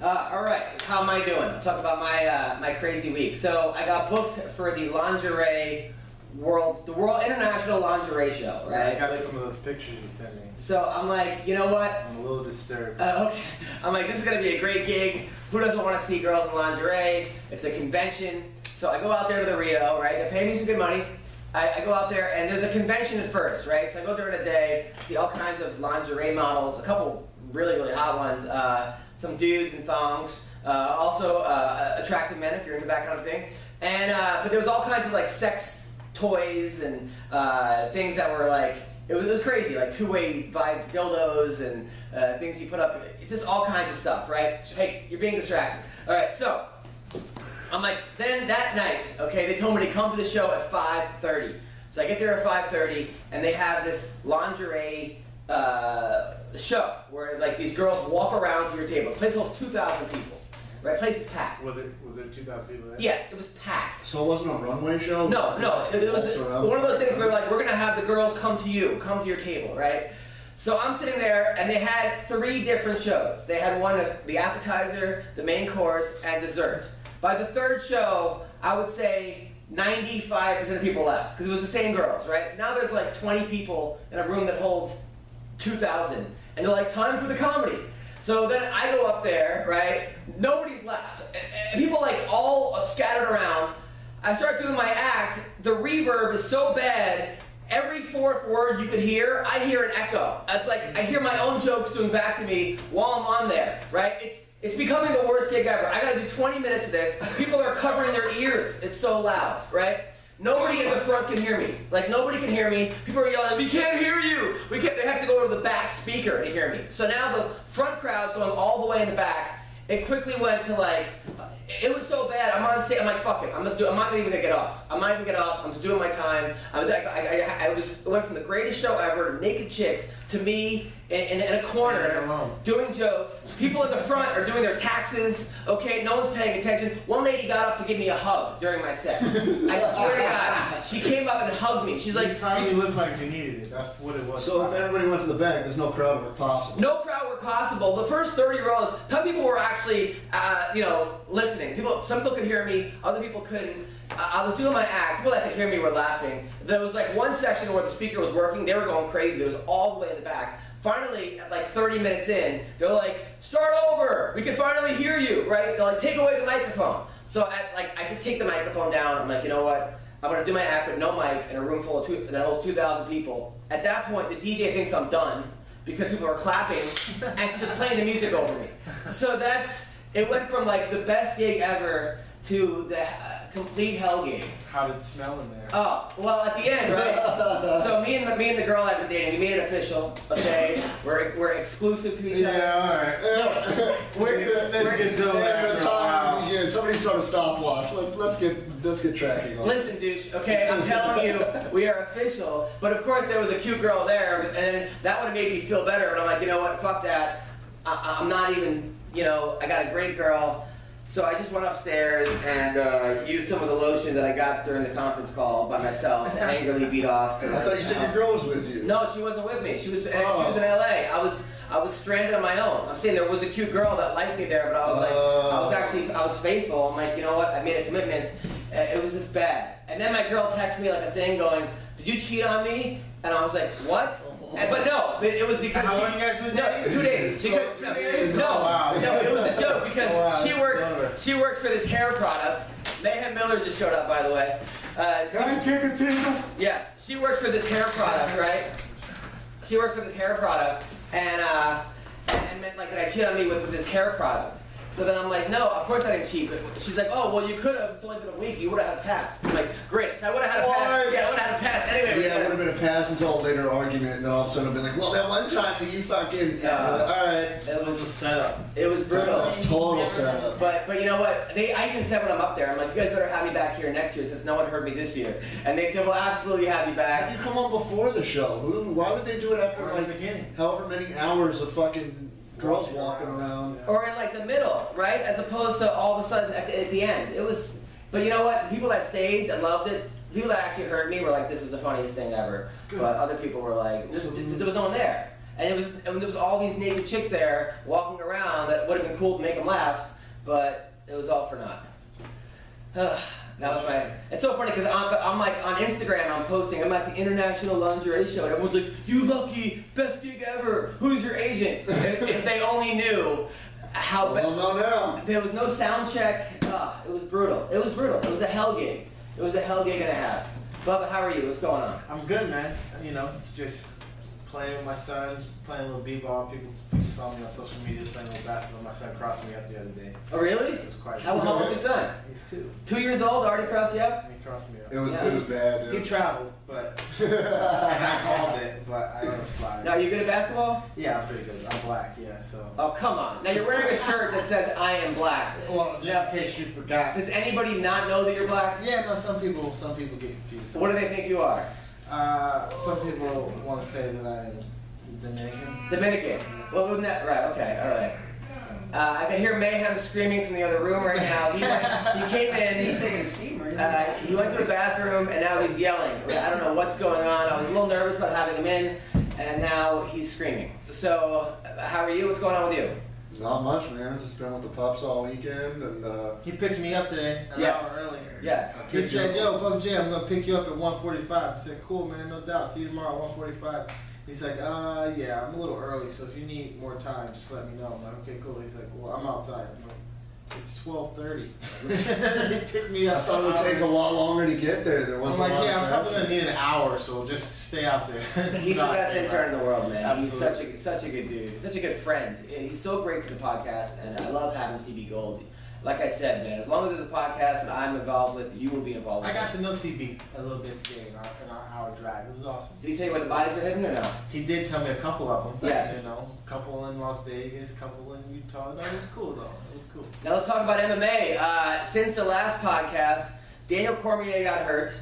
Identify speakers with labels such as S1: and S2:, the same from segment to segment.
S1: Uh, all right, how am I doing? Talk about my uh, my crazy week. So I got booked for the lingerie world, the World International Lingerie Show,
S2: I
S1: right?
S2: got some of those pictures you sent me.
S1: So I'm like, you know what?
S2: I'm a little disturbed.
S1: Uh, okay. I'm like, this is gonna be a great gig. Who doesn't want to see girls in lingerie? It's a convention. So I go out there to the Rio, right? They pay me some good money. I, I go out there and there's a convention at first, right? So I go during the day, see all kinds of lingerie models, a couple really really hot ones, uh, some dudes in thongs, uh, also uh, attractive men if you're into that kind of thing. And uh, but there was all kinds of like sex toys and uh, things that were like it was, it was crazy, like two-way vibe dildos and uh, things you put up, it- just all kinds of stuff, right? Hey, you're being distracted. All right, so I'm like, then that night, okay, they told me to come to the show at 5:30. So I get there at 5:30, and they have this lingerie uh, show where like these girls walk around to your table. The place holds 2,000 people, right? Place is packed.
S2: Was there, was there 2,000 people there?
S1: Yes, it was packed.
S3: So it wasn't a runway show?
S1: No, no. It, it was
S3: Walks around?
S1: one of those things where like we're gonna have the girls come to you, come to your table, right? So I'm sitting there, and they had three different shows. They had one of the appetizer, the main course, and dessert. By the third show, I would say 95% of people left because it was the same girls, right? So now there's like 20 people in a room that holds 2000 and they're like time for the comedy so then i go up there right nobody's left and, and people like all scattered around i start doing my act the reverb is so bad every fourth word you could hear i hear an echo it's like i hear my own jokes doing back to me while i'm on there right it's it's becoming the worst gig ever i gotta do 20 minutes of this people are covering their ears it's so loud right Nobody in the front can hear me. Like nobody can hear me. People are yelling, "We can't hear you! We can't!" They have to go to the back speaker to hear me. So now the front crowd's going all the way in the back. It quickly went to like, it was so bad. I'm on stage. I'm like, "Fuck it! I'm just do. I'm not even gonna get off. I'm not even gonna get off. I'm just doing my time." I was, I, I, I was it went from the greatest show ever, naked chicks, to me in, in, in a corner
S2: Standing alone.
S1: doing jokes. People in the front are doing their taxes. Okay, no one's paying attention. One lady got up to give me a hug during my set. I swear to God, she came up and hugged me. She's
S2: Like, you
S1: like,
S2: probably looked like you needed it. That's what it was.
S3: So if everybody went to the bank, there's no crowd work possible.
S1: no crowd were possible. The first 30 rows, some people were actually, uh, you know, listening. People, some people could hear me, other people couldn't. Uh, I I was doing my act. People that could hear me were laughing. There was like one section where the speaker was working. They were going crazy. It was all the way in the back. Finally, at like 30 minutes in, they're like, "Start over. We can finally hear you." Right? They're like, "Take away the microphone." So I like, I just take the microphone down. I'm like, you know what? I'm gonna do my act with no mic in a room full of two, that holds 2,000 people. At that point, the DJ thinks I'm done because people are clapping and she's just playing the music over me. So that's it went from like the best gig ever to the uh, complete hell gig.
S2: How did it smell in there?
S1: Oh well, at the end, right? so me and me and the girl I've been dating, we made it official. Okay, we're we're exclusive to each other.
S2: yeah,
S3: Yeah.
S1: We're,
S2: Let's- let's
S1: we're-
S2: get to-
S3: And the
S2: After a
S3: time
S2: while.
S3: begins. Somebody start a stopwatch. Let's let's get let's get tracking on.
S1: Listen, douche. Okay, I'm telling you, we are official. But of course, there was a cute girl there, and that would have made me feel better. And I'm like, you know what? Fuck that. I, I'm not even. You know, I got a great girl. So I just went upstairs and uh, used some of the lotion that I got during the conference call by myself and angrily beat off.
S3: I thought you said your girl was with you.
S1: No, she wasn't with me. She was. She
S3: Oh.
S1: was in L.A. I was. I was stranded on my own. I'm saying there was a cute girl that liked me there, but I was like, I was
S3: Oh.
S1: actually, I was faithful. I'm like, you know what? I made a commitment. Uh, It was just bad. And then my girl texted me like a thing going, "Did you cheat on me?" And I was like, "What?" And, but no, but it was because
S2: How
S1: she,
S2: long you guys been
S1: no,
S2: dating?
S1: two days. Because
S2: two
S1: no,
S2: days?
S1: no,
S2: Oh, wow.
S1: no, it was a joke because
S2: Oh, wow,
S1: she
S2: that's
S1: works.
S2: clever.
S1: She works for this hair product. Mayhem Miller just showed up, by the way. Uh, she-
S3: Can I take a tingle?
S1: Yes, she works for this hair product, right? She works for this hair product, and uh, and, and meant like that I cheated on me with, with this hair product. So then I'm like, no, of course I didn't cheat. But she's like, oh well, you could have. It's only been a week. You would have had a pass. I'm like, great. So I would have had a pass.
S3: What?
S1: Yeah, I would have had a pass
S3: Yeah,
S1: anyway.
S3: it would have been a pass until a later argument, and then all of a sudden I'd be like, well, that one time that you fucking.
S1: Yeah.
S3: Like, all right.
S1: It
S2: It was a
S1: was
S2: setup.
S1: it was brutal.
S3: That was total setup.
S1: But but you know what? They I even said when I'm up there, I'm like, you guys better have me back here next year since no one heard me this year. And they said, well, absolutely have you
S3: Have
S1: back.
S3: you come on before the show? Who- Why would they do it after
S2: Or in the
S3: like
S2: beginning.
S3: however many hours of fucking girls walking around?
S2: Yeah.
S1: or in like the middle, right? As opposed to all of a sudden at the, at the end. It was, but you know what? The people that stayed, that loved it, people that actually heard me were like, "This was the funniest thing ever." But other people were like, "This-
S3: So-
S1: th- "There was no one there." and it was and there was all these naked chicks there walking around that would have been cool to make them laugh, but it was all for naught. that was my. It's so funny because I'm, I'm like on Instagram, I'm posting, I'm at the International Lingerie Show, and everyone's like, "You lucky, best gig ever. Who's your agent?" if, if they only knew how. bad.
S3: Well, no, no.
S1: There was no sound check. Ah, it was brutal. It was brutal. It was a hell gig. It was a hell gig and a half. Bubba, how are you? What's going on?
S2: I'm good, man. You know, just playing with my son, playing a little b-ball. People, people saw me on social media playing a little basketball. My son crossed me up the other day.
S1: Oh, really?
S2: It was quite.
S1: How, how old is your son?
S2: He's two.
S1: Two years old, already crossed you up?
S2: He crossed me up.
S3: It was
S1: Yeah.
S3: it was bad.
S2: He
S3: Dude.
S2: traveled, but and I called it, but I let him slide.
S1: Now, you're good at basketball?
S2: Yeah, I'm pretty good. I'm black. Yeah, so.
S1: Oh, come on. Now, you're wearing a shirt that says, I am black.
S2: Well, just in case you forgot.
S1: Does anybody not know that you're black?
S2: Yeah, no. Some people, some people get confused.
S1: What do they think you are?
S2: Uh, some people want to say that I'm Dominican.
S1: Dominican. Well, wouldn't that? Right, okay, alright.
S2: So.
S1: Uh, I can hear mayhem screaming from the other room right now. He, went, he came in.
S4: He's taking a steamer, isn't
S1: Uh,
S4: he?
S1: he went to the bathroom and now he's yelling. I don't know what's going on. I was a little nervous about having him in, and now he's screaming. So, uh, how are you? What's going on with you?
S3: Not much, man. Just been with the pups all weekend and uh,
S2: He picked me up today, an
S1: Yes.
S2: hour earlier.
S1: Yes.
S2: He said, "Yo, Bub J, I'm gonna pick you up at 1:45." I said, "Cool, man, no doubt. See you tomorrow at 1:45." He's like, "Uh, yeah, I'm a little early, so if you need more time, just let me know." I'm like, "Okay, cool." He's like, "Well, I'm outside." I'm like, "It's 12:30." he picked me
S3: I
S2: up.
S3: thought it would take a lot longer to get there. There
S2: I'm
S3: wasn't
S2: like,
S3: a lot
S2: "Yeah, I'm
S3: of
S2: probably gonna
S3: traffic.
S2: need an hour, so just stay out there."
S1: He's the
S2: No, I
S1: best
S2: came out.
S1: intern in the world, man.
S2: Absolutely.
S1: He's such a such a good dude, such a good friend. He's so great for the podcast, and I love having CB Gold. Like I said, man, as long as there's a podcast that I'm involved with, you will be involved
S2: I
S1: with.
S2: got to know CB a little bit today in our, in our hour drive. It was awesome.
S1: Did he tell you where the bodies were hidden or no?
S2: He did tell me a couple of them.
S1: Yes.
S2: You know, couple in Las Vegas, couple in Utah. That was cool though. It was cool.
S1: Now let's talk about MMA. Uh, since the last podcast, Daniel Cormier got hurt.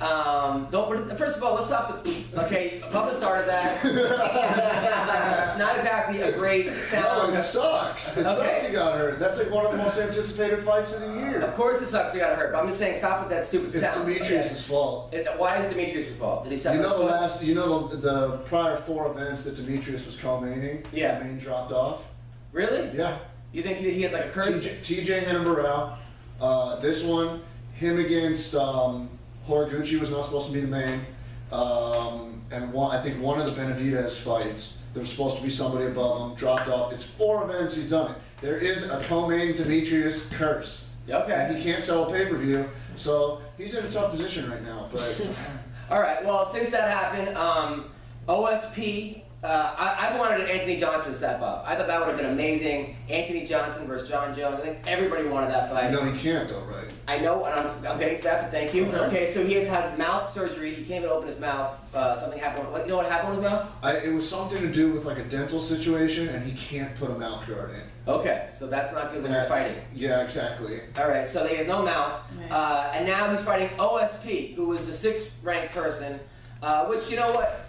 S1: Um, don't. but First of all, let's stop the. Okay, Bubba started that. it's not exactly a great
S3: Oh, No,
S1: sound.
S3: it sucks. It
S1: Okay.
S3: sucks he got hurt. That's like one of the most anticipated fights of the
S1: Of
S3: year.
S1: course, it sucks he got hurt. But I'm just saying, stop with that stupid
S3: It's
S1: sound.
S3: Demetrius' fault.
S1: Okay. And why is it Demetrius' fault? Did he
S3: You
S1: suffer?
S3: know the last, you know the, the prior four events that Demetrius was co-maining.
S1: Yeah.
S3: Main dropped off.
S1: Really?
S3: Yeah.
S1: You think he, he has like a curse?
S3: TJ, TJ Hannibal, uh, this one, him against um, Horiguchi was not supposed to be the main, um, and one, I think one of the Benavidez fights, there was supposed to be somebody above him, dropped off. It's four events he's done it. There is a co-main Demetrius curse. And
S1: Okay.
S3: he can't sell a pay-per-view, so he's in a tough position right now. But
S1: All right. Well, since that happened, um, OSP. Uh, I, I wanted Anthony Johnson to step up. I thought that would have been amazing. Anthony Johnson versus John Jones. I think everybody wanted that
S3: I
S1: fight.
S3: know he can't though, right?
S1: I know, and I'm, I'm getting to that, but thank you.
S3: Okay.
S1: Okay, so he has had mouth surgery. He can't even open his mouth. Uh, something happened. What, you know what happened with his mouth?
S3: I, it was something to do with like a dental situation, and he can't put a mouth guard in.
S1: Okay, so that's not good when you're fighting.
S3: Yeah, exactly.
S1: All right, so he has no mouth,
S4: Right.
S1: uh, and now he's fighting OSP, who is the sixth ranked person. Uh, which you know what?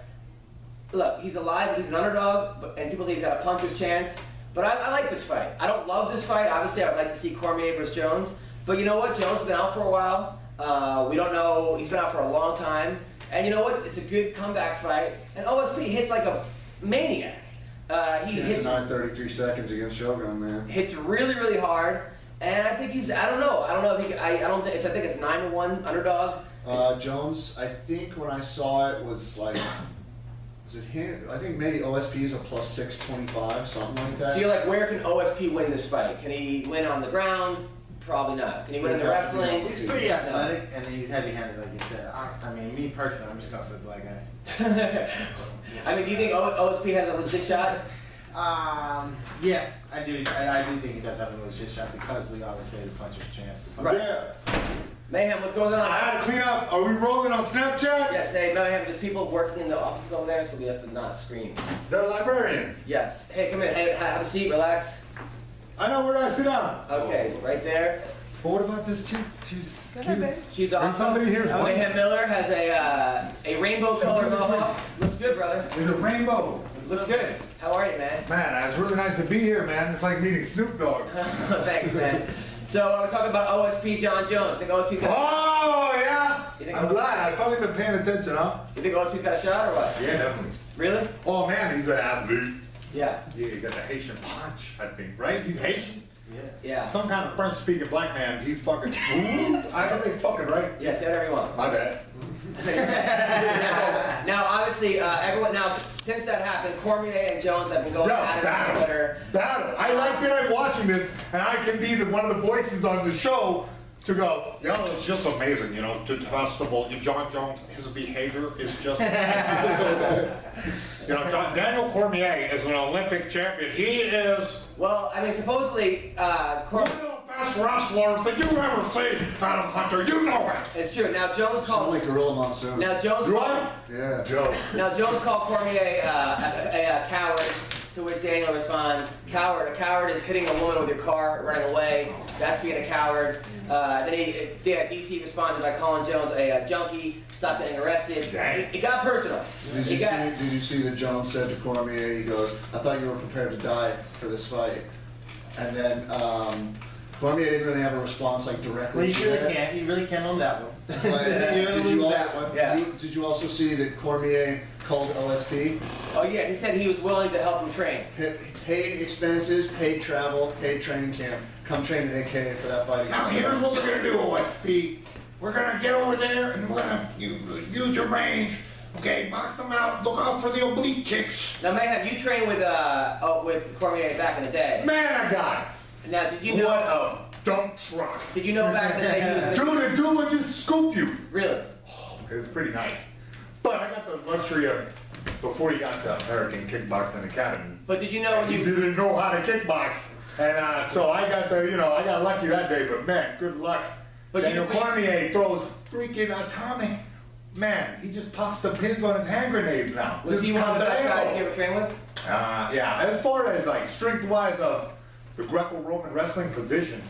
S1: Look, he's alive. He's an underdog, but, and people think he's got a puncher's chance. But I, I like this fight. I don't love this fight. Obviously, I would like to see Cormier versus Jones. But you know what? Jones has been out for a while. Uh, we don't know. He's been out for a long time. And you know what? It's a good comeback fight. And OSP hits like a maniac. Uh, he hits
S3: It's 9:33 seconds against Shogun, man.
S1: hits really really hard and i think he's i don't know i don't know if he could- i, I don't think it's i think it's 9 to 1 underdog
S3: Uh, Jones, I think when I saw it was like, was it him? I think maybe OSP is a plus six twenty five, something like that.
S1: so you're like where can osp win this fight can he win on the ground probably not can he win in the
S3: Yeah, yeah.
S1: wrestling
S2: He's pretty athletic and he's heavy-handed, like you said. I, I mean, me personally, I'm just going for the black guy.
S1: i mean do you think o- osp has a legit shot
S2: Um, yeah, I do. I, I do think he does have a legit shot because we always say the puncher's champ.
S1: Right.
S5: Yeah.
S1: mayhem what's going
S5: I
S1: on
S5: had to clean up. Are we rolling on Snapchat?
S1: yes hey mayhem there's people working in the office over there so we have to not scream
S5: They're librarians.
S1: yes hey come in hey, ha- have a seat relax
S5: I know where do I sit down.
S1: okay right there
S5: But what about this chick? She's cute.
S1: she's
S5: Bring
S1: awesome
S5: somebody here
S1: Uh,
S5: for
S1: mayhem miller has a uh, a rainbow color mohawk looks good brother
S5: There's a rainbow.
S1: Looks good. How are you, man?
S5: Man, it's really nice to be here, man. It's like meeting Snoop Dogg.
S1: Thanks, man. So I want to talk about OSP John Jones. Think OSP's got,
S5: Oh,
S1: You
S5: yeah.
S1: think-
S5: I'm glad. I've probably been paying attention, huh?
S1: you think OSP's got a shot or what?
S5: Yeah, definitely.
S1: Really?
S5: Oh man, he's an athlete.
S1: Yeah.
S5: Yeah, he got the Haitian punch, I think, right? He's Haitian.
S2: Yeah.
S1: Yeah.
S5: Some kind of French-speaking black man. He's fucking. I don't think fucking right.
S1: Yeah, say whatever you want.
S5: My bad.
S1: now, now, obviously, uh, everyone. Now, since that happened, Cormier and Jones have been going
S5: Yeah,
S1: at it on
S5: battle,
S1: Twitter.
S5: battle. I like that I'm watching this, and I can be the, one of the voices on the show to go. You know, it's just amazing, you know, detestable. John Jones, his behavior is just. you know, John, Daniel Cormier is an Olympic champion. He is
S1: Well, I mean, supposedly, uh,
S5: one
S1: Cormier.
S5: of the best wrestlers that you've ever seen, Adam Hunter. You know it.
S1: It's true. Now Jones
S3: Sound
S1: called.
S3: like Gorilla Monsoon.
S1: Now Jones.
S5: Do
S1: Called,
S5: I?
S3: Yeah.
S5: Joe.
S1: now Jones called Cormier uh, a, a, a coward. To which Daniel responded, "Coward. A coward is hitting a woman with your car, running away. That's being a coward." Uh, then he, yeah, DC responded by calling Jones a, uh junkie. Stop getting arrested.
S5: Dang.
S1: It, it got personal.
S3: Did
S1: it
S3: you, see,
S1: got,
S3: did you see that Jones said to Cormier, he goes, I thought you were prepared to die for this fight. And then um, Cormier didn't really have a response like
S2: Well,
S3: directly
S2: you
S3: to
S2: really
S3: that.
S2: can't. You really can't on that one.
S3: But uh,
S2: You're gonna
S3: did,
S2: lose
S3: you al-
S2: that one.
S1: Yeah.
S3: you- did you also see that Cormier called OSP?
S1: Oh yeah, he said he was willing to help him train.
S3: Pa- Paid expenses, paid travel, paid training camp. Come train at AK for that fight. against
S5: Now here's what we're gonna do, OSP. We're gonna get over there and we're gonna u- use your range. Okay, box them out. Look out for the oblique kicks.
S1: Now, Mayhem, you trained with uh oh, with Cormier back in the day.
S5: Man, I got
S1: Now, did
S5: it.
S1: you know?
S5: what a dump truck.
S1: Did you know back in the day? He was
S5: Dude, it do would just scoop you.
S1: really?
S5: It's pretty nice. But I got the luxury of before he got to American Kickboxing Academy.
S1: But did you know
S5: He
S1: you?
S5: didn't know how to kickbox, and uh, so I got the you know I got lucky that day. But man, good luck.
S1: But
S5: Daniel
S1: you- but-
S5: Cormier throws freaking atomic. Man, he just pops the pins on his hand grenades now.
S1: Was
S5: Just
S1: he one of the best
S5: Candelo.
S1: guys you ever trained with?
S5: Uh, yeah, as far as like strength wise of the Greco Roman wrestling position,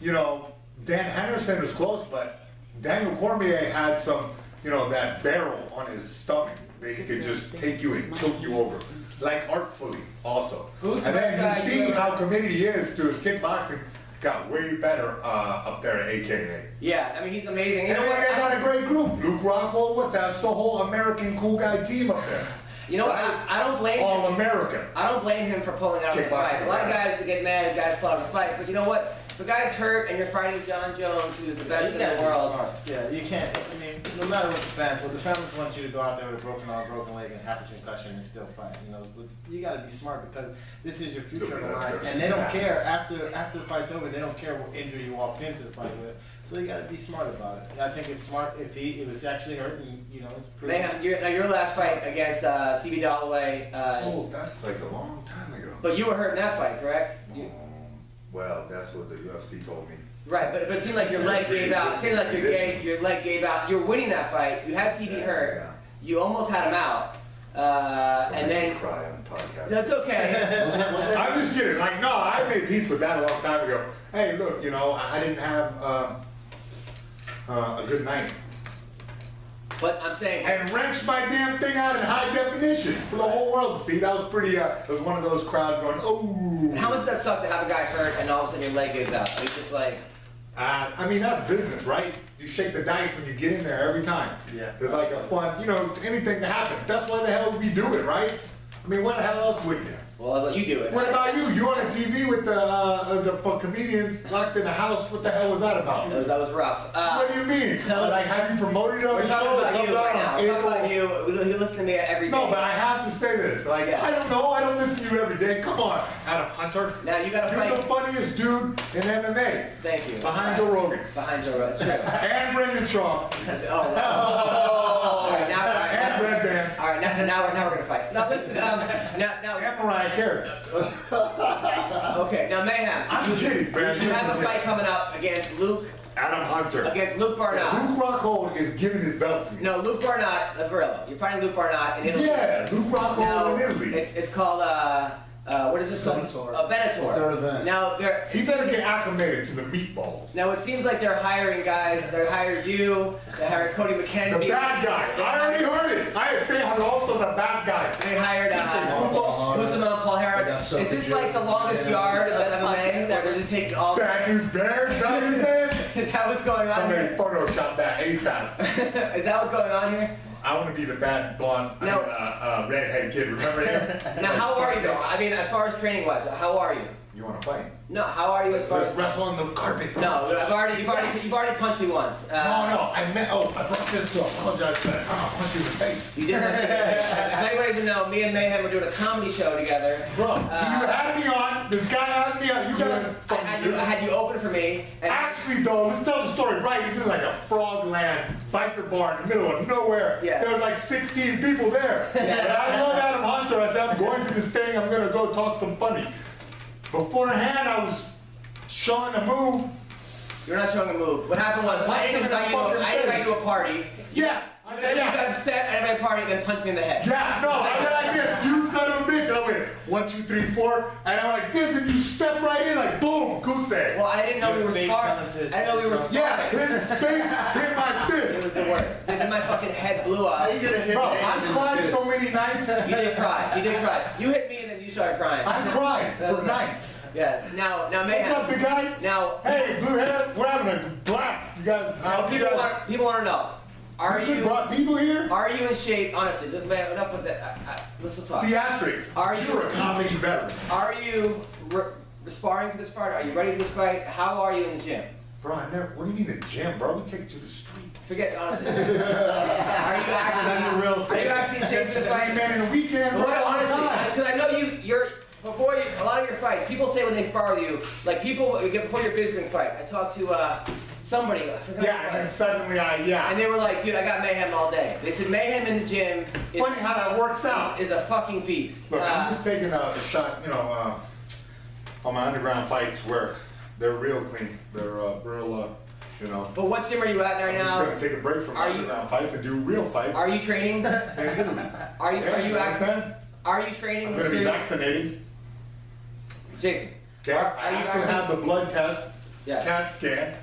S5: you know, Dan Henderson was close, but Daniel Cormier had some, you know, that barrel on his stomach that he could just take you and tilt you over, like artfully also.
S1: Who's the
S5: and then
S1: best
S5: he
S1: guy you
S5: sees
S1: ever-
S5: how committed he is to his kickboxing, got way better uh, up there at AKA.
S1: Yeah, I mean he's amazing. You
S5: And
S1: know what?
S5: they got a
S1: I,
S5: great group. Luke Rockwell with that's the whole American cool guy team up there.
S1: you know what? I, I don't blame him.
S5: All American.
S1: I don't blame him for pulling out of the
S5: Kickboxing,
S1: fight. A lot of
S5: yeah.
S1: guys that get mad if guys pull out of the fight, but you know what? If a guy's hurt and you're fighting John Jones, who's the best in
S2: Yeah,
S1: the world,
S2: Yeah, you can't. I mean, no matter what the fans, well, the fans want you to go out there with a broken arm, broken leg, and half a concussion and still fight. You know, but you got to be smart because this is your future on the line, and they don't care after after the fight's over. They don't care what injury you walked into the fight with. So you got to be smart about it. And I think it's smart if he it was actually hurt, and you know, it's pretty.
S1: Mayhem, your, now your last fight against uh, CB Dalloway, uh,
S5: Oh, that's like a long time ago.
S1: but you were hurt in that fight, correct? You-
S5: Um, well, that's what the UFC told me.
S1: Right, but, but it seemed like your leg gave out. It seemed like your gave, your leg gave out. You were winning that fight. You had CB hurt. You almost had him out. Uh, and then
S5: cry on the podcast.
S1: that's okay.
S3: Was that, was that,
S5: I'm just kidding. Like, no, I made peace with that a long time ago. Hey, look, you know, I, I didn't have um, uh, a good night.
S1: But I'm saying,
S5: And wrenched my damn thing out in high definition for the whole world to see. That was pretty, uh, it was one of those crowds going, oh.
S1: how much does that suck to have a guy hurt and all of a sudden your leg gives out? It's just like
S5: Uh, I mean, that's business, right? You shake the dice and you get in there every time.
S2: Yeah.
S5: It's like a fun, you know, anything to happen. That's why the hell we do it, right? I mean, what the hell else would you?
S1: well, I'll let you do it.
S5: What about you? You on the TV with the uh, the fuck comedians locked in the house? What the hell was that about?
S1: That was, that was rough. Uh,
S5: what do you mean?
S1: no.
S5: like, have you promoted it on
S1: we're
S5: the show?
S1: talking
S5: It
S1: about
S5: comes
S1: you right
S5: out
S1: now.
S5: on
S1: We're talking about you.
S5: April.
S1: We- You listen to me every day.
S5: No, but I have to say this. Like,
S1: Yeah.
S5: I don't know. I don't listen to you every day. Come on, Adam Hunter.
S1: Now, you gotta
S5: You're
S1: fight-
S5: the funniest dude in MMA.
S1: Thank you.
S5: Behind Joe Rogan
S1: Behind Joe Rogan. That's
S5: and Brendan Trump.
S1: true. Oh, wow. all right, now, all right, now,
S5: And Red Band.
S1: all right, now, now, we're- now we're gonna fight. Now listen. Um, now, now,
S5: And Mariah Carey.
S1: Okay, now Mayhem.
S5: I'm kidding, man.
S1: You have a fight coming up against Luke
S5: Adam Hunter.
S1: against Luke Barnott.
S5: Luke Rockhold is giving his belt to me.
S1: No, Luke Barnott of Verillo. You're fighting Luke Barnott in Italy.
S5: Yeah, Luke
S1: Now
S5: Rockhold in Italy.
S1: it's it's called uh uh what is this called?
S3: Bellator.
S1: A Benator.
S3: Third event.
S1: Now they're
S5: He better get acclimated to the meatballs.
S1: now it seems like they're hiring guys. They hire you. They hire Cody McKenzie.
S5: The bad guy. I already heard it. I say hello to the bad guy.
S1: They hired uh,
S3: Paul Harris.
S1: Usman Paul Harris.
S3: They got
S1: Is this
S3: Sophie
S1: like the
S3: Jewett.
S1: longest
S3: Yeah.
S1: yard of
S4: That's
S1: MMA?
S4: fine.
S1: That we're just taking all.
S5: Bad news bears. That is it.
S1: It's that what's going on
S5: Somebody
S1: here?
S5: photoshopped that ASAP.
S1: Is that what's going on here?
S5: I want to be the bad blonde, I mean,
S1: No.
S5: uh, uh, redheaded kid. Remember him?
S1: Now, how are you though? I mean, as far as training wise, how are you?
S5: You want to fight?
S1: No, how are you as far
S5: Let's
S1: as
S5: wrestle on the carpet.
S1: no? I've already, you've already,
S5: Yes.
S1: you've already punched me once. Uh,
S5: No, no, I meant, oh, I brought this to apologize, but I'm gonna punch you in the face.
S1: You did. if anybody doesn't know, me and Mayhem were doing a comedy show together.
S5: Bro, you
S1: Uh,
S5: had me on, this guy had me on, you
S1: You
S5: guys
S1: were- I had you, I had you open for me, and
S5: Actually, though, let's tell the story right. This is like a frog land biker bar in the middle of nowhere.
S1: Yeah.
S5: There was like 16 people there. And I love Adam Hunter. I said, I'm going to this thing. I'm going to go talk some funny. Beforehand, I was showing a move.
S1: you're not showing a move. What happened was I didn't invite you. I didn't invite you to a party.
S5: Yeah.
S1: You
S5: yeah.
S1: got upset at my party and then punched me in the head.
S5: Yeah, no, I went like this. You son of a bitch. And I went one, two, three, four, and I'm like this, and you step right in, like boom, goose egg.
S1: Well, I didn't know
S4: Your
S1: we were
S4: face
S1: sparring.
S4: fell
S1: I
S4: into his
S1: didn't know we were
S4: face,
S1: sparring.
S5: Yeah, his face hit my
S1: It was
S5: fist.
S1: the worst. And then my fucking head blew up. You
S3: gonna hit
S5: Bro,
S3: me
S5: I
S3: in the
S5: cried so
S3: fist?
S5: many nights.
S1: did cry. You did cry. You hit me and then you started crying.
S5: I cried
S1: That was
S5: for nights.
S1: Yes. Now, now,
S5: What's
S1: mayhem.
S5: up, big guy?
S1: Now,
S5: Hey, blue hair, we're having a blast. You guys,
S1: now
S5: how you
S1: people
S5: guys?
S1: want people want to know. Are
S5: you
S1: you
S5: brought people here?
S1: are you in shape? Honestly, look, man, enough with that. I, I, let's talk.
S5: Theatrics.
S1: Are you-
S5: You're a comic veteran.
S1: Are you re- sparring for this fight? Are you ready for this fight? How are you in the gym?
S5: Bro, I never. What do you mean the gym, bro? We take it to the street.
S1: Forget honestly. are you actually
S2: a real
S1: are you actually in shape for this
S5: Fighting
S1: fight?
S5: man in the weekend.
S1: Well,
S5: bro, all the
S1: honestly,
S5: time.
S1: because I know you, you're before you, a lot of your fights. People say when they spar with you, like people before your Bisping fight. I talked to uh, somebody, I forgot.
S5: Yeah,
S1: who it
S5: and then
S1: was,
S5: suddenly I yeah.
S1: and they were like, "Dude, I got mayhem all day." They said mayhem in the gym is,
S5: Funny how that works out.
S1: is a fucking beast.
S5: Look,
S1: Uh,
S5: I'm just taking a, a shot, you know, uh, on my underground fights where they're real clean. They're uh, real, uh, you know.
S1: but what gym are you at right
S5: I'm just gonna
S1: now?
S5: take a break from my
S1: are you-
S5: underground fights and do real fights.
S1: Are you training? Are
S5: and do them.
S1: you
S5: Yeah,
S1: are you actually
S5: understand?
S1: are you training?
S5: I'm
S1: with
S5: gonna be
S1: serious-
S5: vaccinated.
S1: Jason,
S5: Okay, I
S1: you
S5: have to have the blood test,
S1: Yeah.
S5: CAT scan.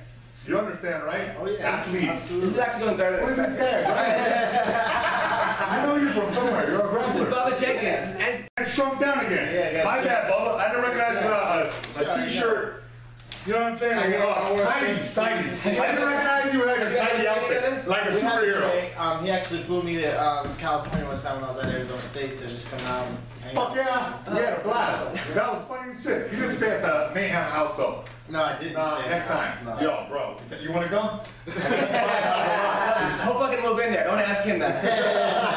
S5: You understand, right?
S2: Oh yeah,
S5: Athlete.
S1: this is
S2: absolutely.
S1: actually going better than
S5: What is this
S1: expected.
S5: guy? I know you from somewhere. You're a
S1: This is
S5: wrestler.
S1: Bubba Jenkins. And
S5: I shrunk down again.
S2: Yeah, I got
S5: My
S2: you.
S5: bad, Bubba. I didn't recognize you without a, a t-shirt. You know what I'm saying? Like, oh, tighties, tighties. I didn't recognize you without your tidy outfit, like a
S2: We had a
S5: superhero.
S2: day, Um, he actually flew me to um, California one time when I was at Arizona State to just come out and hang
S5: Fuck
S2: out.
S5: yeah, we had a blast. That was funny as shit. You didn't stay at the Mayhem house though.
S2: No, I didn't.
S5: Nah,
S2: say
S5: next
S2: that.
S5: time.
S2: No.
S5: Yo, bro, you wanna go?
S1: Whole fucking little been there. Don't ask him that. this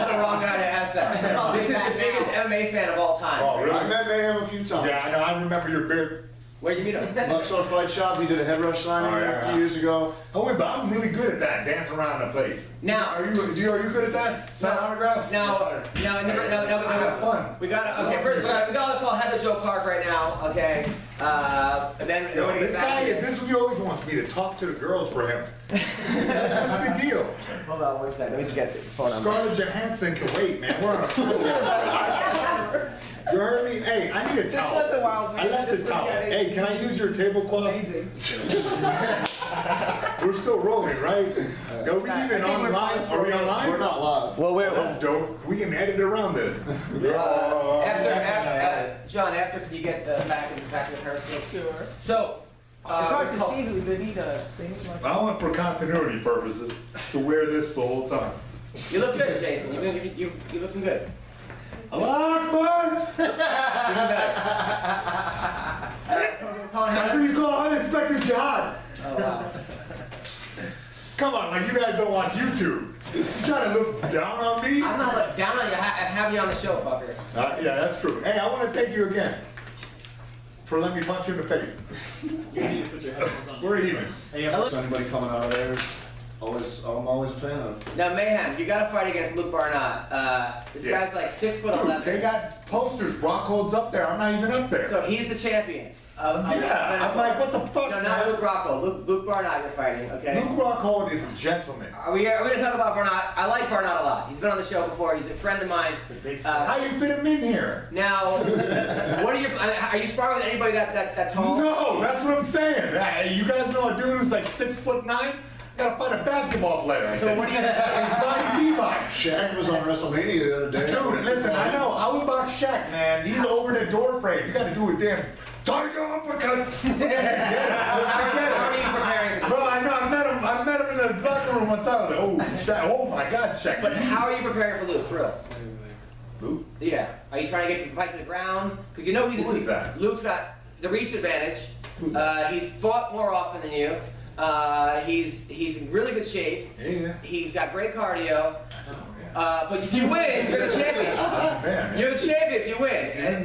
S1: is the wrong guy to ask that. This is the biggest MMA fan of all time.
S5: Oh,
S3: I
S5: really?
S3: met Mayhem a few times.
S5: Yeah, I know. I remember your beard.
S1: Where'd you meet him?
S3: Luxor Fight Shop, we did a head rush signing
S5: Oh, yeah.
S3: a few years ago.
S5: Oh wait, but I'm really good at that. Dance around the place.
S1: Now-
S5: are you? Do you? Are you good at that? Sign
S1: No.
S5: autographs.
S1: Now, now, now, now, now,
S5: I have
S1: now,
S5: fun.
S1: we got okay. First, we got we got to call Heather Joe Clark right now. Okay, uh, and then and then
S5: Yo,
S1: we get
S5: this
S1: back
S5: guy,
S1: to this.
S5: this he always wants me to talk to the girls for him. What's the deal?
S1: Hold on one second. Let me just get the phone number.
S5: Scarlett Johansson can wait, man. We're on a full You heard me? Hey, I need a towel.
S1: one's a wild
S5: I
S1: man.
S5: left
S1: This
S5: the
S1: one's
S5: towel.
S1: getting-
S5: Hey, can I use your tablecloth?
S1: Amazing.
S5: We're still rolling, right? Are we
S1: I
S5: even
S1: think we're-
S5: online? Are we online?
S3: We're not live.
S1: Well, we're
S5: That's dope. We can edit around this.
S1: uh, after,
S2: Yeah.
S1: after uh, John. After, can you get the back in the back of the periscope?
S6: Sure.
S1: So, uh,
S6: It's hard to
S1: call-
S6: see who they need a thing like
S5: I want for continuity purposes to wear this the whole time.
S1: You look good, Jason. You look, you, you, you looking good.
S5: Lockman!
S1: You're not better. We're calling
S5: That's
S1: Heather.
S5: what you call unexpected jihad.
S1: Oh, wow.
S5: Come on, like you guys don't watch YouTube. You trying to look down on me?
S1: I'm not like, down on you. Ha- I have you on the show, fucker.
S5: Uh, yeah, that's true. Hey, I want to thank you again for letting me punch you in the face. We're even.
S3: So anybody coming out of there is always, I'm always a fan of.
S1: Now, Mayhem, you got to fight against Luke Barnett. Uh, this
S5: Yeah.
S1: guy's like six foot
S5: Dude, they
S1: eleven,
S5: got posters. Rock holds up there. I'm not even up there.
S1: so he's the champion. Of, of
S5: yeah, I'm like, what the fuck?
S1: no, not
S5: man?
S1: Luke Rocco. Luke Luke Barnett, you're fighting. Okay.
S5: Luke Rockhold is a gentleman.
S1: Are we are we gonna talk about Barnett? I like Barnett a lot. He's been on the show before. He's a friend of mine.
S2: The big
S1: Uh,
S5: How you fit him in here?
S1: Now, what are your? Are you sparring with anybody that that that tall?
S5: No, that's what I'm saying. Hey, you guys know a dude who's like six foot nine? Gotta fight a basketball player.
S1: So what do you?
S5: Bobby Levi.
S3: Shaq was on WrestleMania the other day.
S5: Dude, listen, I know. I would box Shaq, man. He's over the door frame. You gotta do it damn. Tiger uppercut. I get it.
S1: How are you preparing for this?
S5: Bro, I know. I'm months out. Like, oh, Shaq, oh my God, Shaq.
S1: But how are you preparing for Lou, for real?
S5: Lou?
S1: Yeah. Are you trying to get the fight to the ground? Because you know he's
S5: Who is that?
S1: Luke's got the reach advantage.
S5: Who's
S1: Uh, he's fought more often than you. Uh, he's he's in really good shape.
S5: Yeah.
S1: He's got great cardio.
S5: Oh, yeah.
S1: Uh, but if you win, you're the champion.
S5: Oh, man.
S1: You're the champion if you
S5: Isn't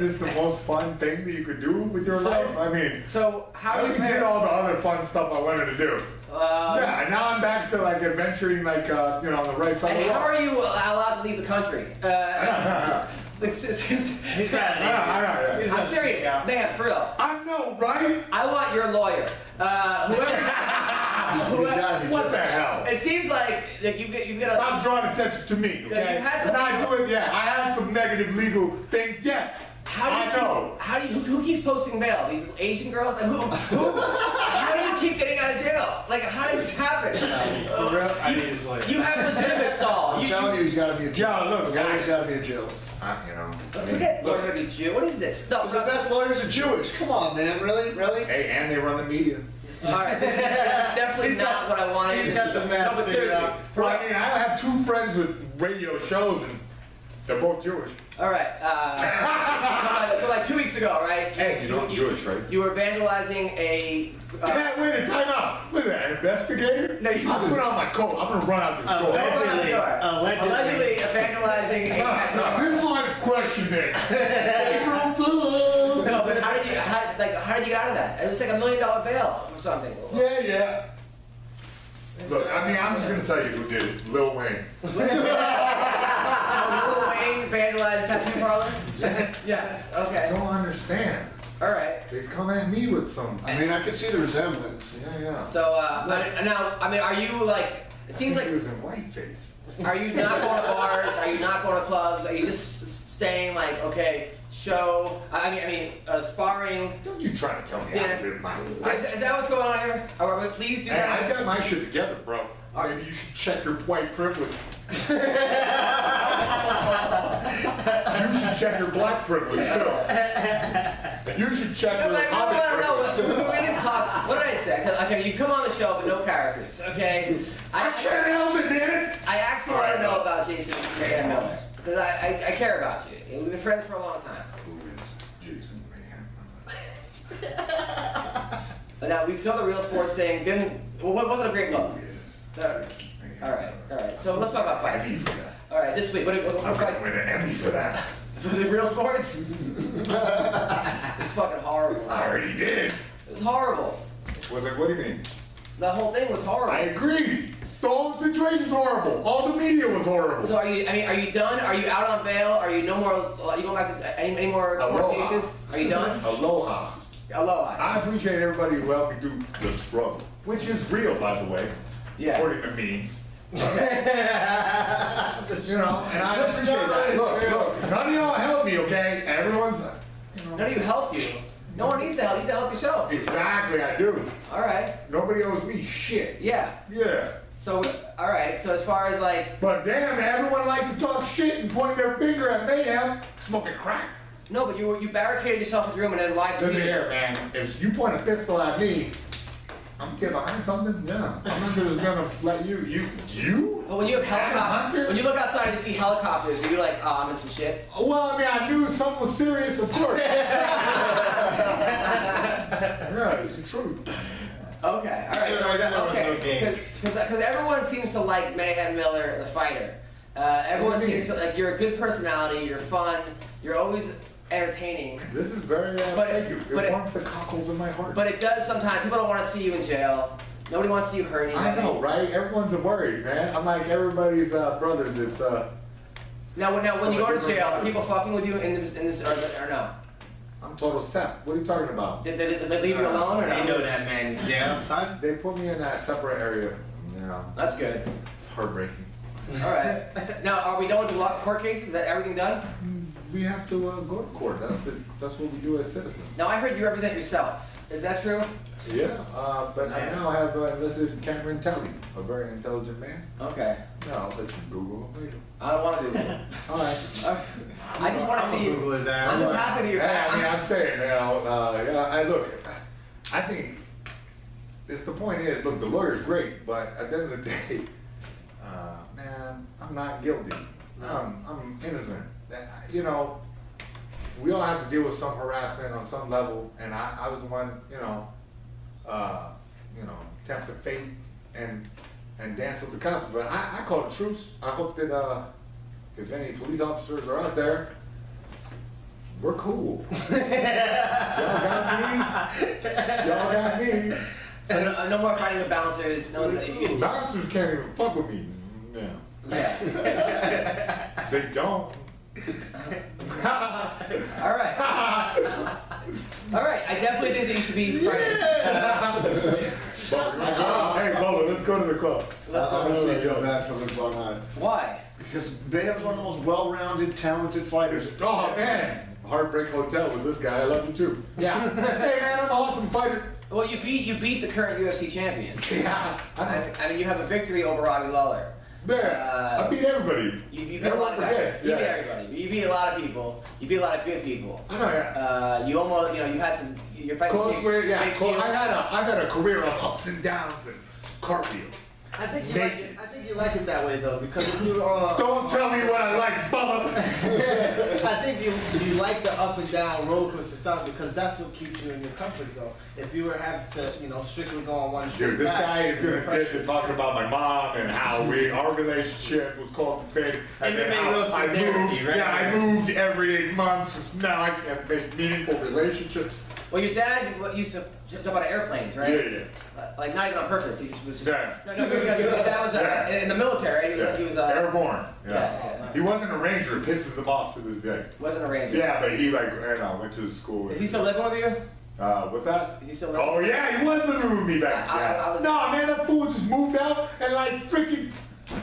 S1: win.
S5: this the most fun thing that you could do with your
S1: So-
S5: life? I mean,
S1: So how
S5: I
S1: are you
S5: already did
S1: preparing?
S5: all the other fun stuff I wanted to do.
S1: Uh,
S5: yeah, and now I'm back to like adventuring, like uh, you know, on the right side.
S1: and
S5: of the
S1: how
S5: law.
S1: are you allowed to leave the country? Uh, this is-
S2: He's got
S5: I know, I know, yeah.
S2: He's
S1: I'm
S2: a-
S1: serious,
S2: yeah.
S1: man, for real.
S5: I know, right?
S1: I want your lawyer. Uh, whoever.
S3: He's, he's gotta be
S5: What the
S3: joking.
S5: hell?
S1: It seems like that you get you get
S5: Stop
S1: a.
S5: drawing attention to me,
S1: you
S5: okay?
S1: had some-
S5: Not doing, yeah. I had some negative legal thing, yeah.
S1: How do you
S5: I know.
S1: Keep, how do you who, who keeps posting bail? These Asian girls? Like, who? who how do you keep getting out of jail? Like how does this happen? Oh,
S4: For real, I need his lawyer.
S1: You have legitimate Saul.
S3: I'm
S1: You,
S3: telling you, he's gotta be a Jew.
S5: Yeah, look,
S3: The lawyer's
S5: I-
S3: gotta be a Jew.
S5: I, you know. I mean,
S1: forget
S5: look,
S1: Lord Heavy Jew. What is this? No.
S3: Because the
S1: All
S3: best lawyers are Jewish. Come on, man. Really? Really?
S5: hey, and they run the media.
S1: right. This is definitely not what I wanted.
S2: he's got the map
S1: No, but
S2: figured
S1: seriously.
S2: out.
S5: Well, I mean, I have two friends with radio shows, and they're both Jewish.
S1: All right. Uh, so, like, so like two weeks ago, right?
S5: Hey, you know I'm Jewish, right?
S1: You were vandalizing a. Uh,
S5: Pat, wait a time out. Look at that investigator.
S1: No, you-
S5: I'm putting on my coat. I'm gonna run out this door.
S1: Don't run out the
S4: Allegedly.
S1: door.
S4: Allegedly.
S1: Allegedly vandalizing a tattoo.
S5: This is why the question is.
S1: No, but how did you how, like how did you get out of that? It was like a million dollar bail or something.
S5: Yeah, yeah. Look, I mean, I'm just gonna tell you who did it. Lil Wayne.
S1: So Lil Wayne vandalized tattoo parlor. Yes.
S5: I
S1: Okay.
S5: don't understand.
S1: All right.
S5: They come at me with some.
S3: I mean, I could see the resemblance.
S5: Yeah, yeah.
S1: So uh, I, now I mean, are you like? It seems like
S5: he was in whiteface.
S1: are you not going to bars? Are you not going to clubs? Are you just s- s- staying like okay show? I mean I mean uh, sparring.
S5: Don't you try to tell me how
S1: Yeah.
S5: to live my
S1: Is,
S5: life.
S1: is that what's going on here? Are we, please do
S5: Hey, I
S1: that.
S5: got my shit together, bro. Maybe you should check your white privilege. you should check your black privilege too. You should check
S1: I'm
S5: your
S1: like, no,
S5: hobbit
S1: no, no,
S5: privilege.
S1: no. We're in this talk. What did I say? I said, okay, you come on the show, but no characters. Okay.
S5: I can't help it, man.
S1: I actually want to know about Jason Mayhem Miller because I, I, I care about you. We've been friends for a long time.
S5: Who is Jason Mayhem?
S1: But now we saw the real sports thing. Didn't well, what wasn't a great
S5: Who
S1: look.
S5: is
S1: All
S5: Jason Mayhem?
S1: right, all right. So let's talk about
S5: Emmy
S1: fights.
S5: for that.
S1: All right, this week. What, what, what
S5: I'm gonna
S1: fights?
S5: win an Emmy for that.
S1: For the real sports? It was fucking horrible.
S5: I already
S1: It
S5: did.
S1: was horrible.
S5: Was like, what do you mean?
S1: The whole thing was horrible.
S5: I agree. The whole situation's horrible. All the media was horrible.
S1: so are you? I mean, are you done? Are you out on bail? Are you no more? Are you going back to uh, any, any more court
S5: Aloha.
S1: cases? Are you done?
S5: Aloha.
S1: Aloha.
S5: I appreciate everybody who helped me through the struggle, which is real, by the way,
S1: Yeah.
S5: according to memes. you know, and I appreciate that. Look, look, none of y'all helped me, okay? Everyone's
S1: None of you helped you. No one needs to help. You need to help yourself.
S5: exactly. I do.
S1: All right.
S5: Nobody owes me shit.
S1: Yeah.
S5: Yeah.
S1: So, all right. So as far as like,
S5: But damn, everyone likes to talk shit and point their finger at mayhem, smoking crack.
S1: no, but you you barricaded yourself in the room and then lied to
S5: Listen
S1: me.
S5: here, man. If you point a pistol at me, I'm get behind something. Yeah, I'm not just gonna let you. You, you?
S1: But when you have helicopters,
S5: Hunter?
S1: when you look outside and you see helicopters, you're like, oh, I'm in some shit.
S5: Well, I mean, I knew something was serious, of course. yeah, it's the truth.
S1: Okay, all right. So
S4: Yeah, there was no
S1: okay,
S4: games.
S1: because everyone seems to like Mayhem Miller, the fighter. Uh, everyone
S5: What do you
S1: seems to like you're a good personality. You're fun. You're always entertaining.
S5: This is very. Uh,
S1: But it-
S5: thank you. It
S1: but it-
S5: warms the cockles in my heart.
S1: But it does sometimes. People don't want to see you in jail. Nobody wants to see you hurting.
S5: I know, right? Everyone's worried, man. I'm like everybody's uh, brother. That's uh,
S1: Now, when- now when you
S5: But
S1: go to
S5: you're-
S1: jail, are people fucking with you in this, in this or, or no?
S5: I'm total sap. What are you talking about?
S1: Did they, did they leave you
S5: Uh,
S1: alone or no?
S4: You know that man, Jim.
S2: Outside?
S5: They put me in that separate area. You know,
S1: That's good.
S5: heartbreaking.
S1: All right. now, are we done with the lo- court cases? Is that everything done?
S5: We have to uh, go to court. That's the, that's what we do as citizens.
S1: Now, I heard you represent yourself. Is that true?
S5: Yeah, uh, but I now have uh, enlisted Cameron Telly, a very intelligent man.
S1: Okay.
S5: No, I'll let you Google him later.
S1: I don't want to do that.
S5: All right.
S1: I just want to
S4: I'm
S1: see
S4: gonna Google
S1: you.
S4: his ass.
S1: I'm just happy to your
S5: Yeah,
S1: back.
S5: I mean, I'm saying, you know, uh, yeah, I look, I think it's the point is, look, the lawyer's great, but at the end of the day, uh, man, I'm not guilty. I'm, I'm innocent. That, you know, we all have to deal with some harassment on some level, and I, I was the one, you know, uh, you know, tempt the fate and and dance with the cops. But I, I called a truce. I hope that uh, if any police officers are out there, we're cool. y'all got me. Y'all got me.
S1: So no, no more fighting the bouncers. No, no, you- you-
S5: Bouncers can't even fuck with me. Yeah.
S1: yeah.
S5: They don't.
S1: All right. All right. I definitely think that you should be fighting.
S5: Bubba, let's go. Hey, Bubba, let's go to the club.
S3: I honestly feel bad for Luke Von Hyde.
S1: Why?
S3: Because Beta was one of the most well-rounded, talented fighters.
S5: Oh, man. Heartbreak Hotel with this guy. I love you too. Yeah. hey, man, I'm an awesome fighter.
S1: Well, you beat you beat the current UFC champion.
S5: Yeah. I,
S1: I, I mean, you have a victory over Robbie Lawler.
S5: man, I beat everybody.
S1: You, you beat a
S5: Everyone
S1: lot of guys.
S5: forgets.
S1: You beat
S5: Yeah.
S1: everybody. You beat a lot of people. You beat a lot of good people.
S5: I know, yeah.
S1: Uh, you almost, you know, you had some. You're fighting
S5: Close
S1: Jake-
S5: way, yeah.
S1: Jake
S5: Close.
S1: Shields.
S5: I had a, I had a career of ups and downs and cartwheels.
S2: I think you like it. I think you like it that way though, because if you uh,
S5: Don't tell me what I like, Bubba.
S2: I think you you like the up and down roller coaster style because that's what keeps you in your comfort zone. If you were having to, you know, strictly go on one
S5: Dude,
S2: straight
S5: this
S2: path,
S5: guy is
S2: it's
S5: gonna get
S2: refreshing.
S5: to talking about my mom and how we, our relationship was called the thing. And
S4: MMA
S5: then how
S4: roasted
S5: I
S4: therapy,
S5: moved,
S4: right?
S5: yeah, I moved every eight months. Now I can't make meaningful relationships.
S1: Well, your dad w- used to j- jump out of airplanes,
S5: Yeah,
S1: right?
S5: yeah.
S1: Uh, Like not even on purpose. He just was. Just,
S5: Yeah.
S1: No, no, your dad- your dad was uh,
S5: Yeah.
S1: in the military. He was,
S5: yeah.
S1: he was uh,
S5: Airborne.
S1: Yeah.
S5: Yeah.
S1: yeah, yeah.
S5: He wasn't a ranger. It pisses him off to this day.
S1: Wasn't a ranger.
S5: Yeah, but he like, you know, went to school.
S1: Is he still living with you?
S5: Uh, what's that?
S1: Is he still living?
S5: Oh yeah, he was living with me back
S1: I- I-
S5: then.
S1: I was-
S5: nah, man, that fool just moved out and like freaking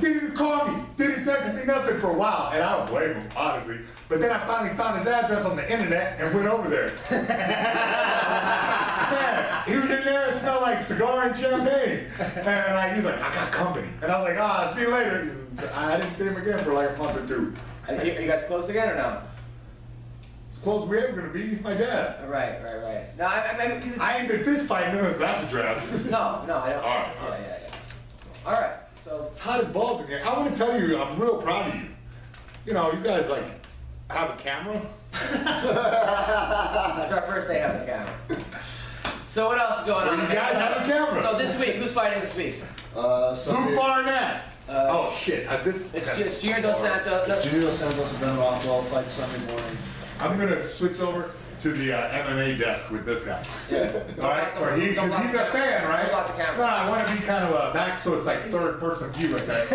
S5: didn't call me, didn't text me nothing for a while, and I don't blame him honestly. But then I finally found his address on the internet and went over there. man, he was in there and smelled like cigar and champagne, and like he was like, I got company, and I was like, ah, see you later. I didn't see him again for like a month or two.
S1: Are you, are you guys close again or no?
S5: As close as we ever gonna be. He's my dad.
S1: Uh, Right, right, right. No, I, I mean, 'cause it's,
S5: I ain't been fist fighting him if that's a draft.
S1: no, no, I don't. Oh,
S5: All right, all
S1: Yeah,
S5: right.
S1: yeah, yeah. All right. So
S5: It's hot as balls in here. I want to tell you, I'm real proud of you. You know, you guys like have a camera.
S1: that's our first day on the camera. So what else is going on?
S5: You guys have a
S1: So
S5: camera.
S1: this week, who's fighting this week?
S3: Uh, Sunday,
S5: Who Barnett?
S1: Uh,
S5: oh shit! I, this.
S1: It's, G- it's Gio Dos Santos. No,
S3: Julio Santos and Ben Rothwell fight Sunday morning.
S5: I'm gonna switch over to the uh, MMA desk with this guy. All right, or he,
S1: Don't
S5: because
S1: lock
S5: he's
S1: the
S5: a
S1: camera.
S5: fan, right?
S1: Don't lock the camera.
S5: No, I want to be kind of a back, so it's like third person view, like that.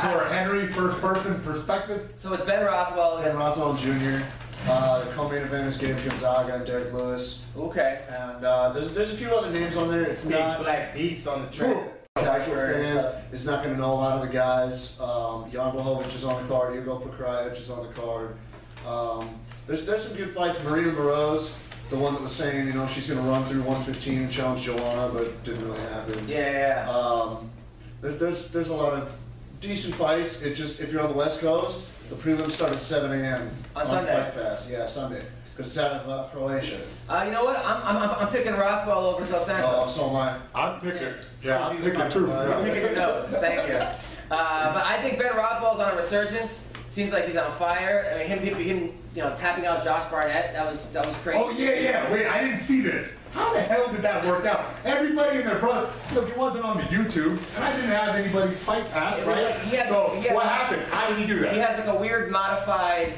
S5: uh, hardcore Henry, first person perspective.
S1: so it's Ben Rothwell.
S3: Ben
S1: against-
S3: Rothwell Jr. Uh, the co-main event is Gabe Gonzaga and Derek Lewis.
S1: Okay.
S3: And uh, there's there's a few other names on there. It's
S2: big
S3: not
S2: black beast on the track.
S3: the actual fan is not going to know a lot of the guys. Um, Jan Blahovic is on the card. Hugo Pekrajic is on the card. Um, there's there's some good fights. Maria Moroz, the one that was saying you know she's going to run through 115 and challenge Joanna, but didn't really happen.
S1: Yeah, yeah,
S3: Um, there's, there's there's a lot of decent fights. It just if you're on the West Coast, the prelims start at 7 a.m.
S1: On Sunday.
S3: Fight Pass, yeah, Sunday, because it's out of uh, Croatia.
S1: yeah. Uh, you know what? I'm, I'm, I'm- I'm picking Rothwell over Dos
S3: Oh,
S1: Santos.
S3: so am I.
S5: I'm picking. Yeah, I'm
S2: So you
S5: picking
S2: fight
S5: two.
S3: Oh.
S2: Barnett.
S5: Yeah.
S1: I'm picking those. Thank you. Uh, but I think Ben Rothwell's on a resurgence. Seems like he's on fire. I mean, him, him, him you know, tapping out Josh Barnett. That was, that was crazy.
S5: Oh yeah, yeah. Wait, I didn't see this. How the hell did that work out? Everybody in their brother. Look, it wasn't on the YouTube, and I didn't have anybody's fight pass,
S1: It was
S5: right?
S1: like he has-
S5: so
S1: he has-
S5: what happened? How did he do that?
S1: He has like a weird modified
S3: It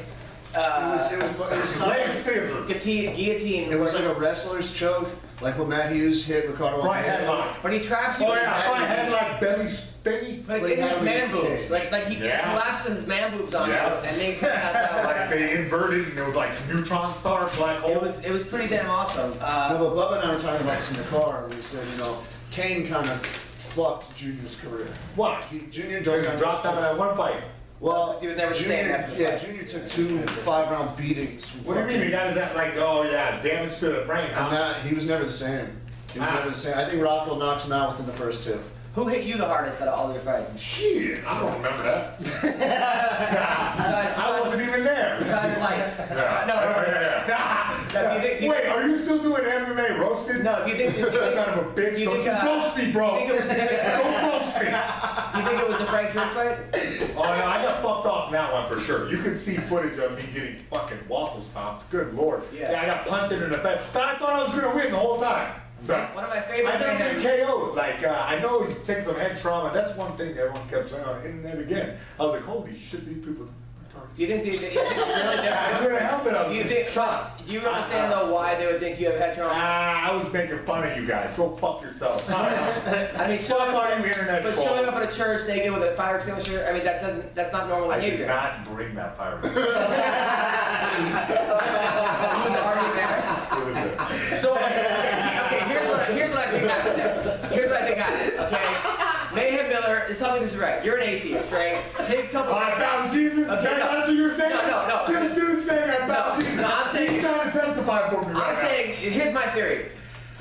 S3: was, it
S1: uh,
S3: was, it was not-
S5: Leg scissors.
S1: guillotine. guillotine
S3: It was
S1: where-
S3: like a wrestler's choke, like what Matt Hughes hit Ricardo.
S5: Right
S3: Alvarez.
S5: headlock.
S1: but he traps you.
S5: Oh yeah, front headlock, belly stingy.
S1: But it's
S3: Like
S1: in his
S3: having
S1: man
S3: his
S1: boobs.
S3: cage.
S1: Like like he
S5: Yeah.
S1: collapses his man boobs on
S5: Yeah.
S1: you and makes you have that
S5: Like
S1: like.
S5: they inverted, and it was like neutron star, black hole.
S1: It was it was pretty damn awesome.
S3: No,
S1: Uh,
S3: but Bubba and I were talking about this in the car, and we said, you know, Kane kind of fucked Junior's career.
S5: what?
S3: He, Junior
S5: Because
S3: doesn't
S5: he dropped out of that one fight.
S3: Well,
S1: He was never the
S3: Junior,
S1: same after the
S3: yeah,
S1: fight.
S3: Junior took two five-round beatings. from
S5: What do you mean? He got that like, oh yeah, damage to the brain.
S3: And
S5: Huh?
S3: that he was never the same. He was
S5: Ah.
S3: never the same. I think Rockwell knocks him out within the first two.
S1: who hit you the hardest out of all your fights?
S5: Shit, I don't remember that.
S1: Besides,
S5: I wasn't
S1: besides,
S5: even there.
S1: besides life.
S5: Yeah.
S1: No, no, no,
S5: Yeah.
S1: No, do you think- do you-
S5: Wait, are you still doing MMA roasted?
S1: no. Do you think? Do you
S5: That
S1: think
S5: son of a bitch.
S1: you
S5: Don't
S1: think,
S5: you
S1: uh,
S5: roast me,
S1: do
S5: bro.
S1: you think it was-
S5: Don't roast me.
S1: do You think it was the Frank Drew fight?
S5: Oh, no, I got fucked off in that one for sure. You can see footage of me getting fucking waffles stomped. Good lord.
S1: Yeah.
S5: I got punted in the face. But I thought I was going to win the whole time. But
S1: One of my
S5: I
S1: favorite
S5: never
S1: things.
S5: get KO'd. Like, uh, I know you take some head trauma. That's one thing everyone kept saying on the internet again. I was like, holy shit, these people are retarded.
S1: You think they, they, they really
S5: I
S1: different?
S5: couldn't help it. I was
S1: You
S5: just
S1: think-
S5: shocked.
S1: Do you understand
S5: Uh,
S1: though why they would think you have head trauma?
S5: Ah, I was making fun of you guys. Go fuck yourself.
S1: I mean,
S5: Fuck
S1: showing
S5: all
S1: up,
S5: you internet
S1: but showing up
S5: trolls.
S1: at a church naked with a fire extinguisher. I mean, that doesn't. That's not normal
S5: I did
S1: behavior.
S5: not bring that pirate.
S1: It was already there. So okay, here's what here's what I think happened there. Here's what I think happened. Okay, Mayhem Miller is telling me this is right. You're an atheist, right? Take a couple.
S5: I found Jesus.
S1: Okay,
S5: That's
S1: no.
S5: not what you're saying.
S1: No, no, no.
S5: This dude saying I found
S1: No,
S5: Jesus.
S1: no, I'm saying-
S5: He's trying to testify for me right
S1: I'm saying here's my theory.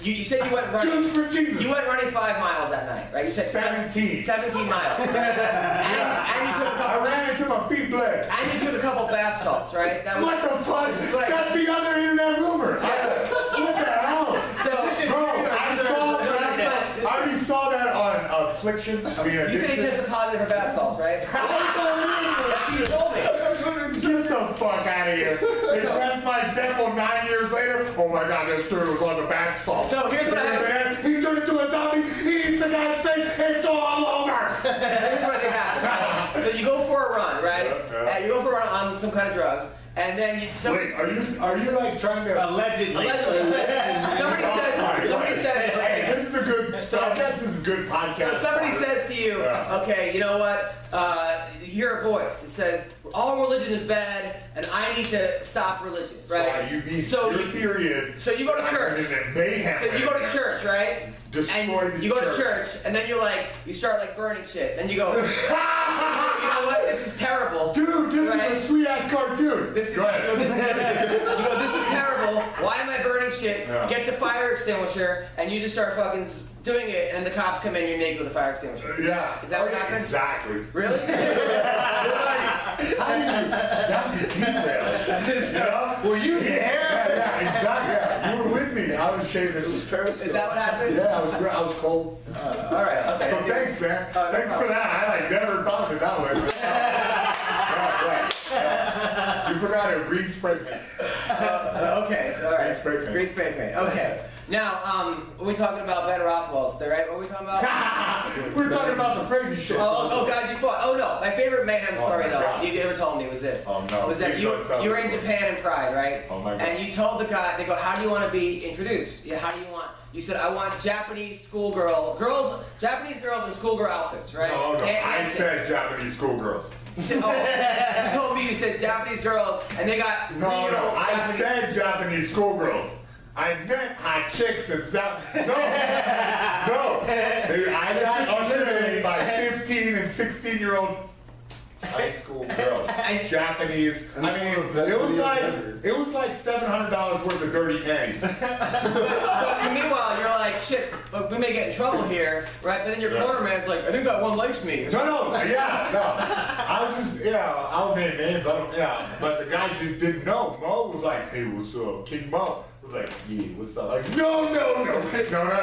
S1: You, you said you went
S5: now.
S1: running.
S5: Choose for Jesus.
S1: You went running five miles that night, right? You said
S5: 17.
S1: 17 miles. Right? And, and you took a
S5: I
S1: couple.
S5: ran into my feet bled.
S1: And you took a couple bath salts, right? That
S5: What the fuck?
S1: This is what I-
S5: That's the other internet rumor. What the hell?
S1: So
S5: Bro, I saw that. I already saw that on Affliction. I mean,
S1: you said he
S5: Addiction.
S1: tested positive for bath salts, right? That's what you told me.
S5: Get the fuck out of here. They test my sample nine years later. Oh my god, this dude was on the back stall.
S1: So here's what I-
S5: He turned into a zombie, he eats the guy's face, it's all over.
S1: Here's what they have. So you go for a run, right?
S5: Yeah.
S1: And you go for a run on some kind of drug, and then you, somebody,
S5: Wait, are you are you like trying to
S4: Allegedly.
S1: allegedly, somebody says, somebody says,
S5: Oh, Hey,
S1: okay,
S5: this is a good podcast, this is a good podcast.
S1: so somebody says to you,
S5: Yeah.
S1: okay, you know what? Uh, you hear a voice. It says, all religion is bad, and I need to stop religion, right?
S5: So you need
S1: So
S5: your
S1: you-
S5: theory is
S1: so you go to church.
S5: And then mayhem.
S1: So you go to church, right?
S5: Destroy
S1: And
S5: the
S1: you go to
S5: church.
S1: church, and then you're like, you start like burning shit, and you go, you know what? This is terrible.
S5: Dude, this
S1: Right.
S5: is a sweet ass cartoon.
S1: This is,
S5: Go ahead.
S1: you know, this is you know, this is terrible. Why am I burning shit?
S5: Yeah.
S1: Get the fire extinguisher, and you just start fucking s- doing it, and the cops come in, you're naked with a fire extinguisher.
S5: Yeah.
S1: Is that what happened?
S5: Exactly.
S1: Really?
S5: How did you? That's the details.
S1: Is
S5: You know?
S4: Were you there?
S5: Yeah, yeah, exactly. Yeah. You were with me. I was shaving. It was Periscope.
S1: that what happened?
S5: Yeah, I was. I was cold.
S1: All right.
S5: So
S1: Okay.
S5: thanks, man.
S1: Uh, no
S5: thanks for that. I like never thought of it that way. Yeah, right. You forgot a green spray paint.
S1: Uh, okay. So, all right.
S5: Great spray paint.
S1: Great spray paint. Okay. Now, um, we're talking about Ben Rothwell's, there, right? What are we talking about?
S5: we were talking about the crazy shit.
S1: Oh, oh, God, you fought. Oh, no. My favorite mayhem
S5: Oh,
S1: story,
S5: my
S1: though,
S5: God.
S1: you ever told me was this.
S5: Oh, no.
S1: Was that
S5: Please
S1: you,
S5: don't tell
S1: you
S5: me.
S1: were in Japan in Pride, right?
S5: Oh, my God.
S1: And you told the guy, they go, how do you want to be introduced? Yeah, how do you want? You said, I want Japanese schoolgirl, girls, Japanese girls in schoolgirl outfits, right?
S5: No, no.
S1: Can't
S5: I
S1: dance it.
S5: said Japanese schoolgirls.
S1: You said- oh, you told me you said Japanese girls, and they got
S5: No,
S1: real
S5: no, I
S1: Japanese.
S5: said Japanese schoolgirls. I meant hot chicks and stuff. No, no. I got ushered in by 15 and 16 year old high school girls. Japanese. I
S3: And it's one of
S5: mean,
S3: the best
S5: it was
S3: videos
S5: like
S3: ever.
S5: it was like $700 worth of dirty panties.
S1: So, and meanwhile, you're like, shit, but we may get in trouble here, right? But then your
S5: Yeah.
S1: corner man's like, I think that one likes me.
S5: No, no, yeah, no. I was just, yeah, I was in names, I don't, yeah. But the guy just didn't know. Mo was like, hey, what's up? King Mo was like, yeah, what's up? Like, no, no, no, no, no, no, no, no, no,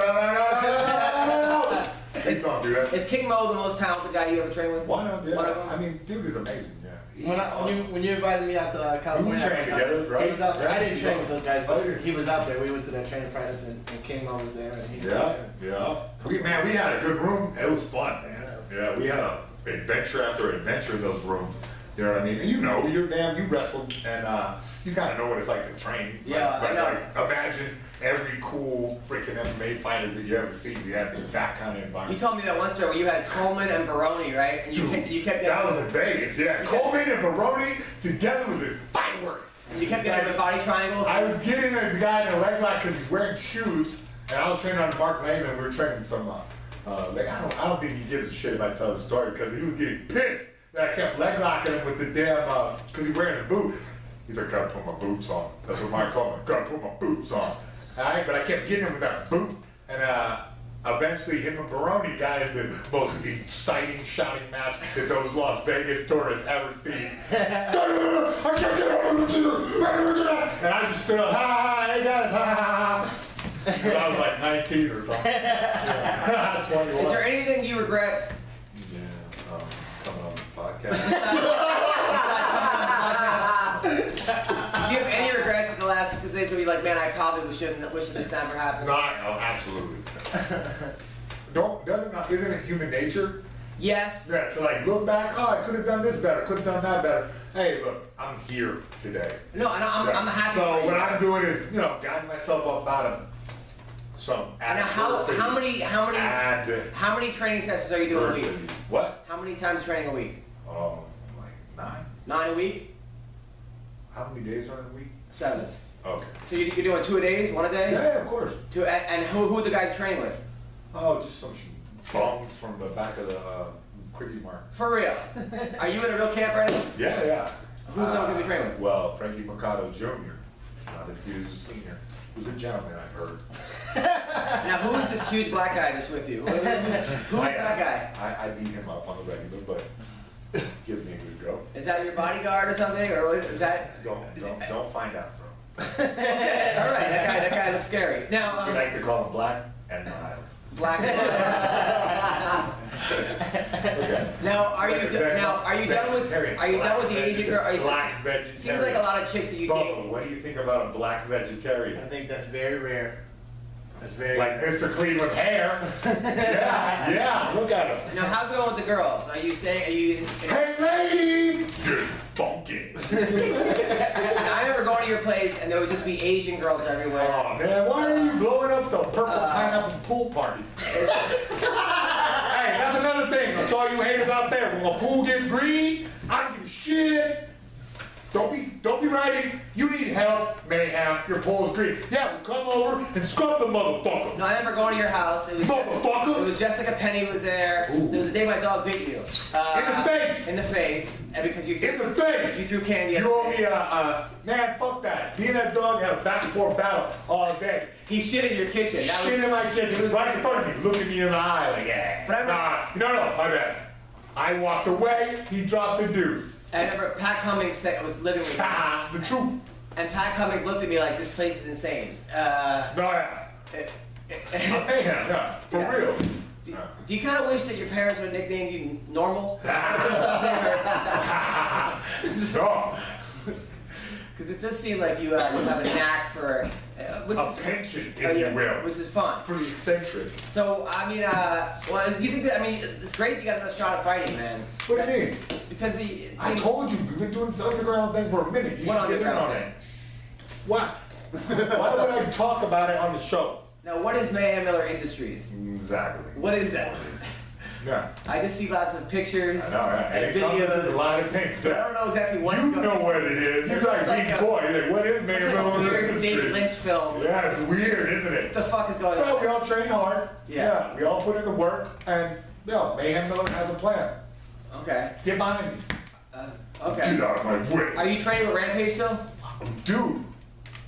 S5: no, no, no. Please don't do that.
S1: Is King Mo the most talented guy you ever trained with?
S5: One of them,
S1: One of
S5: yeah. I
S1: them.
S5: mean, dude is amazing, yeah.
S2: When, I, when, you, when you invited me out to uh, California,
S5: trained
S2: I was out-
S5: together, right?
S2: He was out there. I didn't train with those guys,
S5: Oh, yeah.
S2: but he was out there. We went to that training practice, and, and King Mo was there, and he was out
S5: Yeah,
S2: there.
S5: yeah. We, man, we had a good room. It was fun, man. Yeah, we had a adventure after adventure in those rooms. You know what I mean? And you know, you're damn, you wrestled, and uh, you kind of know what it's like to train. Like-
S1: Yeah, I
S5: like,
S1: know.
S5: like, imagine every cool freaking MMA fighter that you ever see. We had that kind of
S1: You
S5: environment.
S1: told me that one story where you had Coleman and Baroni, right? And you
S5: Dude,
S1: kept, you kept
S5: that
S1: getting
S5: was in Vegas. Yeah,
S1: You
S5: Coleman and Baroni together was in fireworks.
S1: you kept getting the body triangles.
S5: I was getting a guy in a leg lock because he's wearing shoes, and I was training on Mark Lehman. We were training some. Uh, uh, leg, I don't, I don't think he gives a shit if I tell the story because he was getting pissed that I kept leg locking him with the damn uh 'cause he's wearing a boot. He's like, gotta put my boots on. That's what Mark called me. Gotta put my boots on. All right, but I kept getting him with that boot, and uh, eventually him and Baroni got in the most exciting shouting match that those Las Vegas tourists ever seen. I can't get out of the chair. And I just stood up, ha ha, hey guys, ha ha ha. ha." I was like 19 or something. Yeah.
S1: Is
S5: 21.
S1: there anything you regret?
S5: Yeah. um,
S1: like, man, I probably shouldn't wish this never happened.
S5: No, I know, absolutely. Don't, doesn't, not- isn't it human nature?
S1: Yes.
S5: Yeah, to like look back, oh, I could have done this better, could have done that better. Hey, look, I'm here today.
S1: No, and I'm, I'm
S5: Yeah.
S1: happy.
S5: So
S1: for you.
S5: what I'm doing is, you know, guiding myself up out of some
S1: Now, how,
S5: adversity.
S1: how many how many
S5: Ad-
S1: how many training sessions are you doing a week?
S5: adversity. What?
S1: How many times training a week?
S5: Oh, like nine.
S1: Nine a week,
S5: How many days are in a week?
S1: seven.
S5: Okay.
S1: So you- you're doing two a days, one a day.
S5: Yeah, of course.
S1: Two, and, and who who are the guys you training with?
S5: Oh, just some sh- bombs from the back of the uh, quickie mart.
S1: For real? are you in a real camp right now?
S5: Yeah, yeah.
S1: Who's that gonna be training?
S5: Well, Frankie Mercado Jr. Not that he was a senior. He was a gentleman, I've heard.
S1: Now who is this huge black guy that's with you? Who is
S5: I-
S1: that
S5: I, I beat him up on the regular, but give me a good go.
S1: guy? Is that your bodyguard or something, or what- is that?
S5: Don't don't don't find out, bro.
S1: Okay, all right, that guy that guy looks scary. Now,
S5: We
S1: um,
S5: like to call him black and mild.
S1: black.
S5: Okay.
S1: Now, are you now are you done with are you done with the Asian girl? Are you,
S5: black vegetarian?
S1: seems like a lot of chicks that you date.
S5: Bubba, what do you think about a black
S4: I
S5: vegetarian?
S4: think that's very rare. That's very
S5: Like
S4: rare.
S5: Mr. Cleveland hair. yeah, yeah. Look at him.
S1: Now, how's it going with the girls? Are you staying? Are you?
S5: Hey, ladies, get funky.
S1: I remember going to your place and there would just be Asian girls everywhere.
S5: Oh man, why are you blowing up the purple pineapple pool party? hey, that's another thing. That's all you haters out there. When a pool gets green, I don't give a shit. Don't be don't be writing, you need help, mayhem, your pool is green. Yeah, well come over and scrub the motherfucker.
S1: No, I remember going to your house. It was
S5: Motherfucker.
S1: it was Jessica Penny was there.
S5: Ooh.
S1: There was a day my dog bit you. Uh,
S5: In the face.
S1: In the face, and because you
S5: In the face.
S1: you threw candy. at
S5: You owe
S1: the
S5: me a, a uh, man, fuck that. Me and that dog had a back and forth battle all day.
S1: He shit in your kitchen. That
S5: shit
S1: was,
S5: in my kids was right in front of me, looking me in the eye like, yeah.
S1: But I
S5: nah, no, no, my bad. I walked away, he dropped the deuce.
S1: I remember Pat Cummings said it was living with me,
S5: Ha, the truth.
S1: and Pat Cummings looked at me like this place is insane. Uh,
S5: No, yeah.
S1: it-
S5: I
S1: it-
S5: pay him, yeah, for
S1: Yeah.
S5: real.
S1: do, do you kind of wish that your parents would nickname you normal or something?
S5: No,
S1: Because it does seem like you, uh, you have a knack for, uh, which
S5: a
S1: is,
S5: pension,
S1: oh,
S5: if
S1: yeah,
S5: you will,
S1: which is fun.
S5: for the eccentric.
S1: So I mean, uh, well, do you think that I mean it's great you got another shot at fighting, man?
S5: What do you mean?
S1: Because the,
S5: I
S1: the-
S5: told you, we've been doing this underground thing for a minute. You
S1: What
S5: should get in
S1: underground
S5: on
S1: thing?
S5: it. What? Why would I talk about it on the show?
S1: now what is Mayhem Miller Industries?
S5: Exactly.
S1: What is that?
S5: Yeah.
S1: I just see lots of pictures
S5: I know, right?
S1: and
S5: it comes with a
S1: videos.
S5: lot of pink.
S1: But I don't know exactly what's
S5: You
S1: going.
S5: know what it is. You're like
S1: It's like
S5: Deep
S1: a-
S5: Boy. You're like, what is
S1: It's
S5: Mayor
S1: like a
S5: Melrose
S1: weird David
S5: Industries?
S1: Lynch film. What
S5: Yeah, it's weird, isn't it?
S1: the fuck is going
S5: Well, we
S1: on?
S5: all train hard.
S1: Yeah.
S5: we all put in the work, and no, Mayhem Miller has a plan.
S1: Okay.
S5: Get behind me.
S1: Uh,
S5: Get
S1: okay.
S5: out of my
S1: Are
S5: way,
S1: you training with Rampage still?
S5: dude.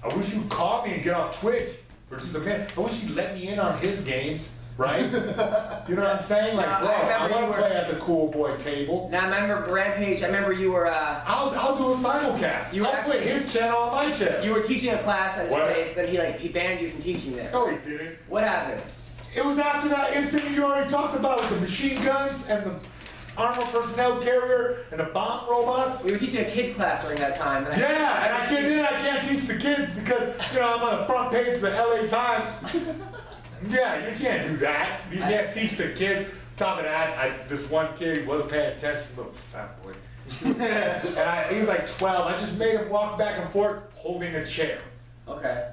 S5: I wish you'd call me and get off Twitch for just a minute. I wish you'd let me in on his games, right? you know what I'm saying? Like,
S1: Nah,
S5: bro,
S1: I
S5: I
S1: remember you
S5: want
S1: were-
S5: to play at the cool boy table.
S1: Now I remember Rampage. I remember you were uh,
S5: I'll, I'll do a simulcast.
S1: You were
S5: I'll put
S1: actually-
S5: his channel on my channel.
S1: you were teaching a class at his
S5: What?
S1: place, but he like he banned you from teaching there.
S5: no, he didn't.
S1: What happened?
S5: It was after that incident you already talked about with the machine guns and the armored personnel carrier and the bomb robots.
S1: We were teaching a kids class during that time. And I-
S5: Yeah, and I can't, then I can't teach the kids because, you know, I'm on the front page of the LA Times. Yeah, you can't do that. You can't teach the kids. Top of that, I, this one kid, he wasn't paying attention, little fat boy. and I, he was like 12. I just made him walk back and forth holding a chair.
S1: Okay.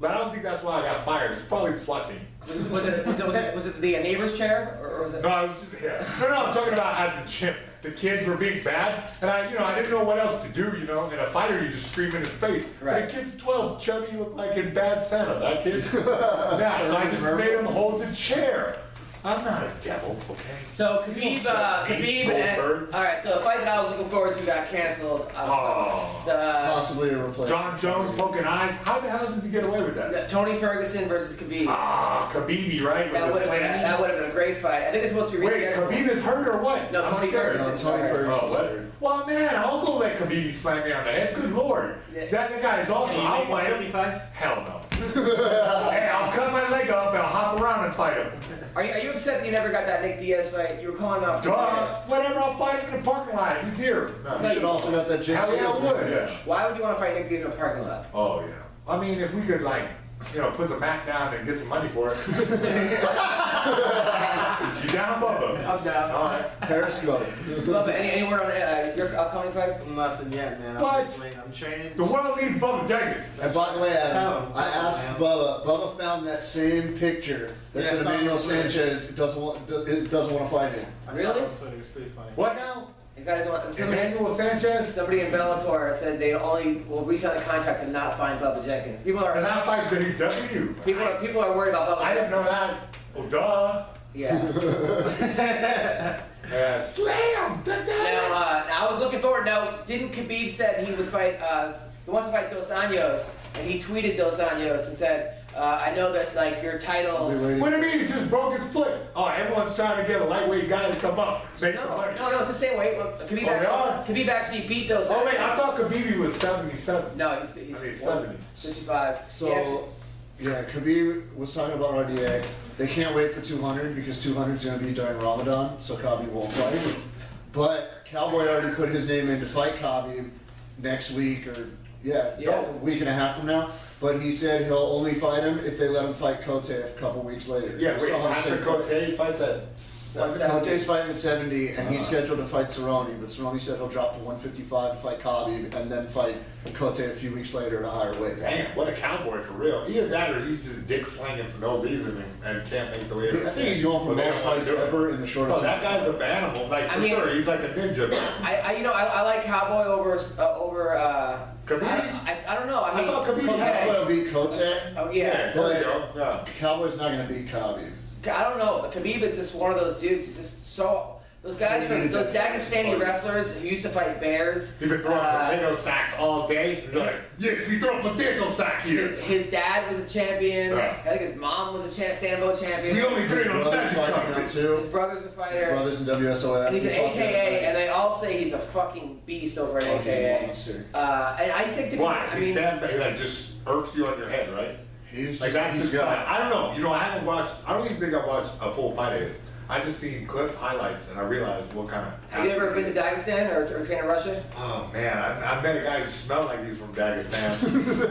S5: But I don't think that's why I got fired. It's probably the SWAT team.
S1: Was it was it was it, was it, was it the uh, neighbor's chair or or was it?
S5: No, I was just, yeah. No, no, I'm talking about at the gym. The kids were being bad, and I, you know, I didn't know what else to do, you know. In a fighter, you just scream in his face.
S1: Right.
S5: But a kid's 12, chubby, looked like in bad Santa, that kid. yeah, so I just made him hold the chair. I'm not a devil, okay?
S1: So Khabib, uh, Khabib, and
S5: Goldberg.
S1: all right. So the fight that I was looking forward to got canceled. I'm
S5: Oh.
S1: sorry.
S3: Possibly a replacement.
S5: John Jones poking eyes. How the hell does he get away with
S1: The,
S5: that?
S1: the Tony Ferguson versus Khabib.
S5: Ah, Khabib, right? With
S1: that
S5: the
S1: would have been
S5: slam.
S1: that would have been a great fight. I think it's supposed to be.
S5: Wait,
S1: rescheduled.
S5: Khabib is hurt or what?
S1: No,
S5: I'm
S1: Tony
S5: scared.
S1: Ferguson.
S3: No, Tony Ferguson's
S5: Oh,
S3: hurt.
S5: what? Well, man, I'll go let Khabib slam me on the head. Good lord.
S1: Yeah.
S5: That, that guy is awesome.
S4: Can you
S5: I'll
S4: make
S5: fight him.
S4: 155?
S5: Hell no. hey, I'll cut my leg off and I'll hop around and fight him.
S1: Are you are you upset that you never got that Nick Diaz fight? You were calling out. for
S5: Duh.
S1: Diaz.
S5: Whatever, I'll fight him in the parking lot. He's here.
S3: You should also have that James
S5: Hell yeah, I
S3: Shields
S5: would.
S3: match.
S5: Yeah.
S1: Why would you want to fight Nick Diaz in a parking lot?
S5: Oh, yeah. I mean, if we could like, you know, put some Mac down and get some money for it. you down, Bubba?
S2: I'm down.
S5: All right.
S3: Periscope.
S1: Bubba, any, any word on uh, your upcoming fights?
S2: Nothing yet, man. I'm,
S5: What?
S2: just waiting. I'm training.
S5: The world needs Bubba Jenkins.
S3: And by the way,
S2: Tell
S3: Adam,
S2: him,
S3: I
S2: tell him,
S3: asked
S2: man.
S3: Bubba. Bubba found that same picture that
S2: Yeah, I
S3: said
S2: saw it
S3: Emmanuel
S2: on Twitter.
S3: Sanchez doesn't want do- it doesn't want to fight him.
S2: I saw
S1: Really?
S2: it on Twitter. It's pretty funny.
S5: What now?
S1: You guys want somebody,
S5: Emmanuel Sanchez
S1: somebody in Bellator said they only will resign a contract and not find Bubba Jenkins. People
S5: to
S1: are
S5: not fight Big W.
S1: people are people are worried about Bubba.
S5: I didn't know
S1: Jenkins.
S5: that. Oh, duh.
S1: Yeah.
S5: Yeah. Slam! Da, da,
S1: now
S5: da.
S1: uh, now I was looking forward. Now didn't Khabib said he would fight? Uh, he wants to fight Dos Anjos, and he tweeted Dos Anjos and said, uh, "I know that like your
S3: I'll
S1: title."
S3: be waiting.
S5: What do you mean? He just broke his foot. Oh, everyone's trying to get a lightweight guy to come up. Make some
S1: No,
S5: money.
S1: no, no, it's the same way. Well, Khabib,
S5: Oh, they are?
S1: actually, Khabib actually beat Dos Anjos.
S5: Oh, wait, I thought Khabib was 77.
S1: No, he's,
S5: I mean,
S1: he's
S5: 70.
S1: 55. He actually-
S3: So, yeah, Khabib was talking about RDA. They can't wait for 200 because 200 is going to be during Ramadan, so Khabib won't fight. But Cowboy already put his name in to fight Khabib next week or, yeah,
S1: Yeah.
S3: no, a week and a half from now. But he said he'll only fight him if they let him fight Kote a couple weeks later.
S5: Yeah, wait,
S3: Someone
S5: after
S3: said-
S5: Cote fights that.
S1: What's that?
S3: Conte's fighting at 70, and
S5: Uh-huh.
S3: he's scheduled to fight Cerrone, but Cerrone said he'll drop to 155 to fight Khabib, and then fight Kote a few weeks later at a higher weight.
S5: Damn, what a cowboy for real. Either that or he's just dick slinging for no reason and, and can't make the way.
S3: I think he's going for
S5: But they
S3: most
S5: don't wanna
S3: fights
S5: do it.
S3: ever in the shortest
S5: Oh, that guy's a animal, like
S1: I
S5: for
S1: mean-
S5: sure. He's like a ninja.
S1: I, I, you know, I, I like Cowboy over, uh, over. Uh,
S5: Khabib?
S1: I, don't- I, I don't know. I
S5: I
S1: mean,
S5: thought Khabib
S1: Kote-
S5: had
S3: Cowboy will beat Kote.
S1: Oh yeah.
S5: there you go. Yeah.
S3: Cowboy's not going to beat Khabib.
S1: I don't know. but Khabib is just one of those dudes. He's just so. Those guys from those Dagestani wrestlers who used to fight bears.
S5: He's been throwing
S1: uh,
S5: potato sacks all day. He's like, yes, we throw potato sack here.
S1: His dad was a champion.
S5: Yeah.
S1: I think his mom was a cha- sambo champion.
S5: We only
S3: His
S5: drink on
S3: brother's fighting now,
S5: that
S1: his
S3: too.
S1: brother's a
S3: His
S1: fighter.
S3: brother's in WSOF.
S1: And he's an
S3: He fought the other
S1: AKA,
S3: night.
S1: and they all say he's a fucking beast over at
S3: Oh, he's a
S1: AKA.
S3: monster.
S1: Uh, and I think the
S5: Why?
S1: I
S5: He
S1: mean,
S5: sandbag he like just irks you on your head, right?
S3: He's
S5: Like
S3: just,
S5: that's
S3: he's
S5: his
S3: got
S5: fight. I don't know. You know, I haven't watched. I don't even think I watched a full fight of his. I just seen clip highlights and I realized what kind of.
S1: have you ever been to Dagestan or, or Ukraine or Russia?
S5: Oh man, I, I met a guy who smelled like he's from Dagestan. I mean, you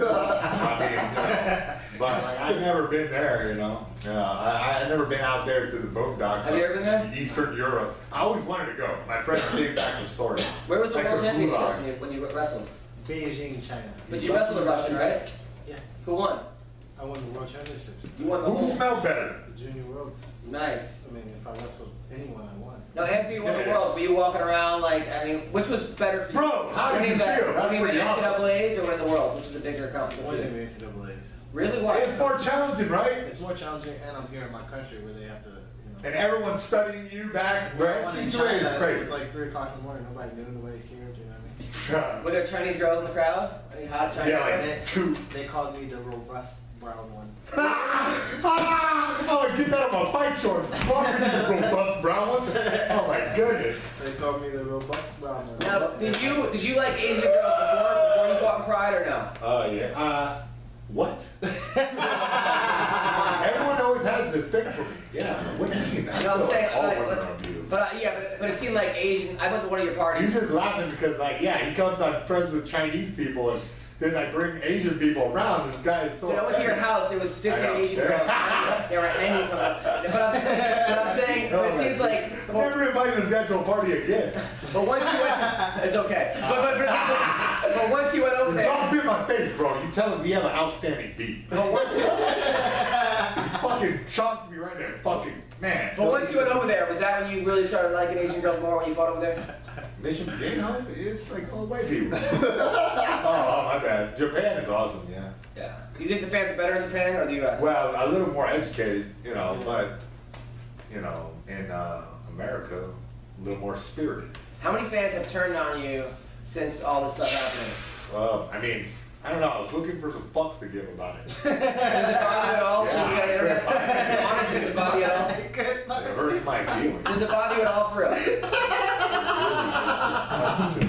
S5: know, but like, I've never been there, you know. Yeah, I, I- I've never been out there to the boondocks.
S1: Have you ever been there?
S5: Eastern Europe. I always wanted to go. My friends came back with stories.
S1: Where was the
S5: Like
S1: world
S5: the
S1: championship
S5: Gulags.
S1: when you, when you wrestled?
S2: Beijing, China.
S1: But you wrestled a Russian, right?
S2: Yeah.
S1: Who won?
S2: I won the world championships.
S1: You won the
S5: Who
S1: whole.
S5: smelled better?
S2: The junior worlds.
S1: Nice.
S2: I mean, if I wrestled anyone, I won.
S1: No, after you won the
S5: Yeah.
S1: worlds, were you walking around like I mean, which was better for you?
S5: Bro, how did
S1: Winning
S5: you
S1: the,
S5: feel? That's
S1: Winning the
S5: pretty awesome.
S1: NCAA's or winning the worlds, which is a bigger
S2: I
S1: accomplishment?
S2: won
S1: for
S2: in
S1: you?
S2: the NCAA's.
S1: Really?
S5: It's
S1: Why?
S5: more challenging, right?
S2: It's more challenging, and I'm here in my country where they have to, you know.
S5: And everyone's studying you back.
S2: I
S5: That
S2: won in
S5: situation
S2: China,
S5: is
S2: It was
S5: crazy.
S2: like 3 o'clock in the morning. Nobody knew. Nobody cared. You know what
S5: Yeah,
S1: Were there Chinese girls in the crowd? Any hot Chinese? girls?
S5: like two.
S2: I mean? They called me the robust brown one.
S5: Ah! Oh, get that on my fight shorts. Fuck you, robust brown one. Oh my goodness.
S2: They called me the robust brown one.
S1: Now, did you did you like Asian girls before before you fought in Pride or no?
S5: Oh yeah. Uh, what? Everyone always has this thing for me. Yeah. What do you mean? I
S1: You know what I'm
S5: feel
S1: saying?
S5: all
S1: Like,
S5: women
S1: like-
S5: are beautiful.
S1: but uh, yeah, but, but it seemed like Asian. I went to one of your
S5: He's
S1: parties.
S5: just laughing because like, yeah, he comes on friends with Chinese people and then I bring Asian people around. This guy is so.
S1: When I went to your
S5: offended.
S1: house, there was 15
S5: I know.
S1: Asian girls. they were hanging from it. But I'm, but I'm saying, but
S5: Oh,
S1: it
S5: my
S1: seems like.
S5: I'm never inviting this guy to a party again.
S1: But once you went, it's okay. But, but, but, but once you went over there,
S5: Don't beat my face, bro. You tell him we have an outstanding beat. But what's up? You fucking chopped me right there. Fucking man.
S1: but once you went over there, was that when you really started liking Asian girls more when you fought over there?
S5: Mission you know, it's like all white people. oh, my bad. Japan is awesome, yeah.
S1: Yeah. You think the fans are better in Japan or the U.S.?
S5: Well, a little more educated, you know, but you know, in uh, America, a little more spirited.
S1: How many fans have turned on you since all this stuff happened?
S5: Well, I mean, I don't know. I was looking for some fucks to give about it.
S1: Does it bother you at all? Should we get
S5: Yeah.
S1: internet? Honestly, does it bother you at all?
S5: It hurts my feelings.
S1: Does it bother you at all for real?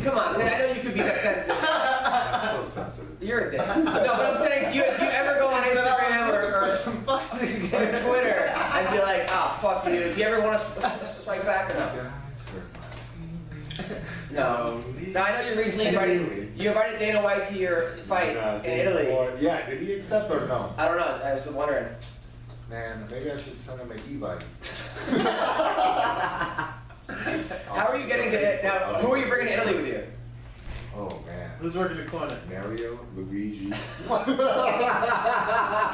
S1: Come on, I know you could be that sensitive.
S5: I'm so sensitive.
S1: You're a dick. No, but I'm saying, do you, do you ever go on Instagram or, or,
S2: some busting.
S1: or Twitter and be like, ah, fuck you? Do you ever want to strike back or not?
S5: Yeah, it's hurt my feelings.
S1: No. Now I know you recently
S5: Italy.
S1: invited you invited Dana White to your fight
S5: Uh,
S1: in Italy.
S5: or- yeah, did he accept or no?
S1: I don't know. I was wondering.
S5: Man, maybe I should send him an e-bike.
S1: How are you getting to it now? Who are you bringing to Italy with you?
S5: Oh man,
S2: Who's working the corner?
S5: Mario, Luigi,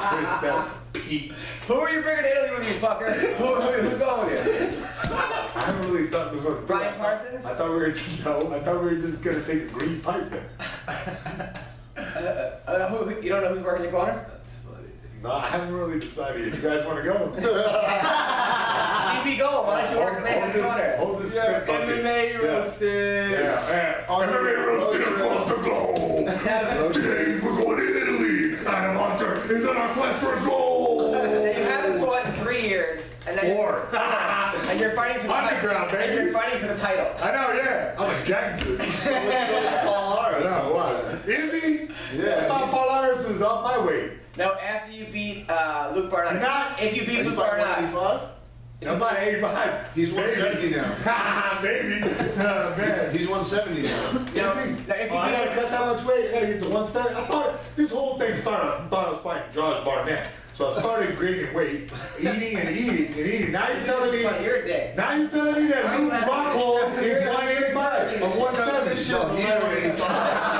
S5: Princess Peach.
S1: Who are you bringing to Italy with you, fucker? Who, who, who's going with you?
S5: I haven't really thought this one.
S1: Brian Parsons?
S5: I thought we were no. I thought we were just gonna take a green pipe there.
S1: Uh, who, who- you don't know who's working your corner?
S2: That's funny.
S5: No, I haven't really decided. You guys want to go?
S1: CB Gold, why don't you work
S5: hold
S1: man's
S5: this,
S1: corner?
S5: hold this
S2: Yeah,
S5: spit bucket.
S2: MMA
S5: Yeah.
S2: roasted.
S5: Yeah,
S2: On the
S5: MMA roasted across the globe. Today we're going to Italy, and a monster is on our quest for gold.
S1: And you haven't fought in three years, and then
S5: Or I
S1: and you're fighting for the
S5: Underground,
S1: title. And
S5: baby.
S1: you're fighting for the title.
S5: know, yeah, I'm a gangster.
S3: Paul
S5: I
S3: Harris.
S5: know what? Is he?
S3: Yeah.
S5: I thought Paul Iris was up my way.
S1: Now, after you beat uh, Luke Barnett,
S5: Not-
S1: if you beat
S3: You
S1: Luke
S3: fight
S1: Barnett,
S3: 185?
S5: I'm not 85.
S3: He's
S5: Maybe.
S3: 170 now.
S5: Ha, Maybe. Uh, man.
S3: He's 170 now.
S5: Yeah,
S1: now, if
S5: oh, I
S1: you-
S5: gotta cut that much weight. I gotta get to 170. I thought this whole thing started. I thought I was fighting Josh Barnett, so I started gaining weight, eating and eating and eating. Now you're telling me,
S1: but you're a dick.
S5: now you're telling me that Luke Rockhold is 185 or
S3: No,
S5: 170.
S3: he's 185.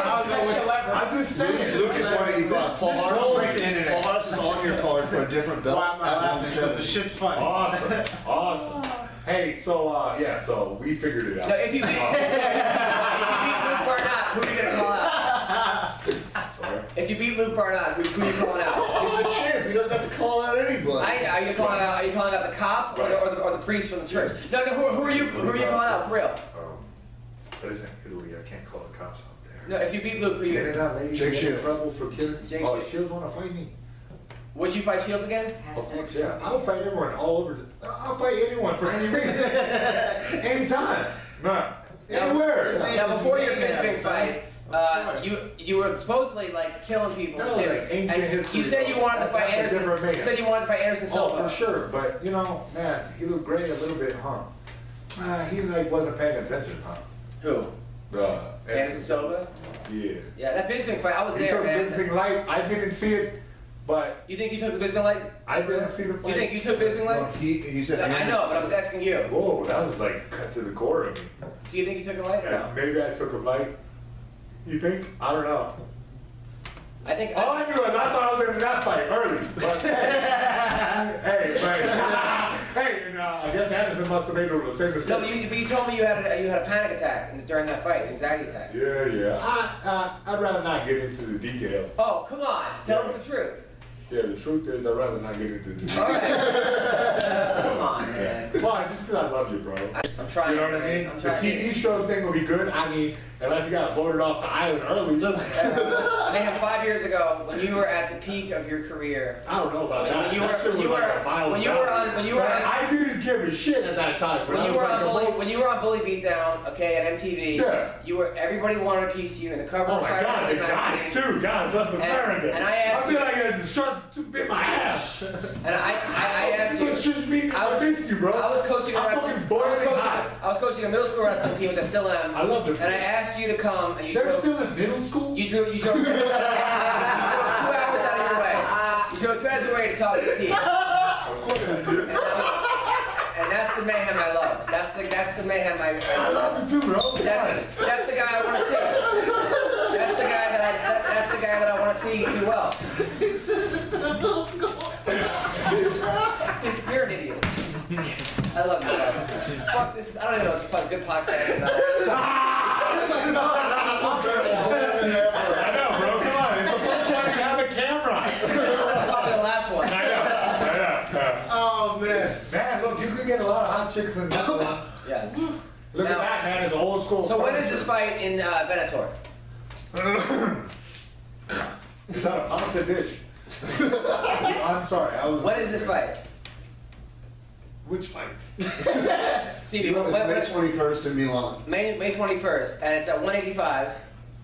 S5: I'm just
S3: Lucas,
S5: saying.
S3: Lucas 185. Paul
S2: this
S3: Harris,
S2: whole
S3: Paul
S2: internet.
S3: Harris is on your card for a different belt
S2: Why
S3: at
S2: am I laughing? Because the
S3: 170.
S2: shit's funny.
S5: Awesome, awesome. Hey, so uh, yeah, so we figured it
S1: Now,
S5: out.
S1: if you beat, if you beat Luke Barnett, who are you gonna call out?
S5: Sorry.
S1: If you beat Luke Barnett, who, who are you calling out?
S3: He's Oh, the champ. He doesn't have to call out anybody.
S1: I, are you calling out? Are you calling out the cop or, the, or, the, or the priest from the church? No, no. Who, who are you? Who are you calling out for real?
S5: Um, that isn't Italy. I can't call the cops out there.
S1: No, if you beat Luke, who
S5: Get
S1: you?
S5: it out, lady.
S3: Jake
S5: Get in
S3: Shields.
S5: trouble for killing.
S1: Jake
S5: oh,
S1: Shields.
S5: Shields want to fight me.
S1: Would you fight Shields again?
S5: Of course, yeah. I'll fight everyone all over. The, I'll I'll fight anyone for any reason, anytime, nah, anywhere.
S2: Yeah.
S5: Yeah.
S1: Now, before your
S2: Yeah,
S1: big fight, uh,
S2: course.
S1: you you were supposedly like killing people.
S5: That was,
S1: too.
S5: like, ancient
S1: And
S5: history,
S1: You said you wanted to
S5: though.
S1: fight
S5: That's a
S1: Anderson.
S5: different man.
S1: You said you wanted to fight Anderson
S5: Oh,
S1: Silva.
S5: for sure. But you know, man, he looked great a little bit, huh? Uh, he like wasn't paying attention, huh?
S1: Who?
S5: Uh,
S1: Anderson Silva.
S5: Yeah.
S1: Yeah, that Bisping fight. I was
S5: He
S1: there,
S5: took
S1: man.
S5: Bisping light. I didn't see it, but
S1: You think you took the Bisping light?
S5: I didn't see the
S1: You
S5: fight.
S1: think you took Bisping
S3: No,
S1: light?
S3: he, he said
S1: I know, but I was
S3: Anderson.
S1: asking you.
S5: Whoa, that was like cut to the core of me.
S1: Do you think you took a light?
S5: Yeah,
S1: No.
S5: maybe I took a bite. You think? I don't know.
S1: I think.
S5: All I knew is I thought I was gonna not fight early. But hey, hey, but, hey, and uh, I guess Anderson must have made a mistake. or
S1: No,
S5: something.
S1: but you, but you told me you had a, you had a panic attack in- during that fight, anxiety attack.
S5: Yeah, yeah. I, I, I'd rather not get into the detail.
S1: Oh, come on, tell us the truth.
S5: Yeah, the truth is, I'd rather not get into the detail.
S1: All right, come on, man.
S5: Why? Just 'cause I love you, bro.
S1: I'm trying.
S5: You know what I
S1: man.
S5: mean?
S1: I'm
S5: The
S1: trying.
S5: TV show thing will be good. I mean, unless you got voted off the island early. Look,
S1: I mean, five years ago, when you were at the peak of your career,
S5: I don't know about
S1: When-
S5: that.
S1: when you
S5: that
S1: were-
S5: shit was
S1: when you
S5: like
S1: were-
S5: a mile
S1: when you were on- when you were on-
S5: I didn't give a shit at that time. but I
S1: when you
S5: was
S1: were
S5: like
S1: on
S5: a
S1: Bully,
S5: little-
S1: when you were on Bully Beatdown, okay, at MTV,
S5: Yeah.
S1: you were everybody wanted a piece of you in the cover.
S5: Oh
S1: of
S5: my
S1: Friday
S5: God,
S1: Night
S5: they got it
S1: Magazine.
S5: too. God, that's America.
S1: and I asked
S5: I feel
S1: you-
S5: like the shark too bit my ass.
S1: And I, I, I asked
S5: This
S1: you.
S5: shit be-
S1: I
S5: I
S1: was-
S5: missed you, bro.
S1: I was coaching a
S5: I'm
S1: wrestling.
S5: fucking
S1: I was
S5: boiling
S1: coaching,
S5: hot.
S1: I was coaching a middle school wrestling team, which I still am.
S5: I love them.
S1: And I asked you to come, and you
S5: They're
S1: drove.
S5: still in middle school.
S1: You drove. You drove. you drove two hours out of your way. You drove two hours away to talk to the team. And, that was- and that's the mayhem I love. That's the that's the mayhem I.
S5: I
S1: I love.
S5: love you too, bro. God.
S1: That's, that's the guy I want to see. That's the guy that I that, that's the guy that I want to see do well.
S2: He said it's in middle school.
S1: You're an idiot. I love you. Guys. Fuck this. Is, I don't even know if it's a good podcast. Or not.
S5: I know, bro. Come on. It's the first time you have a camera.
S1: Probably the last one.
S5: I know. I know. Uh,
S2: Oh man.
S5: Man, look, you could get a lot of hot chicks in this one.
S1: Yes.
S5: Look
S1: Now-
S5: at that, man. It's old school.
S1: So when is
S5: furniture.
S1: this fight in uh, Venator?
S5: Is that a pasta dish? I'm sorry. I was.
S1: When is this fight?
S5: Which fight?
S1: CB.
S3: It's
S1: What, what,
S3: May 21st in Milan.
S1: May May 21st, and it's at 185.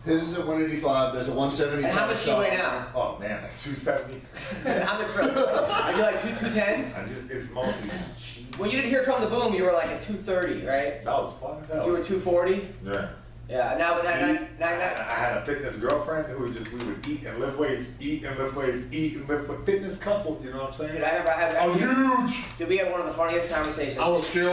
S3: His is at 185. There's a 170.
S1: And how
S3: title
S1: much do you
S3: shot.
S1: weigh now?
S5: Oh man, like 270.
S1: And how much? Are you like two 210?
S5: I just, it's mostly just cheese.
S1: When you did Here Come the Boom, you were like at 230, right?
S5: That was fun as hell.
S1: You were 240.
S5: yeah.
S1: Yeah, now, now, now,
S5: Eat. I,
S1: now,
S5: had,
S1: now,
S5: I had a fitness girlfriend who was just we would eat and lift weights, eat and lift weights, eat and lift weights. Fitness couple, you know what I'm saying?
S1: dude, I remember I had,
S5: I was huge.
S1: Did we have one of the funniest conversations?
S5: Oh, I was huge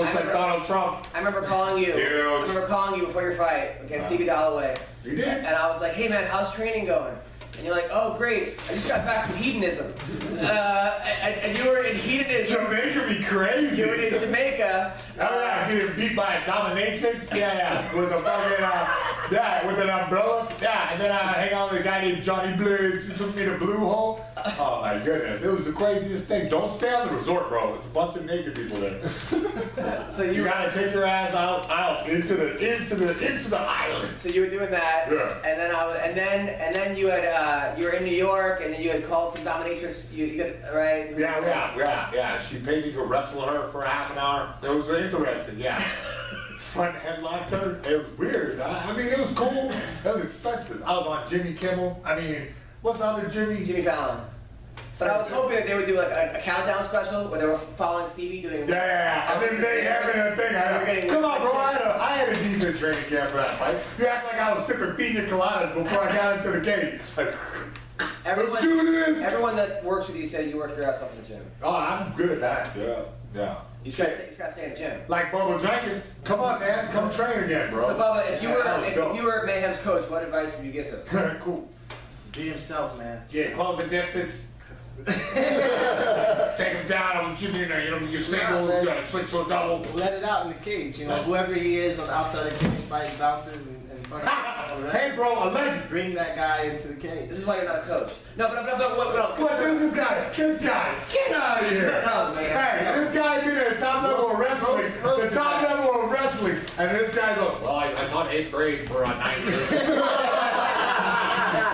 S5: like
S1: remember-
S5: Donald Trump.
S1: I remember calling you.
S5: Huge.
S1: I remember calling you before your fight against
S5: Wow.
S1: CB Dalloway.
S5: You did.
S1: And I was like, hey man, how's training going? And you're like, oh great, I just got back from hedonism. uh, and, and you were in hedonism.
S5: Jamaica be crazy.
S1: You were in Jamaica.
S5: All right, getting beat by a dominatrix? Yeah, yeah. With a fucking, uh, yeah, with an umbrella? Yeah, and then I hang out with a guy named Johnny Blues who took me to Blue Hole. Oh my goodness, it was the craziest thing. Don't stay on the resort, bro. It's a bunch of naked people there.
S1: Uh, so you
S5: You gotta take your ass out, out, into the, into the, into the island.
S1: So you were doing that,
S5: Yeah.
S1: and then I was, and then and then you had uh, you were in New York, and then you had called some dominatrix. You, you got right?
S5: Yeah, yeah, yeah, yeah. She paid me to wrestle her for half an hour. It was interesting, yeah. Front headlocked her. It was weird. I, I mean, it was cool. It was expensive. I was on Jimmy Kimmel. I mean, what's the other Jimmy?
S1: Jimmy Fallon. But I was hoping that they would do like a, a countdown special where they were following CB doing.
S5: Yeah, yeah, yeah. I mean, they having a thing.
S1: You're
S5: I
S1: getting-
S5: Come on, bro. I had, a, I had a decent training camp for that fight. You act like I was sipping pina coladas before I got into the cage. Like,
S1: Everyone,
S5: Let's do this.
S1: everyone that works with you said you work your ass off in the gym.
S5: oh, I'm good at that. Yeah, yeah.
S1: You just gotta, stay- you just gotta stay in the gym.
S5: Like Bubba Jenkins. Come on, man. Come train again, bro.
S1: So Bubba, if you were
S5: Yeah, that was
S1: if,
S5: dope.
S1: you were Mayhem's coach, what advice would you give him?
S5: cool.
S2: Be himself, man.
S5: Yeah, close the distance. Take him down. I'm you know, you know, you single,
S2: Yeah, man.
S5: you got six or double.
S2: Let it out in the cage, you know, whoever he is on the outside of the cage fighting bouncers and, and fucking, all right?
S5: Hey, bro, a legend.
S2: Bring that guy into the cage.
S1: This is why you're not a coach. No, but but but what? what
S5: What dude, this guy? This guy? Get out of here!
S2: Tell him,
S5: Hey,
S2: man.
S5: this guy been at the top level of
S2: Roast- roast- roast
S5: wrestling, the
S2: the
S5: top
S2: guy.
S5: level of wrestling, and this guy goes, "Well, I, I taught eighth grade for uh, a ninth year."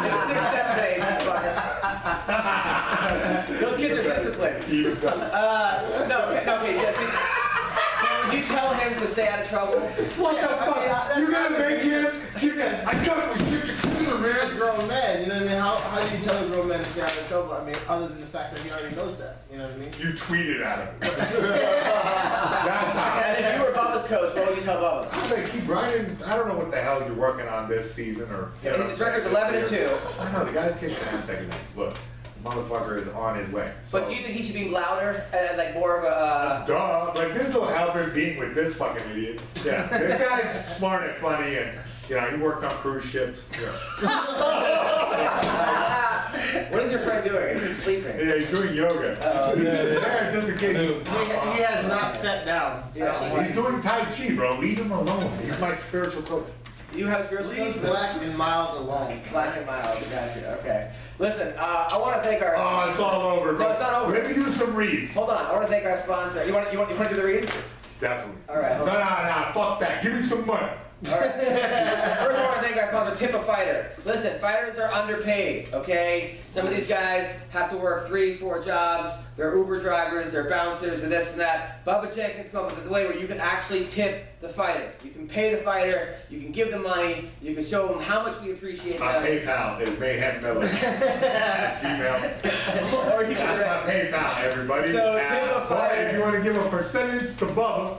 S1: It's six, seven, eight. you fucker. Those kids are disciplined.
S5: Even better.
S1: Uh, no, okay, no, okay, yes. you- Would you tell him to stay out of trouble?
S5: What the
S2: Yeah, I mean, I-
S5: fuck?
S2: that's
S5: You gotta
S2: happened.
S5: make him. You gotta, I gotta get your computer,
S2: You're a
S5: man.
S2: grown man, you know what I mean? How, how do you tell a grown man to stay out of trouble? I mean, other than the fact that he already knows that, you know what I mean?
S5: You tweeted at him. That's how.
S1: And if you were Bubba's coach, what would you tell Bubba?
S5: I like, keep writing. I don't know what the hell you're working on this season or. you know,
S1: His record's 11 and 2.
S5: I know the guy's kicking ass second night. Look, the motherfucker is on his way. So,
S1: But do you think he should be louder and like more of a? Uh,
S5: duh, like this will help him being with this fucking idiot. Yeah, this guy's smart and funny, and you know he worked on cruise ships. Yeah,
S1: what is your friend doing? He's sleeping.
S5: yeah he's doing yoga. yeah, just in case.
S2: He, he has not sat down.
S1: Yeah.
S5: He's doing tai chi, bro. Leave him alone. He's my spiritual coach.
S1: Do you have a spiritual
S2: Leave
S1: coach?
S2: black and mild alone.
S1: Black and mild. Gotcha. Okay. Listen, uh, I want to thank our.
S5: Oh, it's all over, bro.
S1: No, it's not over.
S5: Let me do some reads.
S1: Hold on. I want to thank our sponsor. You want? You want? You want to do the reads?
S5: Definitely.
S1: All right.
S5: No, no,
S1: hold on.
S5: no. Fuck that. Give me some money.
S1: All right. First, I want to thank our sponsor, Tip a Fighter. Listen, fighters are underpaid, okay? Some of these guys have to work three, four jobs. They're Uber drivers, they're bouncers, and this and that. Bubba Jenkins comes up with a way where you can actually tip the fighter. You can pay the fighter, you can give them money, you can show them how much we appreciate
S5: My
S1: them.
S5: PayPal is Mayhem Miller. Gmail.
S1: or you can
S5: That's my PayPal, everybody.
S1: So,
S5: Uh,
S1: tip of
S5: but
S1: fire.
S5: if you want to give a percentage to Bubba,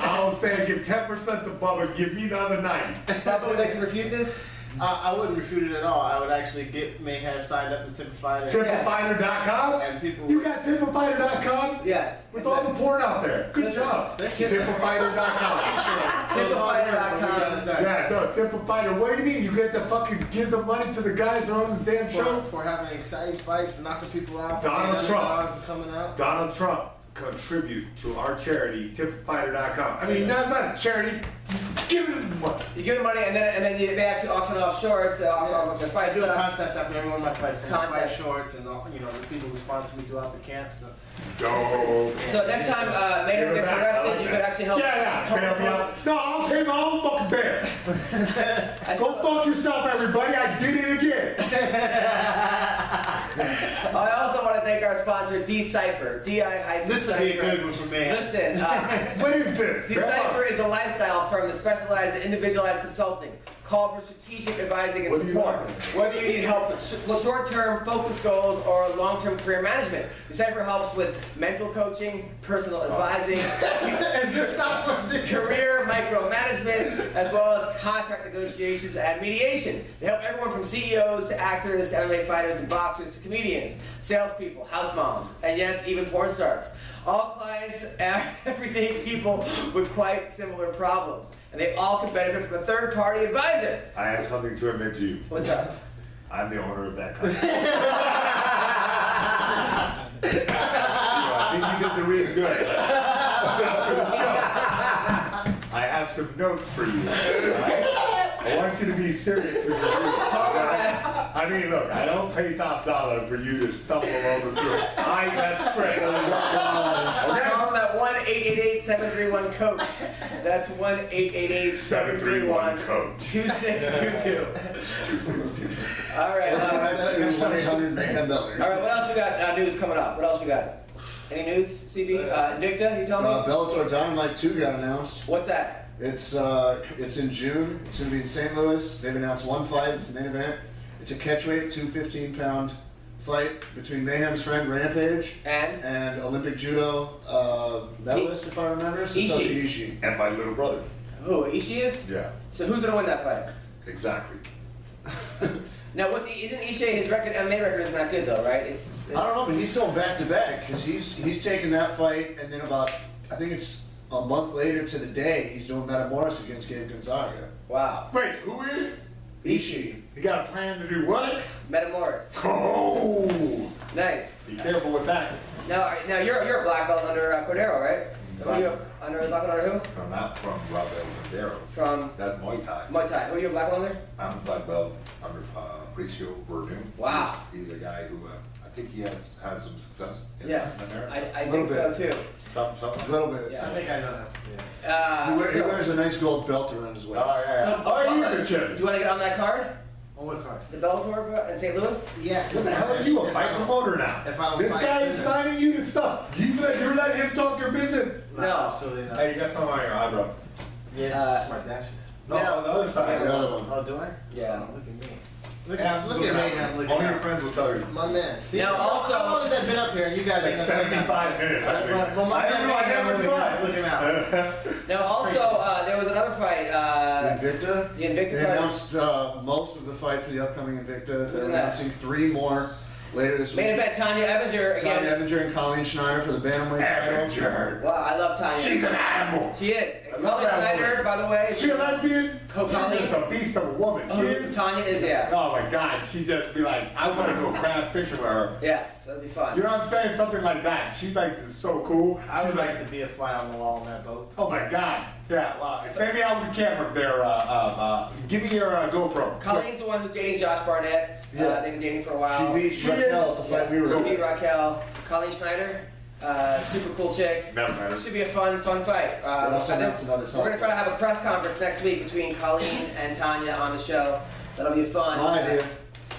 S5: I'll say give 10% to Bubba, give me the other 90.
S1: Bubba would like to refute this?
S5: Mm-hmm.
S2: I, I wouldn't refute it at all. I would actually get Mayhem signed up to Tip Fighter.
S5: Tipafighter.com?
S2: And people
S5: You
S2: would-
S5: got tipafighter.com?
S1: Yes.
S5: With all the porn out there. Good
S1: Listen,
S5: job.
S2: thank
S1: you.
S5: Tipafighter.com. Yeah, no, Tipafighter. What do you mean? You get to fucking give the money to the guys who are on the damn
S2: For,
S5: show?
S2: for having exciting fights, for knocking people out, for
S5: Donald
S2: being
S5: Trump.
S2: underdogs and coming out.
S5: Donald Trump contribute to our charity, tipfighter.com. I mean, that's not a charity. Give it the money.
S1: You give them money, and then, and then you, they actually auction off shorts, they auction off their
S2: I
S1: fight
S2: do a
S1: stuff.
S2: contest after every one of my fights, from my fight
S1: Contest.
S2: shorts and all, you know the people who sponsor me throughout the camp. So
S5: Go.
S1: So next time uh, Mayhem gets arrested, you could actually help.
S5: Yeah, yeah, bail me out. No, I'll pay my own fucking bail.
S1: I
S5: Go
S1: still-
S5: fuck yourself, everybody. I did it again.
S1: I also want to to thank our sponsor, Decipher. D I hyphen
S2: This would be a good one for me.
S1: Listen, uh,
S5: What is this?
S1: Decipher is a lifestyle firm that specializes in individualized consulting, called for strategic advising and
S5: What do you
S1: support.
S5: want?
S1: Whether you need help with sh- with short-term focus goals or long-term career management, Decipher helps with mental coaching, personal
S5: Oh.
S1: advising,
S2: Is this not what the
S1: career micromanagement, as well as contract negotiations and mediation. They help everyone from CEOs to actors to MMA fighters and boxers to comedians, salespeople, house moms, and yes, even porn stars. All clients are everyday people with quite similar problems, and they all could benefit from a third-party advisor.
S5: I have something to admit to you.
S1: What's up?
S5: I'm the owner of that company. You know, I think you did the real good. For the show. I have some notes for you. right? I want you to be serious with your reading. I I mean, look, I don't pay top dollar for you to stumble over through it. I got
S1: I
S5: spread.
S1: call them at 1-888-731-COACH. That's
S5: 731-COACH.
S1: 1-888-731-2622. All right. uh,
S3: That's one eight hundred man
S1: All
S3: Beller.
S1: right, what else we got? Uh, news coming up. What else we got? Any news, CB? Uh, Invicta, you tell me.
S3: Uh, Bellator Dynamite two got announced.
S1: What's that?
S3: It's uh, it's in June. It's gonna be in St. Louis. They've announced one fight. It's the main event. It's a catchweight, two 15 pound fight between Mayhem's friend Rampage
S1: And
S3: and Olympic judo uh, medalist, if I remember, Satoshi Ishii.
S5: And my little brother.
S1: who? Ishii is.
S5: Yeah,
S1: So who's gonna win that fight?
S5: exactly.
S1: Now, what's he? Isn't Ishii his record? MMA record is not good though, right? It's, it's, it's,
S3: I don't know, but he's going back to back because he's he's taking that fight, and then about I think it's a month later to the day he's doing Metamoris against Gabe Gonzaga.
S1: Wow.
S5: Wait, who is?
S3: Ishii.
S5: You got a plan to do what?
S1: Metamoris.
S5: Oh,
S1: Nice.
S5: be careful with that.
S1: Now, all right, now you're you're a black belt under uh, Cordero, right?
S3: Mm-hmm.
S1: Who are you under black belt under who?
S5: No, not from Rafael Montero.
S1: From
S5: That's Muay Thai.
S1: Muay Thai. Who are you a black belt under?
S5: I'm black belt under Fabricio Verdun.
S1: Wow.
S5: He's a guy who, uh, I think he has had some success in
S1: Yes. I,
S5: America.
S1: I
S3: Little
S1: think so too.
S5: Some, some.
S3: A little bit.
S1: Yeah.
S2: I think I know that.
S3: He,
S1: Uh,
S3: wear, he
S1: so-
S3: wears a nice gold belt around his waist.
S5: Oh, yeah.
S1: so-
S5: Are you the
S1: Do
S5: champion?
S1: you want to get on that card?
S2: On what card?
S1: The Bellator in St. Louis?
S2: Yeah.
S5: What the hell are you, a bike promoter now?
S2: If I don't
S5: This
S2: fight,
S5: guy
S2: then-
S5: is signing you to stuff. You let, you're letting him talk your business.
S2: No,
S1: No.
S2: absolutely not.
S5: Hey, you got something on your eyebrow.
S2: Yeah,
S1: Uh,
S2: it's my dashes.
S5: No,
S1: No.
S5: on the other
S3: Yeah,
S5: side.
S3: the other one.
S2: Oh, do I?
S1: Yeah.
S2: Oh, look at me. Look
S5: Yeah,
S2: at look at Mayhem looking
S5: Only your
S2: up.
S5: friends will tell you.
S2: My man. See,
S1: Now,
S2: how-
S1: also-
S2: how long has that been up here? You guys ain't gonna
S5: Like
S2: say nothing.
S5: 75 minutes. I mean.
S2: Well, my
S5: I don't know, I
S2: man
S5: never
S2: really
S5: tried.
S2: Looking out.
S1: Now, also, uh, there was another fight. Uh,
S3: Invicta.
S1: the Invicta
S3: They
S1: card.
S3: announced uh, most of the fight for the upcoming Invicta. They're
S1: at that.
S3: announcing three more later this
S1: main
S3: week.
S1: event Tanya Evinger
S3: Todd
S1: against.
S3: Evinger and Colleen Schneider for the bantamweight title.
S5: Avenger.
S1: Wow, I love Tanya.
S5: She's an animal.
S1: she is.
S5: I
S1: And
S5: love
S1: Colleen
S5: that
S1: Snyder,
S5: woman.
S1: by the way.
S5: Is she a lesbian?
S1: Oh, Colleen.
S5: She's just a beast of a woman. She
S1: Oh,
S5: is.
S1: Tanya is, yeah.
S5: Oh my God, she just be like, I want to go crab fishing with her.
S1: Yes, that'd be fun.
S5: You know what I'm saying? Something like that. She's like so cool.
S2: I would
S5: She's
S2: like to be a fly on the wall on that boat.
S5: Oh my God. Yeah. Wow. Send me out with the camera there. Uh, uh, uh, give me your uh, GoPro.
S1: Colleen's the one who's dating Josh Barnett. Uh,
S3: Yeah.
S1: they've been dating for a while.
S3: She beat
S5: She
S3: Raquel at the
S1: yeah.
S3: fight we were
S1: She beat
S3: at.
S1: Raquel. Colleen Schneider, uh, super cool chick.
S5: Never matter.
S1: Should be a fun, fun fight. Uh,
S3: We'll also
S1: I think
S3: announce another
S1: we're gonna
S3: topic.
S1: try to have a press conference next week between Colleen and Tanya on the show. That'll be fun.
S3: My idea.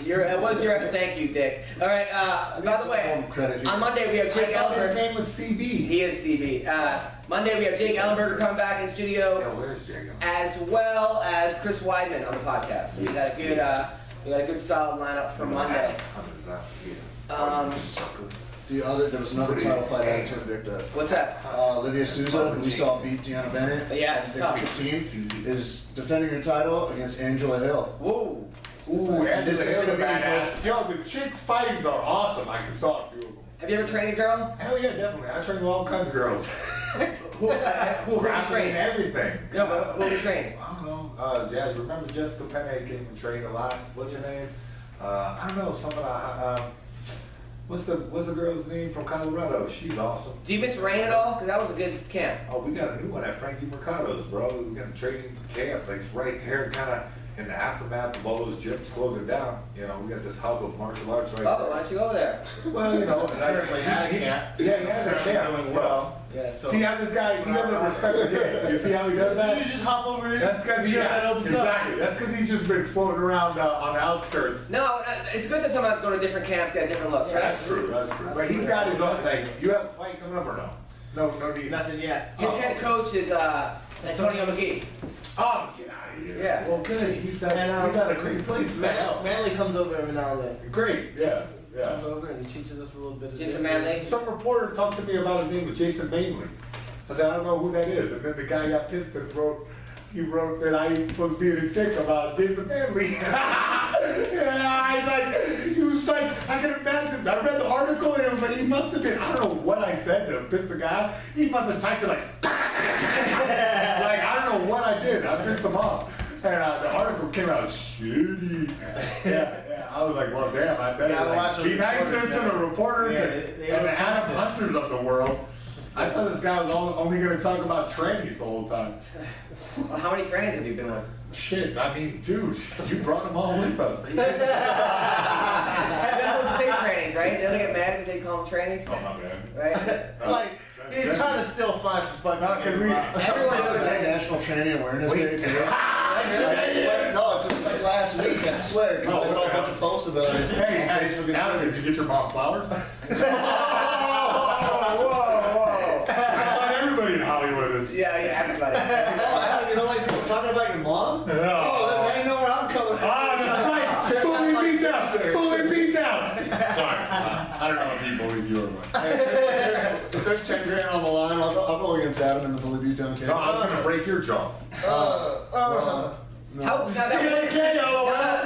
S1: Your, it was your thank you, Dick. All right. Uh, by the way,
S3: Form credit here.
S1: on Monday we have
S5: I
S1: Jake
S5: thought his
S1: Ellenberger.
S5: name was CB.
S1: He is CB. Uh, Monday we have Jake Ellenberger come back in
S5: Yeah,
S1: studio,
S5: where's Jacob?
S1: as well as Chris Weidman on the podcast. So we got a good, uh, we got a good solid lineup for Monday. Um,
S3: The other, there was another title fight added to Invicta.
S1: What's that?
S3: Uh, Olivia Souza, who we saw beat Deanna Bennett.
S1: Yeah, it's
S3: on
S1: tough.
S3: pick 15, is defending her title against Angela Hill.
S1: Whoa.
S5: Ooh,
S3: And this is gonna be
S5: badass. Yo, the chicks fighting are awesome. I can saw a few of them.
S1: Have you ever trained a girl?
S5: Hell yeah, definitely. I train with all kinds of girls.
S1: Who? Uh, who, who you
S5: Grappling and
S1: trained?
S5: everything.
S1: No, but who you trained?
S5: uh, I don't know. Uh, yeah, remember Jessica Penne came and trained a lot. What's her name? Uh, I don't know. Some of the, uh, um, what's the what's the girl's name from Colorado? She's awesome.
S1: Do you miss rain at all? Because that was a good camp.
S5: Oh, we got a new one at Frankie Mercado's, bro. We got a training camp. It's right there, kind of in the aftermath of all those gyms closing down, you know, we got this hub of martial arts right
S1: Bubba, Oh, why
S5: there.
S1: don't you go over there?
S5: Well, you know, and I.
S2: Certainly had a
S5: he- he-
S2: camp.
S5: Yeah, he had a camp,
S2: Doing
S5: well,
S2: So
S5: see how this guy, he doesn't respect the game, you see how he does that?
S2: you just hop over there.
S5: That's because he,
S2: Sure, that
S5: yeah,
S2: opens up.
S5: exactly. That's because he's just been floating around uh, on the outskirts.
S1: No, uh, it's good that sometimes go to different camps, get different looks, right?
S5: That's true. That's true. But he's got his own thing. You have a fight coming up or no? No, no need.
S2: Nothing yet. Oh.
S1: His head coach is uh, Antonio McGee.
S5: Oh, get out of here.
S1: Yeah.
S5: Well, good. He's got,
S2: And, um,
S5: he's got a great place for
S2: Man-
S5: help.
S2: Manley comes over every now and then.
S5: Great. Yeah.
S2: Comes
S5: Yeah.
S2: over and teaches us a little bit of
S1: Jason
S2: this.
S1: Manley.
S5: Some reporter talked to me about his name was Jason Mainley. I said I don't know who that is, and then the guy got pissed and wrote. He wrote that I was supposed to be in a chick about Jason Manley. and I was like, he was like, I can imagine. I read the article and it was like, he must have been, I don't know what I said to piss the guy. He must have typed it like, like I don't know what I did. I pissed them off. And uh, the article came out shitty. Yeah, yeah. I was like, well, damn. I better
S2: Gotta watch
S5: like,
S2: those
S5: be nicer
S2: reporters
S5: to
S2: now.
S5: the reporters
S2: Yeah,
S5: and,
S2: they- they
S5: and the
S2: always-
S5: Adam Hunters of the world. I thought this guy was all, only going to talk about trannies the whole time.
S1: Well, how many friends have you been with?
S5: Shit, I mean, dude, you brought them all with us.
S1: I've been with the same trannies, right? They only get mad because they call them
S5: Oh,
S1: trannies,
S5: my man.
S1: right?
S2: Like, he's trying to still find some fucking.
S5: Not gonna read.
S1: Everyone
S3: Is
S1: knows
S3: that
S1: that.
S3: National Tranny Awareness
S5: Wait.
S3: Day today. I swear, no, it's just like last week. I swear, because I saw a bunch of posts about it
S5: Hey,
S3: on
S5: hey,
S3: Facebook and
S5: Adam,
S3: Twitter.
S5: did you get your mom flowers? oh, whoa, whoa. I thought everybody in Hollywood is.
S1: Oh, Yeah, yeah, everybody.
S3: Oh, Adam, you don't like people talking about your mom?
S5: No.
S3: Oh, then I know where I'm coming from.
S5: Ah, that's right. Bully beat down. Bully beat down. Sorry, I I don't know if he bullied you or what.
S3: If there's 10 grand on the line, I'll, I'll go against Adam in the Bully Butown case.
S5: No, I'm gonna break your jaw.
S3: Oh,
S1: How, now that one, now,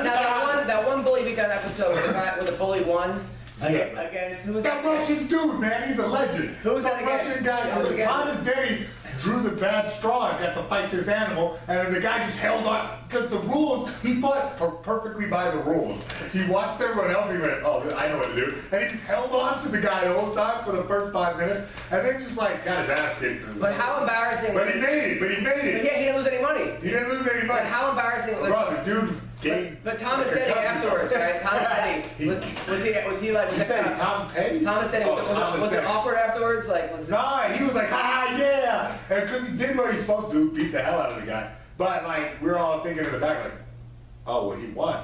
S1: now that one, that one bully beatdown episode with the guy with the bully won
S5: Yeah.
S1: against who was
S5: That
S1: that?
S5: Russian dude, man, he's a legend.
S1: Who was
S5: that
S1: that against?
S5: Russian guy?
S1: That was
S5: who-
S1: against-
S5: Thomas Denny drew the bad straw and got to fight this animal, and then the guy just held on because the rules. He fought per- perfectly by the rules. He watched everyone else. He went, "Oh, I know what to do," and he just held on to the guy the whole time for the first five minutes, and then just like got his ass kicked.
S1: But how embarrassing.
S5: But he
S1: But
S5: made it. But he made it.
S1: yeah, he didn't lose any money.
S5: He didn't lose any
S1: But
S5: money.
S1: how embarrassing it was.
S5: Bro, the dude gave.
S1: But Thomas
S5: Like a
S1: Eddy
S5: cousin.
S1: afterwards, right? Thomas Eddy
S5: He-
S1: was, was he was he like was
S5: You
S1: that,
S5: said Tom Petty?
S1: Thomas Eddy
S5: Oh,
S1: was, was,
S5: Thomas
S1: was it
S5: Eddy.
S1: awkward afterwards? Like was it,
S5: Nah, he was like, ha ha, yeah. And because he did what he's supposed to do, beat the hell out of the guy. But like, we are all thinking in the back, like, oh, well, he won.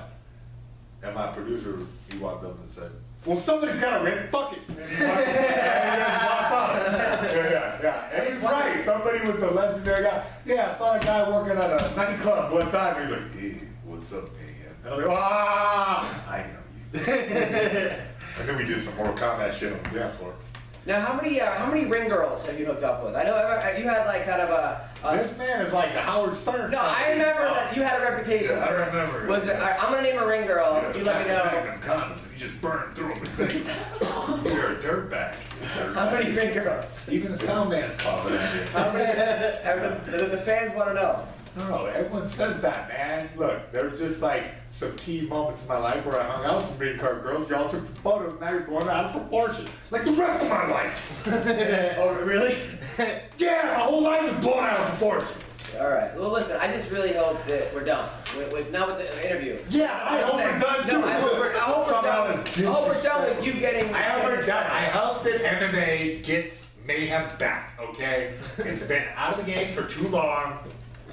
S5: And my producer, he walked up and said, well, somebody's got to win. Fuck it. And he fucking- and he just walked off. Yeah, yeah, yeah. And he's right. Somebody was the legendary guy. Yeah, I saw a guy working at a nightclub one time. He was like, hey, what's up, man? And I was like, ah, I know you. and then we did some Mortal Kombat shit on the dance floor.
S1: now how many uh, how many ring girls have you hooked up with? I know ever, you had like kind of a, a
S5: This man is like the Howard Stern.
S1: Uh, no.
S5: type.
S1: I remember that you had a reputation.
S5: Yeah, I remember.
S1: Was it, all right, I'm gonna name a ring girl.
S5: Yeah,
S1: you let me know.
S5: Magnum condoms. You just burn through them. and think, You're a dirtbag.
S1: How many ring girls?
S5: Even the sound man's calling out here.
S1: How many? every- the, the fans want to know.
S5: No, no, everyone says that, man. Look, there's just like some key moments in my life where I hung out with some green card girls. Y'all took the photos. Now you're blowing it out of proportion, like the rest of my life.
S1: Oh really?
S5: Yeah, my whole life is blown out of proportion.
S1: All right. Well, listen. I just really hope that we're done. With, with, not with the interview.
S5: Yeah, I hope we're done too.
S1: No, I hope we're, I hope we're
S5: Come out
S1: done.
S5: as
S1: I hope we're done with you getting.
S5: I have done. I hope that MMA gets mayhem back. Okay, it's been out of the game for too long.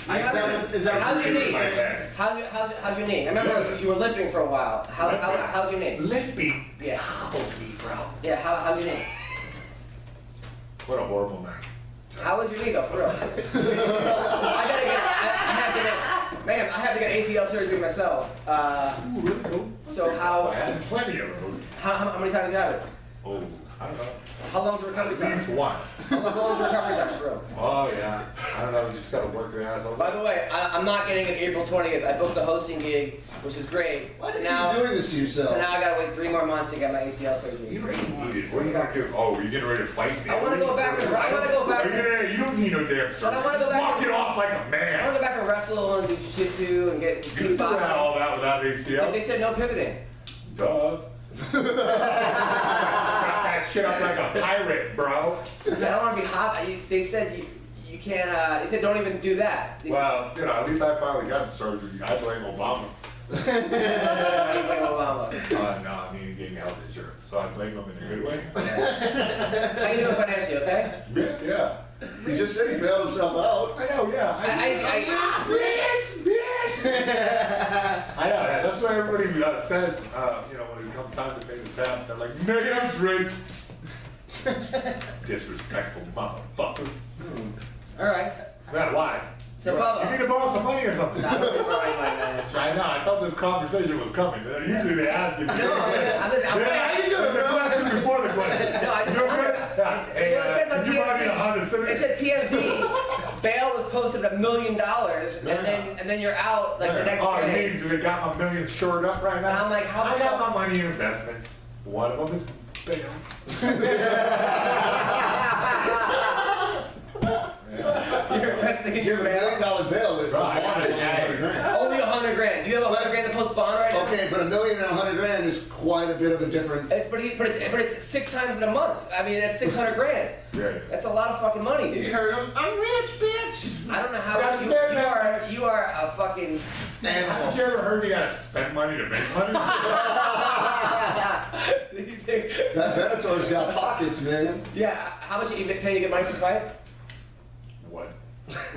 S1: I
S2: Is that- is that-
S1: how's your knee?
S5: Like that.
S1: How's your, how's, how's your knee? I remember you were limping for a while. How, how,
S5: Limping.
S1: how's your knee?
S5: Limping.
S1: Yeah.
S5: Hobble me, bro.
S1: Yeah, how, how's your knee?
S5: What a horrible night.
S1: How is your knee though, for real? I gotta get, I, I have to get, ma'am, I have to get ACL surgery myself. Uh,
S5: Ooh, really cool.
S1: so
S5: I
S1: how,
S5: had plenty of those.
S1: how, how many times have you had it?
S5: Oh, I don't know.
S1: How long's the recovery
S5: At
S1: time?
S5: least once.
S1: How long's the recovery time, for real?
S5: Oh yeah. I don't know. You just gotta work your ass
S1: By
S5: off.
S1: the way, I, I'm not getting it April 20th. I booked a hosting gig, which is great.
S3: Why are
S1: now,
S3: you doing this to yourself?
S1: so now I gotta wait three more months to get my ACL surgery.
S5: You don't need it. What are you gonna do? Oh, are you getting ready to fight me?
S1: I wanna go back- I wanna go back-
S5: Are you, getting ready? you don't need no damn surgery.
S1: But I wanna go back-
S5: Walk it off like a
S1: I want
S5: man.
S1: to go back and wrestle and do jiu-jitsu and get
S5: You
S1: do
S5: still had
S1: boxing.
S5: all that without ACL.
S1: And they said no pivoting.
S5: Dog. Wrap that shit up like a pirate, bro.
S1: I don't want to be hot. I- They said you, you can't. Uh, he said, don't even do that. He said,
S5: Well, you know, at least I finally got the surgery. I blame Obama.
S1: "Don't blame Obama."
S5: Uh, no, I mean, he gave me health insurance, so I blame him in a good way.
S1: How you doing financially? Okay.
S5: Yeah, yeah.
S3: He just said he bailed himself out.
S5: I know, yeah. I,
S1: I- I-
S5: bitch, bitch. I know, yeah, that's what everybody uh, says, uh, you know, when it comes time to pay the tab, they're like, Miriam's rich. Disrespectful motherfuckers.
S1: All right.
S5: Man, why?
S1: So,
S5: You
S1: Bubba.
S5: need to borrow some money or something.
S1: Not really borrowing money, man.
S5: I know, I thought this conversation was coming. Uh, Usually they ask you. No,
S1: I'm just- I'm like, how you doing,
S5: The question before the question.
S1: No, I just-
S5: You okay? Yeah. Hey,
S1: Well, it says
S5: uh,
S1: on
S5: did you buy me
S1: TMZ
S5: a Honda Civic?
S1: It said TMZ bail was posted at a million dollars, and
S5: Yeah.
S1: then and then you're out like the
S5: Yeah.
S1: next
S5: oh,
S1: day.
S5: you mean they got my million shored up right now?
S1: And I'm like, how
S5: I
S1: the
S5: got
S1: fuck-
S5: my money in investments. One of them is bail.
S1: You're investing in
S3: Give
S1: your
S3: a
S1: bail.
S3: million dollar bill is
S5: Bro, I
S3: a bond
S5: gotta
S3: is a hundred
S5: die.
S3: grand.
S1: Only a hundred grand. You have a hundred grand to post bond right now.
S3: Okay, but a million and a hundred grand is quite a bit of a different.
S1: It's, but, he, but, it's, but it's six times in a month. I mean, that's 600 grand.
S5: Yeah.
S1: That's a lot of fucking money,
S2: You
S1: dude.
S2: heard him. I'm rich, bitch.
S1: I don't know how
S5: That's
S1: you, you
S5: bad, man.
S1: are. You are a fucking.
S5: Haven't
S2: Animal.
S5: you ever heard you gotta spend money to make money?
S3: That Venator's got pockets, man.
S1: yeah. How much you even pay to get money to fight?
S5: what?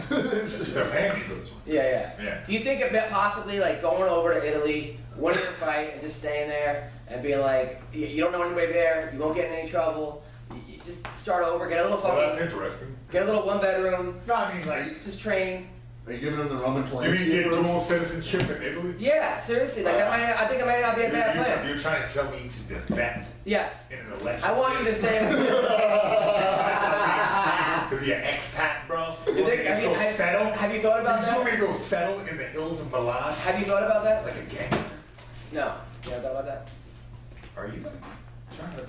S5: They're paying me for this one.
S1: Yeah, yeah.
S5: Yeah.
S1: Do you think about possibly like going over to Italy, winning a fight, and just staying there and being like, you, you don't know anybody there, you won't get in any trouble, you, you just start over, get a little
S5: Well, that's
S1: fucking,
S5: interesting.
S1: get a little one bedroom,
S5: No, I mean, like,
S1: just train.
S3: Are you giving him the Roman
S5: you
S3: Polanski?
S5: mean get
S3: approach?
S5: dual citizenship in Italy?
S1: Yeah, seriously. Like, that might, I think it might not be a
S5: You're,
S1: bad
S5: you're,
S1: plan.
S5: you're trying to tell me to defect
S1: Yes.
S5: in an election.
S1: I want you to stay.
S5: To be an expat, bro.
S1: You think,
S5: to
S1: have, you,
S5: go
S1: have,
S5: settle?
S1: have you thought
S5: you
S1: about
S5: just want me
S1: that?
S5: to go settle in the hills of Milan
S1: Have you thought about that?
S5: like a gangster?
S1: No. You haven't thought about that?
S5: Are you like trying to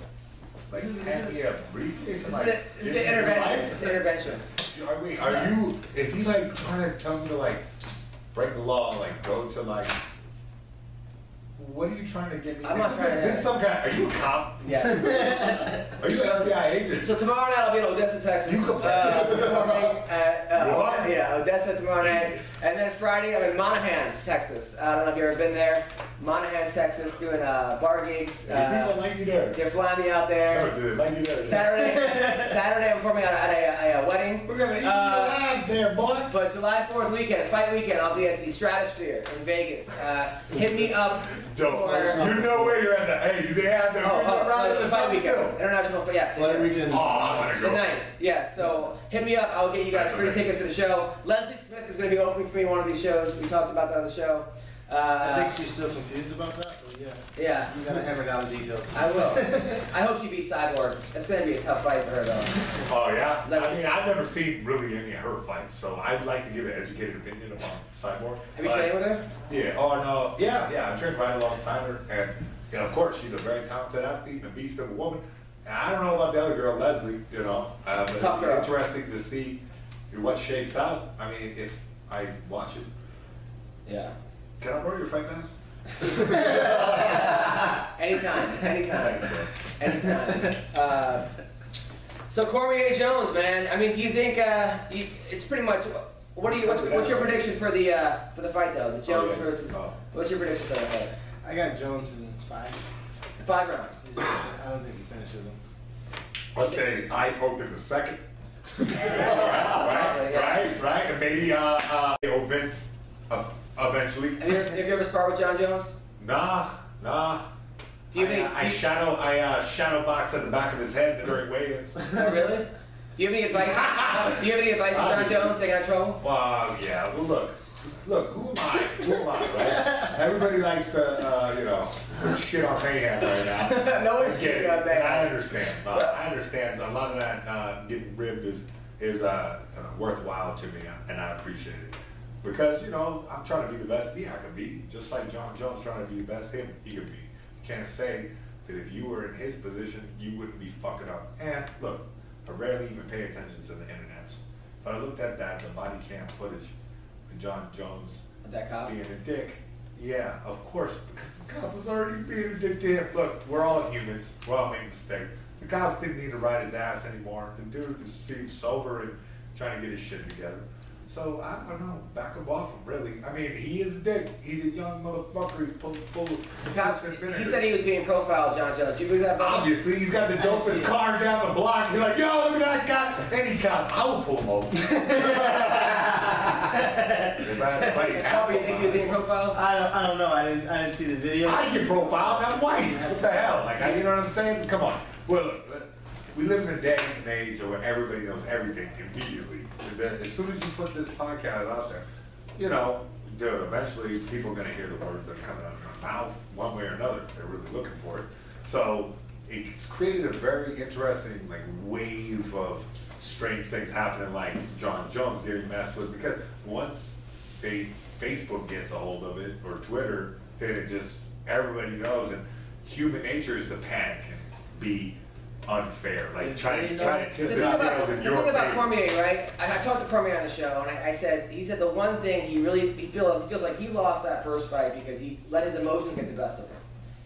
S5: like
S1: This is-
S5: hand
S1: this
S5: me a briefcase?
S1: This is,
S5: like,
S1: a, this is an
S5: your
S1: intervention.
S5: life?
S1: It's an intervention.
S5: Are we? Are you? Is he like trying to tell me to like break the law? and, Like go to like. What are you trying to get me?
S1: I'm
S5: this
S1: not
S5: is
S1: trying to-
S5: This is some guy. Are you a cop?
S1: Yeah.
S5: Are you an FBI agent?
S1: So tomorrow night I'll be in Odessa, Texas.
S5: You complain.
S1: uh, performing at, uh,
S5: What?
S1: Yeah, Odessa tomorrow night, and then Friday I'm in Monahans, Texas. Uh, I don't know if you've ever been there. Monahans, Texas, doing uh, bar gigs.
S5: Yeah,
S1: Uh,
S5: people like you there.
S1: they're flying me out there.
S5: No, dude, like you there.
S1: Saturday, Saturday I'm performing at, at a, a wedding.
S5: We're gonna eat
S1: Uh,
S5: you alive there, boy.
S1: But July 4th weekend, fight weekend, I'll be at the Stratosphere in Vegas. Uh, hit me up
S5: Dope.
S1: for
S5: You know where you're at. The, hey, do they have their
S1: uh, oh,
S5: big
S1: oh,
S5: round
S1: uh,
S5: in the
S1: fight
S5: front
S1: weekend,
S5: field?
S1: international. Yes,
S3: Flag
S1: yeah.
S3: weekend is.
S5: Oh, I'm
S1: the
S5: gonna go.
S1: ninth. Yeah. So hit me up. I'll get you guys free tickets to the show. Leslie Smith is going to be opening for me one of these shows. We talked about that on the show.
S2: I
S1: Uh,
S2: think she's still confused about that, but yeah.
S1: yeah.
S2: You gotta hammer down the details.
S1: I will. I hope she beats Cyborg. It's going to be a tough fight for her though.
S5: Oh yeah.
S1: Like-
S5: I mean, I've never seen really any of her fights, so I'd like to give an educated opinion about Cyborg.
S1: Have you
S5: But-
S1: trained with her?
S5: Yeah. Oh no. Yeah, yeah. I trained right alongside her, and you know, of course, she's a very talented athlete and a beast of a woman. And I don't know about the other girl, Leslie. You know, uh, but
S1: Tough
S5: it'd be
S1: girl.
S5: interesting to see what shakes out. I mean, if I watch it,
S1: Yeah.
S5: can I borrow your fight mask?
S1: Anytime. Anytime.
S5: Thanks, bro.
S1: Anytime. Uh, so Cormier Jones, man. I mean, do you think uh, you, it's pretty much? What do you? What's, what's your prediction for the uh, for the fight though? The Jones
S5: yeah.
S1: versus.
S5: Oh.
S1: What's your prediction for that fight?
S2: I got Jones in five.
S1: Five rounds.
S2: I don't think he finishes him.
S5: Let's say I poke in the second.
S1: Probably,
S5: right,
S1: yeah.
S5: right, right. And maybe uh, uh, oh, Vince, uh, eventually.
S1: Have you, ever, have you ever sparred with John Jones?
S5: Nah, nah.
S1: Do you
S5: I,
S1: think-
S5: uh, I
S1: do you-
S5: shadow, I uh, shadow box at the back of his head during weigh-ins.
S1: Oh, really? Do you have any advice? do you have any advice for John Jones? They got in trouble?
S5: Well, yeah. Well, look, look. Who am I? Who am I? Right? Everybody likes to, uh, you know, shit on Mayhem right now.
S1: No one's
S5: I get
S1: shitting
S5: it,
S1: on
S5: and
S1: Mayhem.
S5: I understand. Uh, I understand. A lot of that uh, getting ribbed is is uh, uh, worthwhile to me, uh, and I appreciate it because you know I'm trying to be the best me I can be, just like John Jones trying to be the best him he could be. You can't say that if you were in his position, you wouldn't be fucking up. And look, I rarely even pay attention to the internet. But I looked at that, the body cam footage with John Jones
S1: With that cop?
S5: being a dick. Yeah, of course, because the cop was already being a dick to him. Look, we're all humans. We all make mistakes. The cops didn't need to ride his ass anymore. The dude just seemed sober and trying to get his shit together. So I don't know, back him off him, really. I mean, he is a dick. He's a young motherfucker. He's full, full of
S1: The cops,
S5: piss and
S1: he
S5: vinegar.
S1: said he was being profiled, John Jones. You believe that? Bob?
S5: Obviously, he's got the dopest car down the block. He's like, yo, look at that cop. Any cop, I will pull him over. If I had a buddy,
S1: Bob, you think he was being profiled?
S2: I don't, I don't know. I didn't, I didn't see the video.
S5: I get profiled, I'm white. What the hell? Like, I- you know what I'm saying? Come on. Well, look, look, we live in a day and age where everybody knows everything immediately. That As soon as you put this podcast out there, you know, dude, eventually people are gonna hear the words that are coming out of my mouth, one way or another, if they're really looking for it. So it's created a very interesting, like, wave of strange things happening, like John Jones getting messed with, because once they Facebook gets a hold of it or Twitter, then it just everybody knows. And human nature is to panic and be unfair, like try to
S1: The
S5: try to tip
S1: thing
S5: the scales
S1: about, the
S5: in
S1: thing
S5: your
S1: about
S5: favor.
S1: Cormier, right? I, I talked to Cormier on the show, and I, I said he said the one thing he really he feels he feels like he lost that first fight because he let his emotions get the best of him.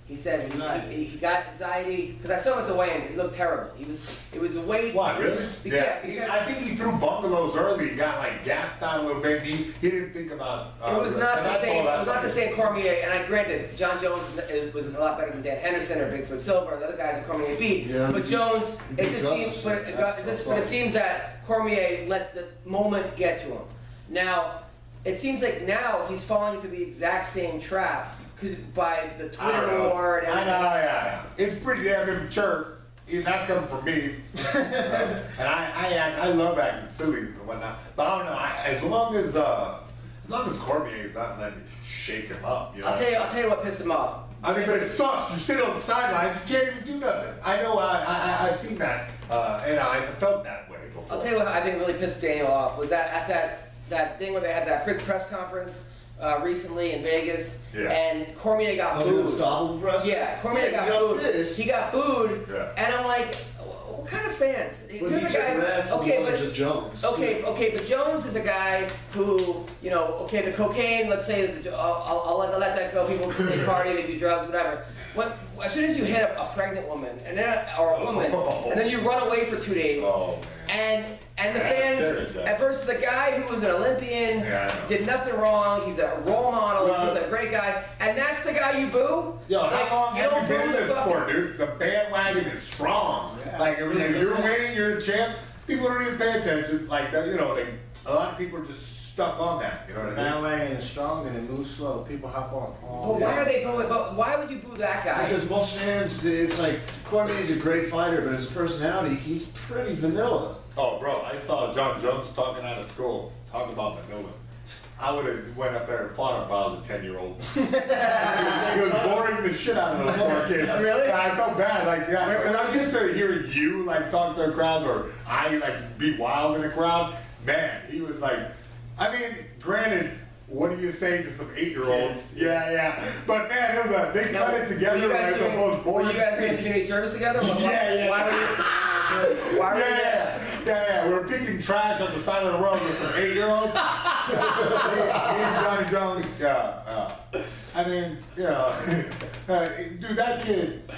S1: He said he, he, he got anxiety because I saw him at the weigh-ins. He looked terrible. He was it was way
S5: What really? Yeah,
S1: Because-
S5: he,
S1: because-
S5: I think he threw bungalows early. He got like gassed out a little bit. He, he didn't think about. uh,
S1: It was not
S5: and
S1: the
S5: that's
S1: same. It
S5: all I
S1: was not the
S5: like.
S1: same Cormier. And I granted, John Jones is- was a lot better than Dan Henderson or Bigfoot Silver, the other guys that Cormier beat.
S3: Yeah,
S1: but
S3: he-
S1: Jones,
S3: he
S1: it
S3: beat
S1: just seems,
S3: Gustafsson.
S1: but it,
S3: That's
S1: it
S3: the
S1: just, but it
S3: problem.
S1: seems that Cormier let the moment get to him. Now, it seems like now he's falling into the exact same trap 'cause by the
S5: I
S1: Twitter
S5: don't know.
S1: war and
S5: I know,
S1: everything.
S5: yeah, yeah. It's pretty damn immature. It's not coming from me. Uh, and I, I, act, I love acting silly and whatnot. But I don't know. I, as long as, uh, as long as Cormier's not letting it shake him up, you know.
S1: I'll tell you. I'll tell you what pissed him off.
S5: I mean, but it sucks. You sit on the sidelines. You can't even do nothing. I know. I, I, I- I've seen that, uh, and I've felt that way before.
S1: I'll tell you what I think really pissed Daniel off was that at that that thing where they had that big press conference uh, recently in Vegas,
S5: Yeah.
S1: and Cormier got
S3: Oh, the
S1: booed.
S3: unstoppable press?
S1: Yeah, Cormier
S3: Yeah,
S1: got,
S3: he got
S1: booed.
S3: pissed.
S1: He got booed,
S5: Yeah.
S1: and I'm like, what kind of fans?
S3: But he
S1: Here's a
S3: took
S1: guy-
S3: that from
S1: okay,
S3: one
S1: but
S3: just Jones.
S1: Okay, okay, but Jones is a guy who, you know, okay, the cocaine, let's say, uh, I'll, I'll, let, I'll let that go. People they party, they do drugs, whatever. When, as soon as you hit a, a pregnant woman, and then or a woman, and then you run away for two days,
S5: Oh, man.
S1: and and the
S5: Yeah, there is
S1: fans,
S5: that.
S1: at first, the guy who was an Olympian,
S5: Yeah, I know.
S1: did nothing wrong. He's a role model.
S5: Well-
S1: he's a great guy, and that's the guy you boo.
S5: Yo,
S1: Like,
S5: how long
S1: you
S5: have
S1: don't
S5: you been
S1: boo
S5: in
S1: the
S5: this
S1: fucking-
S5: sport, dude? The bandwagon is strong. Like, if if you're winning, you're the champ. People don't even pay attention. Like, that, you know, like a lot of people are just stuck on that. You know what I mean?
S2: Bandwagon is strong and it moves slow. People hop on. all
S1: But
S2: day.
S1: why are they booing? But why would you boo that guy?
S3: Because most fans, it's like Cormier's a great fighter, but his personality, he's pretty vanilla.
S5: Oh, bro, I saw John Jones talking out of school, talking about Manila. I would have went up there and fought him if I was a ten year old. he was he was boring the shit out of those poor kids.
S1: Really?
S5: And I felt bad, like yeah. And I'm used to hearing you like talk to a crowd or I like be wild in a crowd. Man, he was like, I mean, granted. What do you say to some eight-year-olds? Yeah, yeah. But man, it was a, they
S1: Now,
S5: cut it
S1: were
S5: together
S1: you guys
S5: as the
S1: doing-
S5: most boring.
S1: Were you guys doing
S5: thing.
S1: community service together? Why-
S5: Yeah, yeah.
S1: Why were you? Why were you? there?
S5: Yeah, yeah, yeah. We were picking trash on the side of the road with some eight-year-old. me, me and Johnny Jones. Yeah, yeah. I mean, you know, uh, dude, that kid.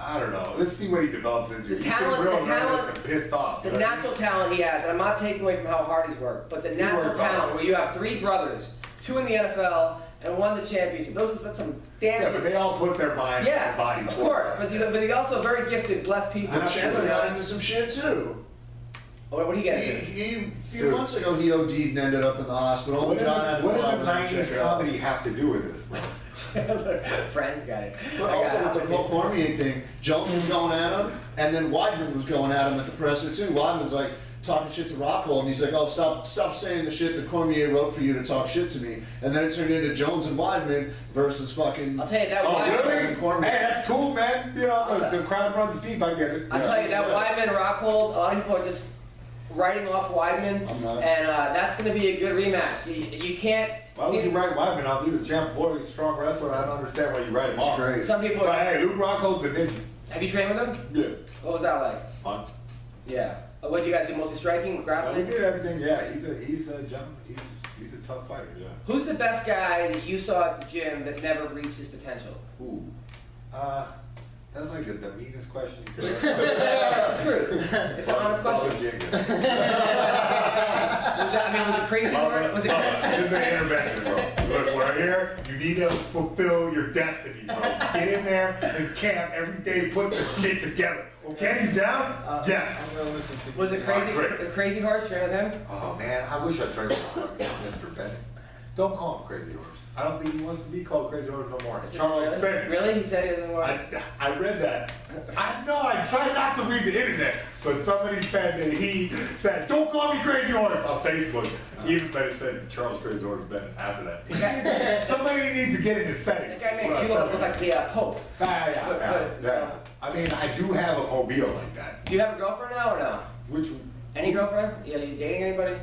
S5: I don't know. Let's see what he develops into.
S1: The
S5: He's
S1: talent-
S5: real
S1: the
S5: nervous
S1: talent-
S5: and pissed off.
S1: The
S5: you know what I mean?
S1: natural talent he has, and I'm not taking away from how hard he's worked, but the natural
S5: worked hard.
S1: talent where you have three brothers, two in the NFL, and one the championship. Those that's some damn.
S5: Yeah, but they all put their mind
S1: Yeah,
S5: and body
S1: of
S5: towards
S1: course.
S5: it.
S1: But the, but he's also very gifted, blessed people. Oh,
S3: And Chandler got into some shit too.
S1: What, what do you
S3: He,
S1: get? into?
S3: he, a few
S5: Dude.
S3: months ago, he OD'd and ended up in the hospital.
S5: What, is,
S3: John had
S5: it-
S3: to
S5: what
S3: fly
S5: does
S3: him out
S5: a
S3: and check
S5: 90s
S3: it out.
S5: comedy have to do with this, bro?
S1: Friends got it.
S3: But
S1: I got
S3: also
S1: it.
S3: with the whole Cormier thing, Jones was going at him, and then Weidman was going at him at the presser too. Weidman's like talking shit to Rockhold, and he's like, "Oh, stop, stop saying the shit that Cormier wrote for you to talk shit to me." And then it turned into Jones and Weidman versus fucking.
S1: I'll tell you that.
S5: Oh,
S1: Weidman-
S5: really?
S3: Cormier.
S5: Hey, that's cool, man. You know, the, the crowd runs deep. I get it.
S1: I
S5: Yeah.
S1: tell you that Weidman Rockhold, a lot of people are just writing off Weidman,
S3: I'm not.
S1: and uh, that's going to be a good rematch. You, you can't.
S5: Why would you write Wyman off? He's a champ boy, he's a strong wrestler. I don't understand why you write him off.
S3: Great.
S1: Some people.
S5: But
S1: Are,
S5: hey, Luke Rockhold's a ninja.
S1: have you trained with him?
S5: Yeah.
S1: What was that like?
S5: Huh?
S1: Yeah. Uh, What do you guys do? Mostly striking,
S5: Well, we
S1: grappling.
S5: did everything. Yeah, he's a he's a gentleman. He's he's a tough fighter. Yeah.
S1: Who's the best guy that you saw at the gym that never reached his potential?
S5: Ooh. Uh, that's like the, the meanest question you could ask.
S1: It's an honest question.
S5: Bubba Jenkins.
S1: It's that, I mean, was it crazy
S5: Bubba,
S1: work? Was it
S5: Bubba, this is an intervention, bro. Look, we're here. You need to fulfill your destiny, bro. Get in there and camp every day. Put this shit together. Okay, you
S2: Uh,
S5: down? Yes.
S2: I'm gonna listen to you.
S1: was it crazy? a crazy horse? You remember him?
S5: Oh man, I wish I trained with Mr. Bennett. Don't call him Crazy Horse. I don't think he wants to be called Crazy Horse no more. Charles
S1: really?
S5: Bennett.
S1: really? He said he was in the
S5: I, I read that. I know I try not to read the internet, but somebody said that he said, "Don't call me Crazy Horse" on Facebook.
S1: Uh-huh.
S5: Even better said Charles Crazy Horse Bennett after that. somebody needs to get in the setting.
S1: That guy makes you look like the uh, Pope.
S5: yeah, yeah,
S1: But-
S5: yeah,
S1: but-
S5: yeah. I mean, I do have a mobile like that.
S1: Do you have a girlfriend now or no?
S5: Which
S1: Any girlfriend? Yeah, you dating anybody?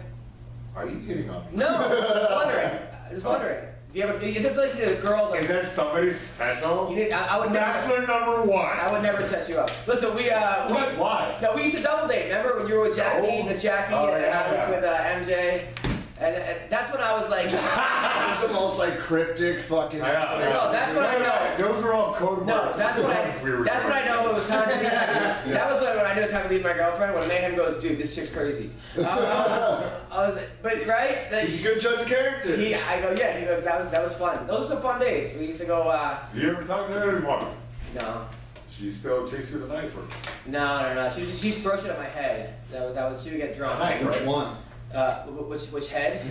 S5: are you hitting on me?
S1: No, just wondering. Just wondering. Do you have a, you feel like you need a girl?
S5: Is
S1: Like,
S5: there somebody special?
S1: you need, I, I would never.
S5: Bachelor number one.
S1: I would never set you up. Listen, we uh, we-
S5: What? Why?
S1: No, we used to double date. Remember when you were with Jackie,
S5: Oh.
S1: Miss Jackie,
S5: Oh,
S1: and
S5: yeah,
S1: I was
S5: yeah.
S1: with uh, MJ, and, and that's when I was like,
S3: That's the most like cryptic fucking.
S5: I know, I
S1: No,
S5: know.
S1: that's what I know.
S5: Those are all code
S1: no,
S5: words.
S1: that's what
S5: We were
S1: I, that's what I know. It was time to leave. That was when, when I knew it was time to leave my girlfriend. When Mayhem goes, dude, this chick's crazy. Um, I was, but right, that-
S3: He's a good judge of character.
S1: he, I go, yeah. He goes, that was that was fun. Those were some fun days. We used to go, uh,
S5: You ever talk to her anymore?
S1: no,
S5: She's still chasing the knife for
S1: no, no, no. She was- she used to throw shit at my head. That was that was she would get drunk.
S5: Right.
S3: Which one?
S1: Uh, wh- which which head?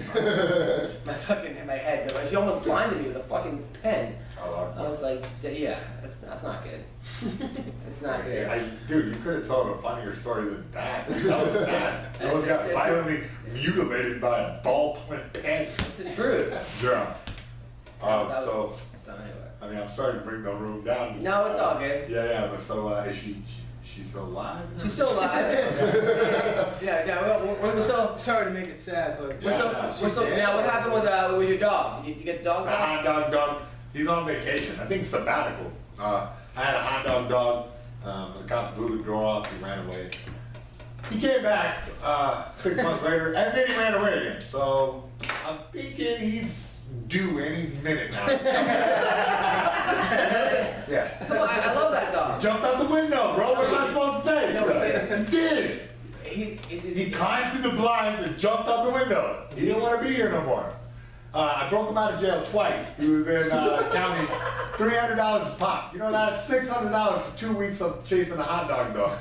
S1: my fucking my head. though. She almost blinded me with a fucking pen. I
S5: Oh,
S1: was like, yeah, that's, that's not good. It's not good.
S5: I, dude, you could have told a funnier story than that. That was sad. I was got violently mutilated by a ballpoint pen.
S1: It's the truth.
S5: Yeah. Um,
S1: That
S5: so,
S1: was- so anyway.
S5: I mean, I'm sorry to bring the room down.
S1: No, it's all good.
S5: Yeah, yeah, but so, uh, is she, she, she's still alive?
S1: She's still alive. yeah, yeah, we're, we're, we're still,
S2: Sorry to make it sad, but
S1: we're still, we're still. Now, what happened with uh, with your dog? You, you get the dog
S5: A
S1: back?
S5: hot dog dog. He's on vacation. I think sabbatical. Uh, I had a hot dog dog. Um, the cop blew the door off. He ran away. He came back uh, six months later, and then he ran away again. So I'm thinking he's due any minute now. yeah.
S1: No, I, I love that dog.
S5: Jumped out the window, bro. What am I supposed to say?
S1: No, he didn't.
S5: he did.
S1: He, he's, he's,
S5: He climbed through the blinds and jumped out the window. He didn't want to be here no more. Uh, I broke him out of jail twice. He was in uh, county, three hundred dollars a pop. You know that's six hundred dollars for two weeks of chasing a hot dog dog.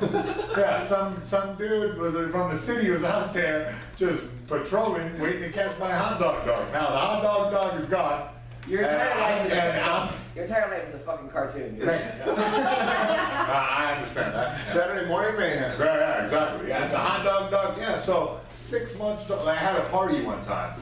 S5: yeah, some some dude was from the city was out there just patrolling, waiting to catch my hot dog dog. Now the hot dog dog is gone.
S1: your
S5: and
S1: entire
S5: I'm-
S1: life is
S5: and
S1: a,
S5: I'm-
S1: your entire life is a fucking cartoon. dude.
S5: I I understand that.
S3: Saturday morning man.
S5: Yeah, yeah, exactly. Yeah, the hot dog dog. Yeah, so six months. ago, I had a party one time,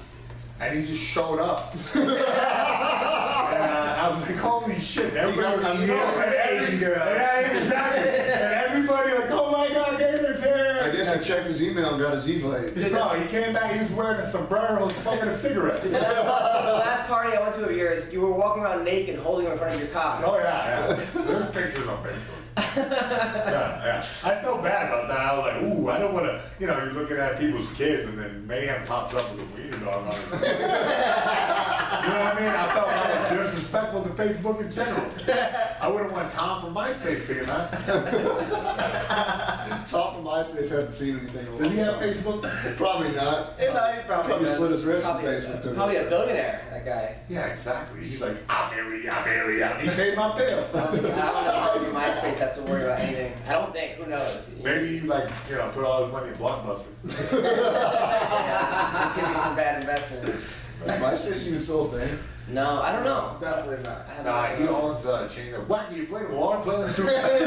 S5: and he just showed up. and uh, I was like, holy shit! Everybody,
S3: got the
S5: you know,
S3: American
S5: and every-
S3: girl.
S5: Yeah, exactly. and everybody like, oh my god, Gator's here.
S3: I guess I checked his email and got his invite.
S5: No, he came back. He was wearing a sombrero, smoking a cigarette.
S1: The last party I went to of yours, you were walking around naked, holding him in front of your cock.
S5: Oh yeah, yeah. There's pictures on Facebook. yeah, yeah. I felt bad about that. I was like, ooh, I don't want to. You know, you're looking at people's kids, and then mayhem pops up with a wiener dog on it. you know what I mean? I felt like disrespectful to Facebook in general. I wouldn't want Tom from MySpace seeing that.
S3: Top of MySpace hasn't seen anything. in a
S5: Does he have
S3: long time.
S5: Facebook?
S3: Probably not.
S2: Hey, like, probably.
S3: Probably
S2: does.
S3: slit his wrist in
S1: Probably,
S3: Facebook.
S1: a,
S3: too.
S1: probably a billionaire, that guy.
S5: Yeah, exactly. He's like, I'm Harry, I'm Harry, I'm. He paid my bill.
S1: I don't know if MySpace has to worry about anything. I don't think. Who knows?
S5: Maybe he like, you know, put all his money in Blockbuster.
S1: Yeah, Could be some bad investments.
S3: Is MySpace even still a thing?
S1: No, I don't know.
S2: Definitely not.
S1: I have
S5: Nah, he owns a uh, chain of wacky inflatable arm players. if, you need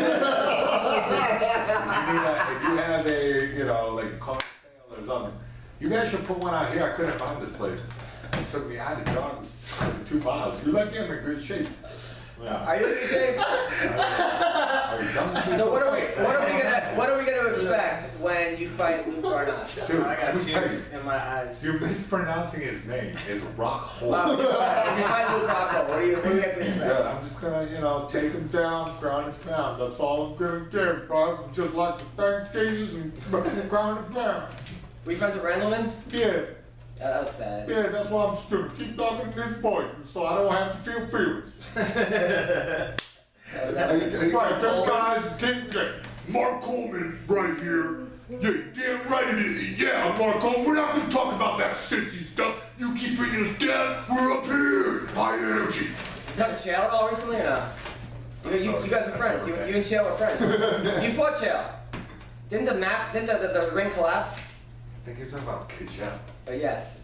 S5: a- if you have a, you know, like a car sale or something, you guys should put one out here. I couldn't find this place. It took me out of jog two miles. You left him in good shape. Yeah.
S1: Are you okay?
S5: Are you jumping through
S1: So what are we?
S5: something?
S1: What are we gonna? What are we gonna expect when you fight Luke Arnott?
S5: Dude,
S2: I
S5: let
S2: got
S5: me tell you,
S2: tears in my eyes.
S5: you're mispronouncing his name. It's
S1: Wow,
S5: Rockhold.
S1: if you fight- if you fight Luke Rocco, what do you? What do you have to
S5: Good.
S1: expect?
S5: I'm just gonna, you know, take him down, ground his pound. That's all I'm gonna do, bro. Just like the thank Jesus and ground his pound.
S1: We friends with Randleman?
S5: Yeah,
S1: Yeah, that was sad.
S5: yeah, that's why I'm stupid. Keep talking to this boy, so I don't have to feel feelings.
S1: That was
S3: Are you,
S1: that.
S3: are you
S5: Right,
S3: gonna
S5: them
S3: call him?
S5: guys, King Mark Coleman right here Yeah, you damn right it is. Yeah, I'm gonna go. We're not gonna talk about that sissy stuff. You keep bringing us down. We're up here. High energy.
S1: Got in jail at all recently or not? You, you, you guys were friends. You, you and Chael were friends. you fought Chael. Didn't the map? Didn't the, the, the ring collapse?
S5: I think you're talking about Kajal.
S1: Uh, yes.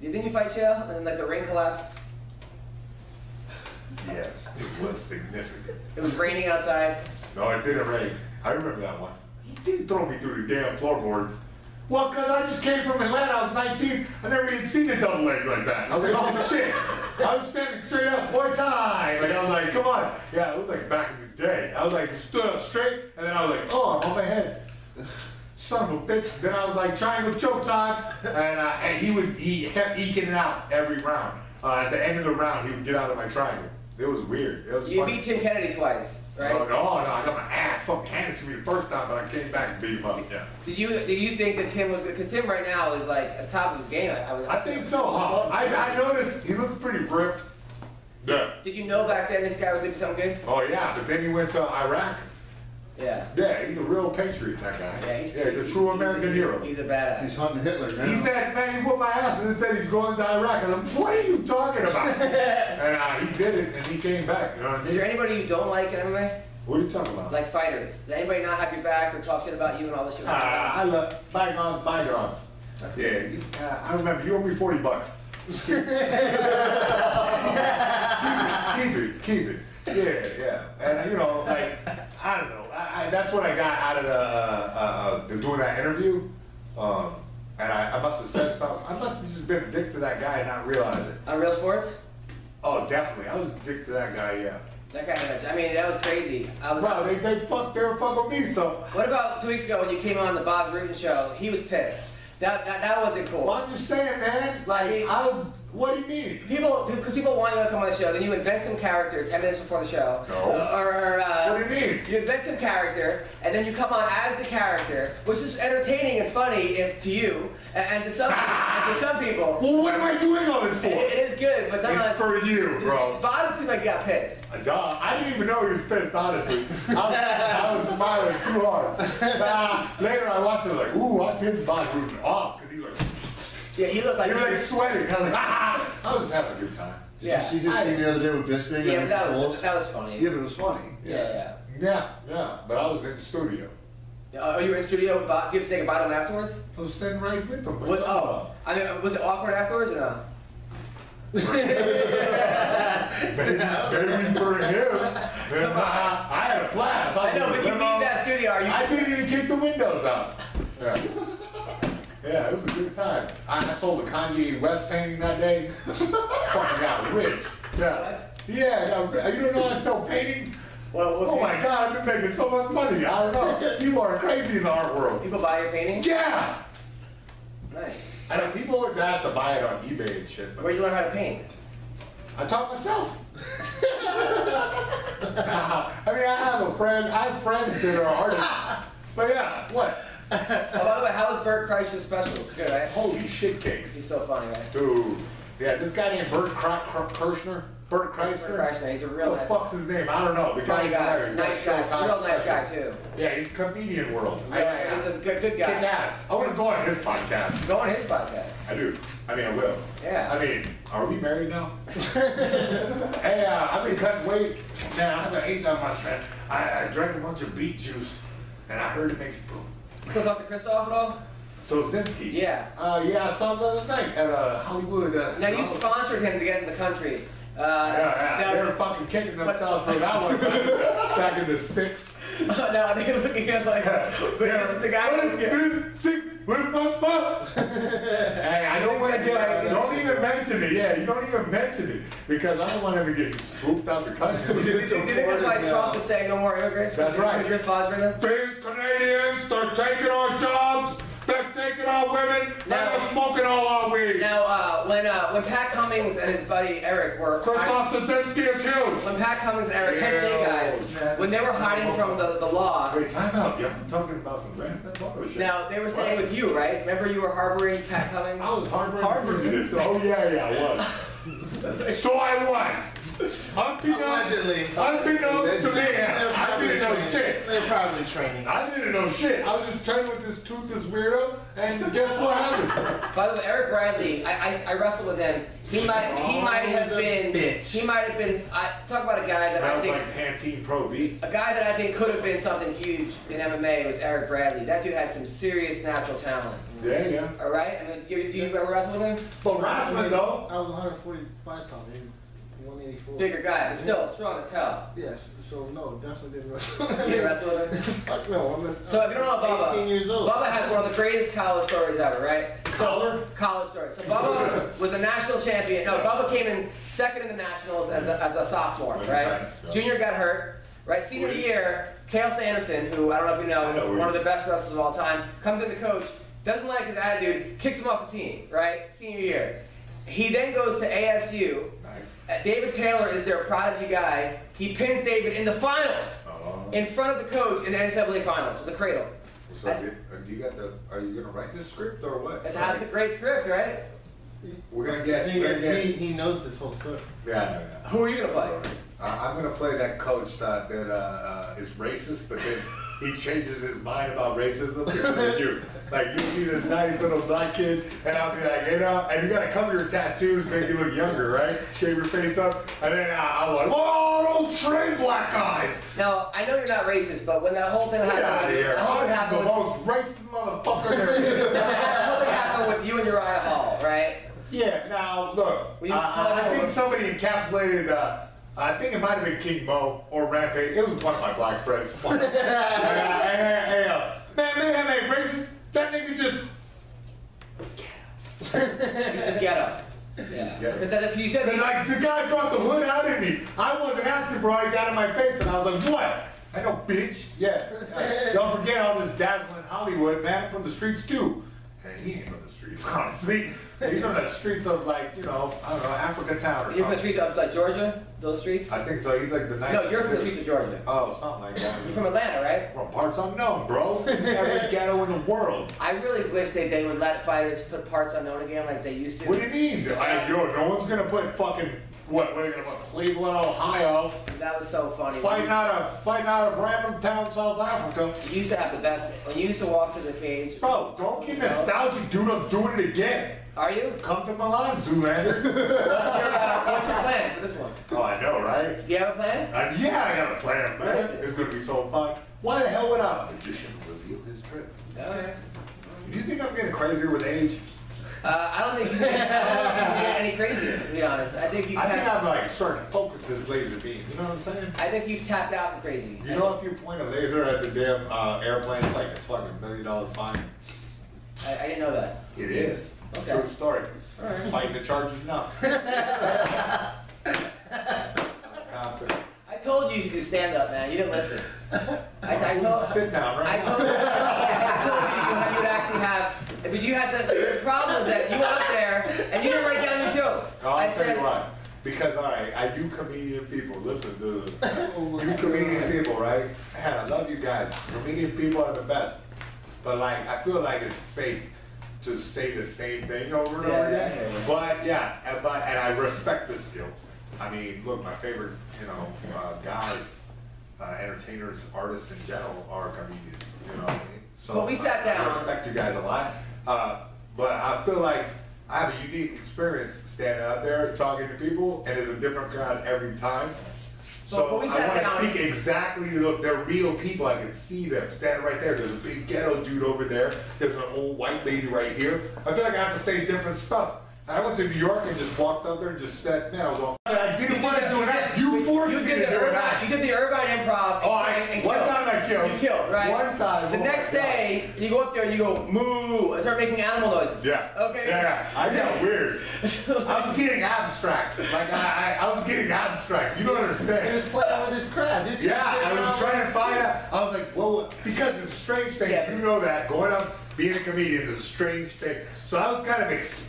S1: You- Didn't you fight Chael and then like the ring collapsed?
S5: Yes, it was significant.
S1: It was raining outside.
S5: No, it didn't rain. I remember that one. He did throw me through the damn floorboards. Well, cause I just came from Atlanta, I was 19, I never even seen a double leg like that. I was like, oh shit. I was standing straight up, boy time. Like I was like, come on. Yeah, it was like back in the day. I was like stood up straight, and then I was like, oh, I'm on my head. Son of a bitch. Then I was like triangle choke time, and uh, and he would he kept eking it out every round. Uh, at the end of the round, he would get out of my triangle. It was weird. It was
S1: You
S5: funny.
S1: beat Tim Kennedy twice, right?
S5: Oh, no, no, I got my ass fucking handed to me the first time, but I came back and beat him up. Yeah.
S1: Did you did you think that Tim was because Tim right now is like at the top of his game? I, I was.
S5: I think so. huh? I, I noticed he looks pretty ripped. Yeah.
S1: Did you know back then this guy was gonna be something good?
S5: Oh, yeah, but then he went to Iraq.
S1: Yeah.
S5: Yeah, he's a real patriot, that guy.
S1: Yeah, he's,
S5: he's a true
S1: he's-
S5: American
S1: he's-
S5: hero.
S1: He's a badass.
S3: He's hunting Hitler now.
S5: He said, man, he whooped my ass and then said he's going to Iraq. And I'm what are you talking about? and uh, he did it, and he came back. You know what I
S1: is there
S5: mean?
S1: anybody you don't like in MMA?
S5: What are you talking about?
S1: Like fighters? Does anybody not have your back or talk shit about you and all this shit?
S5: Ah, I love bygones, bygones.
S1: That's
S5: Yeah, you, uh, I remember you owe me forty bucks. keep it, keep it, keep it. Yeah, yeah. And you know, like I don't know. I, I, that's what I got out of the, uh, uh, the doing that interview. Um, and I, I must have said something. I must have just been a dick to that guy and not realize it.
S1: On Real Sports?
S5: Oh, definitely, I was a dick to that guy. Yeah.
S1: That guy. had a- I mean, that was crazy. I was,
S5: Well, they they fuck they were fucking me. So
S1: what about two weeks ago when you came on the Bob Rutan show? He was pissed. That that, that wasn't cool.
S5: well, I'm just saying, man. Like I, what do you mean?
S1: People, because people want you to come on the show, then you invent some character ten minutes before the show.
S5: No.
S1: Or, or, uh,
S5: What do you mean?
S1: You invent some character, and then you come on as the character, which is entertaining and funny if to you, and, and to some, and to some people,
S5: Well, what am I doing all this for?
S1: it- it is good. But sometimes,
S5: It's for you, bro.
S1: but it seemed like he got pissed.
S5: Duh, I didn't even know he was pissed, honestly. I was, I was smiling too hard. Nah, later I watched it like, ooh, I pissed Bob Rootin off because he was like,
S1: Yeah, he looked like.
S5: he was like sweating. I was like, ah, I was having a good time.
S3: Did
S1: yeah,
S3: you see his
S1: I-
S3: thing the other day with Bisping?
S1: yeah, but
S3: and
S1: that was
S3: Coles?
S1: that was funny.
S3: Yeah, but it was funny.
S1: yeah. yeah.
S5: Yeah, yeah, but I was in the studio.
S1: yeah. Oh, you were in studio with Bob. Do you have to take a bottle afterwards?
S5: I was standing right with him.
S1: Was, oh, I mean, was it awkward afterwards or no?
S5: Maybe, maybe for him. And I, I had a blast.
S1: I know,
S5: was
S1: but you
S5: like,
S1: leave
S5: "Limo."
S1: that studio. Are you?
S5: I didn't even kick the windows out. Yeah. Yeah, it was a good time. I I sold a Kanye West painting that day. Fucking got rich. Yeah. Yeah, I got ri- you don't know I sell paintings?
S1: Well, what
S5: Oh my
S1: painting?
S5: god, I've been making so much money. I don't know. People are crazy in the art world.
S1: People buy your painting?
S5: Yeah!
S1: Nice.
S5: I know people always ask to buy it on eBay and shit,
S1: Where'd
S5: but
S1: you learn how to paint?
S5: I taught myself. I mean, I have a friend, I have friends that are artists. But yeah, what?
S1: Oh, by the way, how was Bert Kreischer's special? Good, right?
S5: Holy shit cakes.
S1: He's so funny, right?
S5: Dude, yeah, this guy named Bert Kra- Kra- Kirshner. Bert Kreisner.
S1: Bert Kreischer, he's a real
S5: What the
S1: nice-
S5: fuck's his name? I don't know. The
S1: Funny
S5: guy's
S1: guy,
S5: hilarious.
S1: Oh, nice
S5: Got a
S1: guy,
S5: show,
S1: real
S5: Cox
S1: nice guy
S5: Special.
S1: too.
S5: Yeah, he's comedian world.
S1: Yeah, he's a good, good
S5: Kick
S1: guy.
S5: ass. I want to go on his podcast.
S1: Go on his podcast.
S5: I do. I mean, I will.
S1: Yeah.
S5: I mean, are we married now? hey, uh, I've been cutting weight. Man, I haven't ate that much, man. I, I drank a bunch of beet juice, and I heard it makes poop.
S1: So talk to Christoph at all?
S5: Sozinski.
S1: Yeah.
S5: Uh, yeah, I saw him the other night at uh, Hollywood. Uh,
S1: Now you
S5: Hollywood.
S1: sponsored him to get in the country. Uh,
S5: Yeah, yeah,
S1: now,
S5: they were fucking kicking themselves for that one back, back in the six.
S1: now they look at him like, but this is the guy.
S5: One, two, six, one, one, one. Hey, I don't want to get. Don't even mention it. Yeah, you don't even mention it because I don't want him to get swooped out the country.
S1: Do you think that's why Trump is saying no more immigrants?
S5: That's right.
S1: You're sponsoring them.
S5: These Canadians, they're taking our jobs, they're taking our women, and they're smoking all our weed.
S1: Now, uh, when uh, when Pat Cummings and his buddy Eric were
S5: Christoph Stasinski is huge.
S1: when Pat Cummings and Eric Penn
S5: Yo.
S1: State guys, when they were hiding from the, the law,
S5: Wait, time out. You're talking about some random bullshit.
S1: now they were staying with you, right? Remember you were harboring
S2: Oh.
S1: Pat Cummings?
S5: I was harboring
S1: Harboring.
S5: prejudice. Oh yeah, yeah, I was. so I was. Unbeknownst,
S2: Allegedly.
S5: unbeknownst to me,
S2: They were
S5: I
S2: probably
S5: didn't know
S2: training.
S5: shit.
S2: They were probably training.
S5: I didn't know shit. I was just training with this toothless weirdo, and guess what happened?
S1: By the way, Eric Bradley, I, I, I wrestled with him. He might he
S2: Oh,
S1: might have
S2: he's
S1: been
S2: a bitch.
S1: he might have been. I talk about a guy that I
S5: Sounds
S1: think
S5: like Pantene Pro V.
S1: a guy that I think could have been something huge in MMA was Eric Bradley. That dude had some serious natural talent.
S5: Yeah, yeah.
S1: All right, I mean, you, you, you ever wrestle with him?
S5: But wrestling though,
S2: I was 145 pounds. he was 184.
S1: Bigger guy, but still strong as hell.
S2: Yes. So no, definitely didn't wrestle.
S1: You ever wrestle with him?
S2: Fuck no. I'm a,
S1: So if you don't know Bubba,
S2: 18 years old.
S1: Bubba has one of the greatest college stories ever, right? College? College stories. So Bubba was a national champion. No, Bubba came in second in the nationals as a, as a sophomore,
S5: Wait,
S1: right?
S5: sorry. Yeah.
S1: Junior got hurt, right? Senior
S5: Wait.
S1: year, Kale Sanderson, who I don't know if you know,
S5: I know
S1: is
S5: who
S1: one of
S5: he
S1: the best wrestlers of all time, comes in to coach, doesn't like his attitude, kicks him off the team, right? Senior year. He then goes to ASU. Uh, David Taylor is their prodigy guy. He pins David in the finals,
S5: Oh.
S1: in front of the coach in the NCAA finals, with the cradle.
S5: so are you got the? Are you gonna write this script or what?
S1: It's, that's a great script, right?
S5: We're gonna
S2: The
S5: get.
S2: thing
S5: We're
S2: is,
S5: gonna get
S2: he, he knows this whole story.
S5: yeah, yeah.
S1: Who are you gonna play?
S5: I, Uh, I'm gonna play that coach that that uh, uh, is racist, but then he changes his mind about racism. because of you like you see this nice little black kid, and I'll be like, you know, and you gotta cover your tattoos, make you look younger, right? Shave your face up, and then uh, I, I'm like, oh, don't train black guys.
S1: Now I know you're not racist, but when that whole thing
S5: Get out of
S1: happened,
S5: here!
S1: that whole thing
S5: I'm the
S1: happened, with,
S5: most racist motherfucker there is.
S1: that whole thing happened with you and Uriah Hall, right?
S5: Yeah, now look,
S1: We
S5: I,
S1: just call
S5: I, I
S1: it
S5: think
S1: over.
S5: somebody encapsulated. Uh, I think it might have been King Mo or Rampage. It was one of my black friends. and, uh, hey, hey, hey, uh, man, man, ain't racist. That nigga just.
S1: He's just ghetto. Yeah.
S5: Ghetto.
S1: Because that you said
S5: And, like the guy brought the hood out in me. I wasn't asking, bro. He got in my face, and I was like, "What? I know, bitch. Yeah. Uh, Don't forget all this dazzling Hollywood man from the streets too. Hey, he ain't from the streets, honestly. He's from the streets of like you know, I don't know, Africa town or
S1: you're from the
S5: something.
S1: streets of like Georgia, those streets.
S5: I think so. He's like the ninth.
S1: No, you're from the streets of Georgia.
S5: Oh, something like that.
S1: You're from Atlanta, right?
S5: From parts unknown, bro. It's every ghetto in the world.
S1: I really wish that they would let fighters put parts unknown again, like they used to.
S5: What do you mean? Like, yo, no one's gonna put fucking what? What are you gonna put Cleveland, Ohio?
S1: That was so funny.
S5: Fighting out of fighting out of random town, South Africa.
S1: You used to have the best. When you used to walk to the cage,
S5: Bro, don't get nostalgic, dude. I'm doing it again.
S1: are you?
S5: Come to Milan, Zoolander.
S1: What's your, uh, what's your plan for this one?
S5: oh, I know, right?
S1: Do you have a plan?
S5: Uh, yeah, I got a plan,
S1: What is
S5: man.
S1: it?
S5: It's gonna be so fun. Why the hell would I? Magician reveal his trick.
S1: Okay.
S5: Do you think I'm getting crazier with age?
S1: Uh, I don't think you can get any crazier, to be honest. I think you
S5: I think
S1: tapped,
S5: I'm like starting to focus this laser beam. You know what I'm saying?
S1: I think you've tapped out and crazy.
S5: You know, if you point a laser at the damn uh, airplane, it's like a fucking million dollar fine.
S1: I, I didn't know that.
S5: It is.
S1: Okay.
S5: True story.
S1: Alright.
S5: Fighting the charges now. Confident.
S1: I told you to do stand up, man. You didn't listen. I, I told.
S5: Sit down,
S1: I
S5: right?
S1: told, I told you how you would actually have, but you had the, the problem is that you went up there and you didn't write down your jokes.
S5: No,
S1: I
S5: Oh, I'll tell
S1: said,
S5: you why. Because all right, I do comedian people. Listen, dude,
S1: Oh
S5: you comedian people, right? Man, I love you guys. Comedian people are the best. But like, I feel like it's fake to say the same thing over and
S1: Yeah,
S5: over
S1: yeah,
S5: again.
S1: yeah, yeah.
S5: But yeah, and, but and I respect the skill. I mean, look, my favorite, you know, uh, guys, uh, entertainers, artists in general are comedians. You know what I mean? So
S1: But we sat
S5: I- I
S1: down.
S5: respect you guys a lot. Uh, but I feel like I have a unique experience standing out there talking to people, and it's a different crowd every time.
S1: But- but
S5: So
S1: we
S5: I
S1: sat
S5: want
S1: down-
S5: to speak exactly. Look, they're real people. I can see them standing right there. There's a big ghetto dude over there. There's an old white lady right here. I feel like I have to say different stuff. And I went to New York and just walked up there and just said, "Man, I was all." I didn't want to do that. You forced
S1: you
S5: me
S1: did
S5: to
S1: the
S5: do
S1: Irvine,
S5: that.
S1: you did the Irvine improv.
S5: Oh, I-
S1: and- and
S5: one
S1: killed.
S5: time I killed.
S1: You killed, right?
S5: One time,
S1: The
S5: oh my
S1: next
S5: God.
S1: day, you go up there and you go moo and start making animal noises.
S5: Yeah.
S1: Okay.
S5: Yeah, I got weird. I was getting abstract. Like I, I, I was getting abstract. You don't
S2: He was
S5: understand.
S2: playing with his crab. He was
S5: Yeah,
S2: sitting there
S5: I was
S2: around.
S5: trying to find out. I was like, well, what- because it's a strange thing.
S1: Yeah.
S5: You know that going up being a comedian is a strange thing. So I was kind of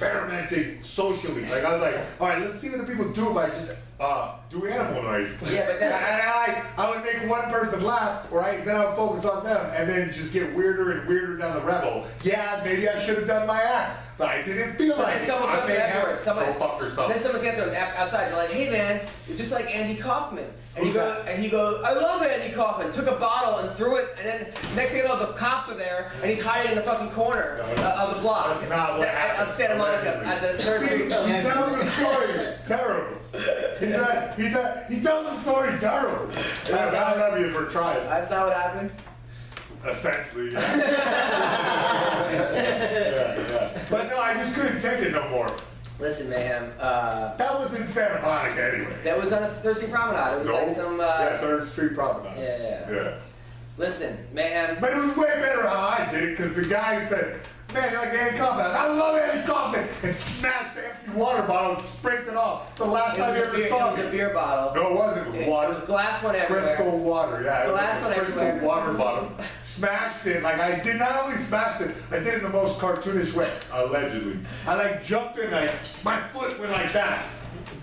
S5: experimenting socially. Like I was like, all right, let's see what the people do if I just uh, do animal noise.
S1: Yeah, but that's-
S5: and I like I would make one person laugh, right? Then I would focus on them, and then just get weirder and weirder down the rebel. Yeah, maybe I should have done my act, but I didn't feel
S1: But
S5: like
S1: then
S5: it.
S1: someone
S5: I
S1: comes
S5: may have
S1: afterwards.
S5: to
S1: Someone,
S5: go fuck yourself.
S1: then someone's after him out- outside. They're like, "Hey man, you're just like Andy Kaufman." And he
S5: Who's
S1: go,
S5: that?
S1: and he goes, "I love Andy Kaufman." Took a bottle and threw it, and then next thing you know, the cops are there, and he's hiding in the fucking corner
S5: No.
S1: uh, of the block.
S5: That's not what
S1: At-
S5: happened.
S1: Of Santa Monica at the third.
S5: See, he tells the story terrible. He does, he does, he tells the story terrible. I, I love you for trying.
S1: That's not what happened.
S5: Essentially, yeah. yeah, yeah. But no, I just couldn't take it no more.
S1: Listen, mayhem. Uh,
S5: That was in Santa Monica anyway.
S1: that was on a Thursday promenade. It was
S5: No?
S1: like some. Uh,
S5: yeah, Third Street Promenade.
S1: Yeah, yeah.
S5: Yeah.
S1: Listen, mayhem.
S5: But it was way better how I did it because the guy said, man, like Andy Kaufman, I love Andy Kaufman, and smashed the empty water bottle and sprinkled it off. The
S1: It
S5: last time
S1: was,
S5: you
S1: a
S5: ever
S1: beer, it
S5: saw
S1: was
S5: me.
S1: a beer bottle.
S5: No, it wasn't. It was water.
S1: It was glass one everywhere.
S5: Crystal water, yeah. it was
S1: Glass
S5: like a
S1: one
S5: crystal
S1: everywhere.
S5: water bottle. Smashed it. Like I did not only smashed it, I did it in the most cartoonish way, allegedly. I like jumped in, like my foot went like that.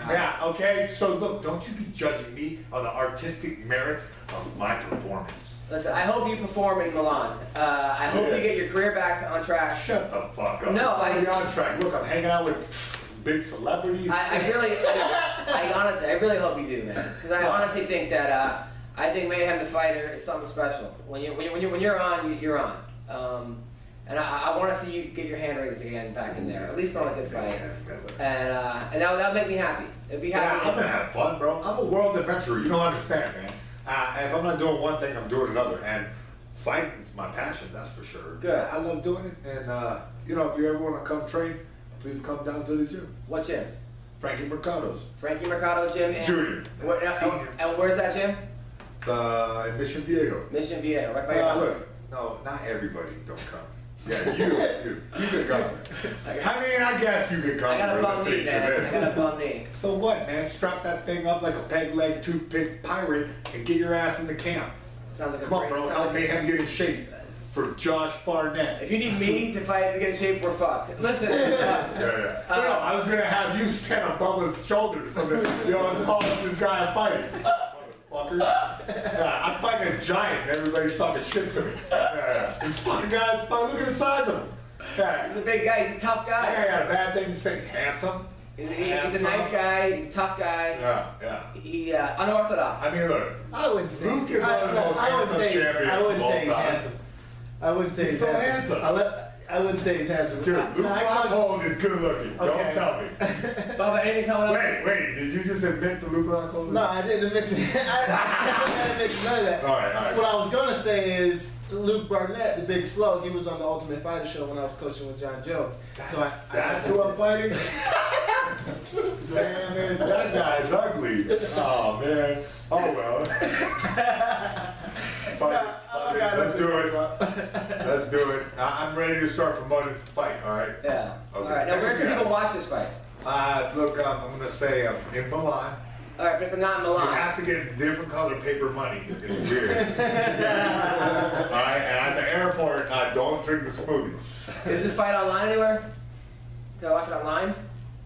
S5: Yeah, okay. So look, don't you be judging me on the artistic merits of my performance.
S1: Listen, I hope you perform in Milan. Uh, I hope
S5: Yeah.
S1: you get your career back on track.
S5: Shut the fuck up.
S1: No,
S5: I'm
S1: I-
S5: already on track. Look, I'm hanging out with big celebrities.
S1: I, I really, I, I honestly, I really hope you do, man. Because I honestly think that uh, I think Mayhem the Fighter is something special. When you when you when you when you're on, you, you're on. Um, and I, I want to see you get your hand raised again back in there, at least on a good fight. And uh, and that would that would make me happy. It'd be
S5: Yeah, I'm
S1: happy.
S5: gonna have fun, bro. I'm a world adventurer. You don't understand, man. Uh, if I'm not doing one thing, I'm doing another. And fighting's my passion, that's for sure.
S1: Good.
S5: I, I love doing it. And uh, you know, if you ever want to come train, please come down to the gym,
S1: What gym?
S5: Frankie Mercado's.
S1: Frankie Mercado's gym. And,
S5: Junior.
S1: Where- uh,
S5: Senior.
S1: and where's that gym?
S5: It's uh, in Mission Viejo.
S1: Mission Viejo, right by your
S5: Uh,
S1: house.
S5: look, no, not everybody don't come. Yeah, you, you, you can come. I mean, I guess you can come.
S1: I got a
S5: for
S1: bum
S5: the
S1: knee,
S5: sake of
S1: man. I
S5: this.
S1: got a bum knee.
S5: So what, man? Strap that thing up like a peg leg toothpick pirate and get your ass in the camp.
S1: Sounds like a
S5: Come on,
S1: great-
S5: bro.
S1: sounds
S5: Help
S1: like a-
S5: Mayhem get in shape for Josh Barnett.
S1: If you need me to fight to get in shape, we're fucked. Listen, uh,
S5: Yeah, yeah. No, no, I was gonna have you stand on Bubba's shoulder or something. You know, I was calling this guy a fighter. Motherfucker. Yeah, I'm fighting a giant and everybody's talking shit to me. Yeah, yeah. This fucking guy's fucking, look at the size of him.
S1: he's a
S5: Yeah.
S1: big guy. He's a tough
S5: That guy
S1: guy.
S5: got a bad thing to say. He's handsome.
S1: He- he- he's a nice guy. He's a tough guy.
S5: Yeah, yeah.
S1: He uh, unorthodox.
S5: I mean, look.
S2: I wouldn't say.
S5: Luke is
S2: I,
S5: one of the most
S2: I wouldn't
S5: handsome
S2: say.
S5: champions
S2: I wouldn't
S5: of all
S2: say he's
S5: time.
S2: handsome. I wouldn't say
S5: He's
S2: he's,
S5: so handsome.
S2: handsome. I, let, I wouldn't say he's handsome.
S5: Dude,
S2: I-
S5: Luke
S2: I call-
S5: Rockhold is good looking. Don't
S2: Okay.
S5: tell me.
S1: Bubba, anything coming up?
S5: Wait, wait. Did you just admit to Luke Rockhold?
S2: No, I didn't admit to. I, I didn't admit to none of that.
S5: All right, all right.
S2: What I was gonna say is Luke Barnett, the Big Slow. He was on the Ultimate Fighter show when I was coaching with John Jones. so I,
S5: That's
S2: I,
S5: who I'm fighting. man, man, that guy's ugly. Oh man. Oh well. Fuck it, fuck it. Let's do it. Let's do it. I- I'm ready to start promoting the fight. All right.
S1: Yeah. All
S5: Okay.
S1: right. Now, where can people watch this fight?
S5: Uh, look, um, I'm gonna say um, in Milan,
S1: All right, but if they're not in
S5: you
S1: Milan,
S5: have to get different color paper money. It's weird. all right. And at the airport, uh, don't drink the smoothie.
S1: is this fight online anywhere? Can I watch it online?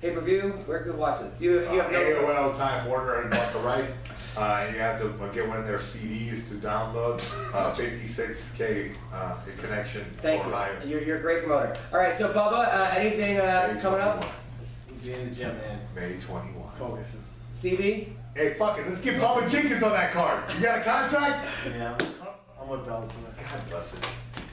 S1: Pay per view? Where can people watch this? Do you, you
S5: Uh,
S1: have no?
S5: AOL Time Warner and bought the rights. Uh, you have to uh, get one of their CDs to download. Uh, 56k uh, in connection
S1: Thank
S5: or higher.
S1: you. You're, you're a great promoter. All right, so Bubba, uh, anything uh,
S5: May
S1: coming up?
S5: 21.
S2: Be in the gym, man.
S5: May 21.
S2: Focusing.
S1: CV?
S5: Hey, fuck it. Let's get Bubba Jenkins on that card. You got a contract?
S2: Yeah, I'm with Bellator.
S5: God bless it.
S1: Uh,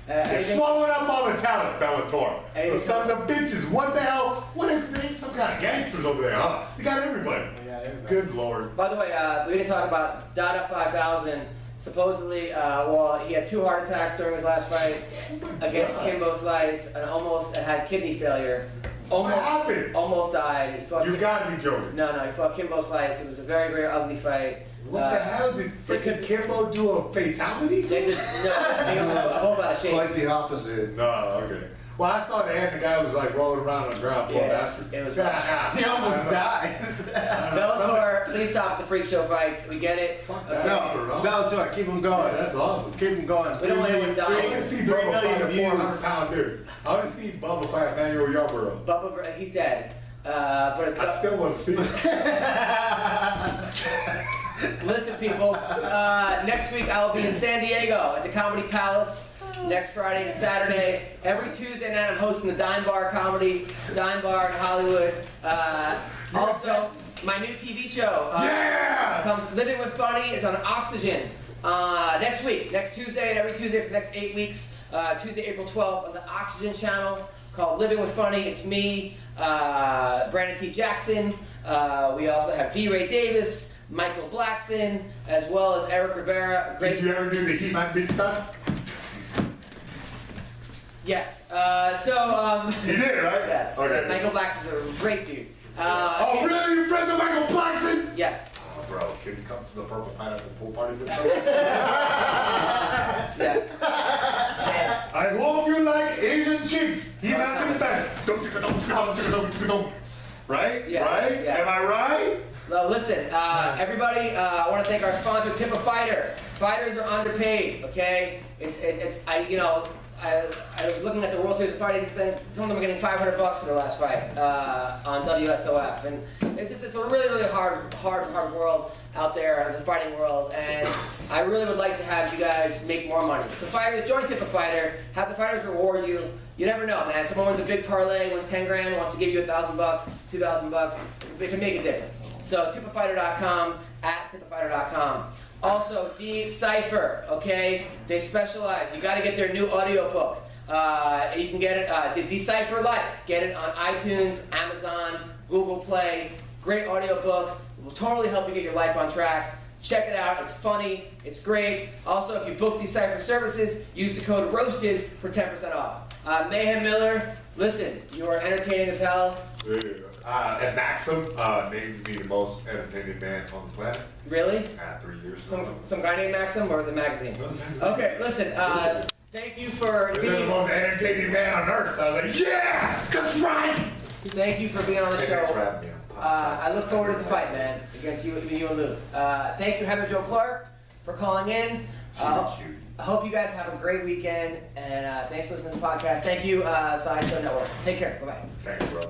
S5: Get
S1: anything?
S5: swallowed up all the talent, Bellator.
S1: Hey,
S5: Those sons of bitches. What the hell? What if they ain't some kind of gangsters over there, huh? You got everybody.
S2: We got everybody.
S5: Good lord.
S1: By the way, uh, we didn't talk about Dada 5000. Supposedly, uh, well, he had two heart attacks during his last fight
S5: Oh
S1: against Kimbo Slice, and almost had kidney failure.
S5: What
S1: Almost,
S5: happened?
S1: almost died. He fought
S5: You gotta be joking.
S1: no, no, he fought Kimbo Slice. It was a very, very ugly fight.
S5: What
S1: Uh,
S5: the hell did freaking Kimbo do a fatality?
S1: They just no, they got a whole lot of shit.
S3: Quite the opposite.
S5: No, okay. Well, I saw the end. The guy was like rolling around on the ground, poor
S1: Yeah,
S5: bastard.
S1: it was
S5: he
S2: He almost died.
S1: Bellator, Please stop the freak show fights. We get it.
S5: Fuck
S1: Okay.
S5: that.
S2: No, Bellator, keep them going.
S5: That's awesome.
S2: Keep them going.
S1: We don't want
S2: Three
S1: anyone
S5: I
S1: dying.
S5: want to see
S2: Three
S5: Bubba
S2: million
S5: fight a
S2: views.
S5: 400 pound dude. I want to see Bubba fight Emmanuel Yarborough.
S1: Bubba, Br- he's dead. Uh, but
S5: I still want to see it.
S1: Listen, people. Uh, next week I'll be in San Diego at the Comedy Palace. Next Friday and Saturday. Every Tuesday night I'm hosting the Dime Bar Comedy, Dime Bar in Hollywood. Uh, also, my new TV show uh,
S5: Yeah!
S1: comes Living with Funny is on Oxygen uh, next week, next Tuesday, and every Tuesday for the next eight weeks. Uh, Tuesday, April 12th on the Oxygen channel called Living with Funny. It's me, uh, Brandon T. Jackson. Uh, we also have D. Ray Davis, Michael Blackson, as well as Eric Rivera.
S5: Did you ever do the Heat Man Big stuff?
S1: Yes. Uh, so, um,
S5: You did, right?
S1: yes.
S5: Okay.
S1: Michael Blackson's a great dude. Uh,
S5: Oh, really? Your friend the Michael Blackson?
S1: Yes.
S5: Oh, bro, can you come to the Purple Pineapple Pool Party with us?
S1: Yes.
S5: I hope you like Asian chicks. He Man Big stuff. Don't you don't you don't you don't you don't. Right?
S1: Yeah,
S5: Right?
S1: yeah.
S5: Am I right?
S1: Now listen, uh, everybody. Uh, I want to thank our sponsor, Tip a Fighter. Fighters are underpaid. Okay, it's it, it's I you know I, I was looking at the World Series of Fighting thing. Some of them are getting 500 bucks for their last fight uh, on WSOF, and it's just it's a really really hard hard hard world out there, uh, the fighting world, and I really would like to have you guys make more money. So fighters, join Tip a Fighter. Have the fighters reward you. You never know, man. Someone wins a big parlay, wins 10 grand, wants to give you a thousand bucks, two thousand bucks. It can make a difference. So tipafighter.com at tipafighter.com. Also, Decipher, okay? They specialize. You got to get their new audiobook. Uh, you can get it, uh, De- Decipher Life. Get it on iTunes, Amazon, Google Play. Great audiobook. It will totally help you get your life on track. Check it out. It's funny. It's great. Also, if you book Decipher services, use the code ROASTED for 10% off. Uh, Mayhem Miller, listen, you are entertaining as hell.
S5: Yeah. Uh, and Maxim uh, named me the most entertaining man on the planet
S1: Really?
S5: at three years.
S1: Some, some guy named Maxim or the magazine? Okay, listen, uh, thank you for
S5: You're the
S1: being,
S5: most entertaining man on earth. I was like, yeah, that's right.
S1: thank you for being on the
S5: Thank you for
S1: show.
S5: having me on the
S1: Uh,
S5: podcast.
S1: I look forward to the fight, man, against you, you and Luke. Uh, thank you, Heather Joe Clark, for calling in.
S5: She's
S1: Uh,
S5: a cutie.
S1: I hope you guys have a great weekend, and uh, thanks for listening to the podcast. Thank you, uh, Sideshow Network. Take care. Bye bye.
S5: Thanks, bro.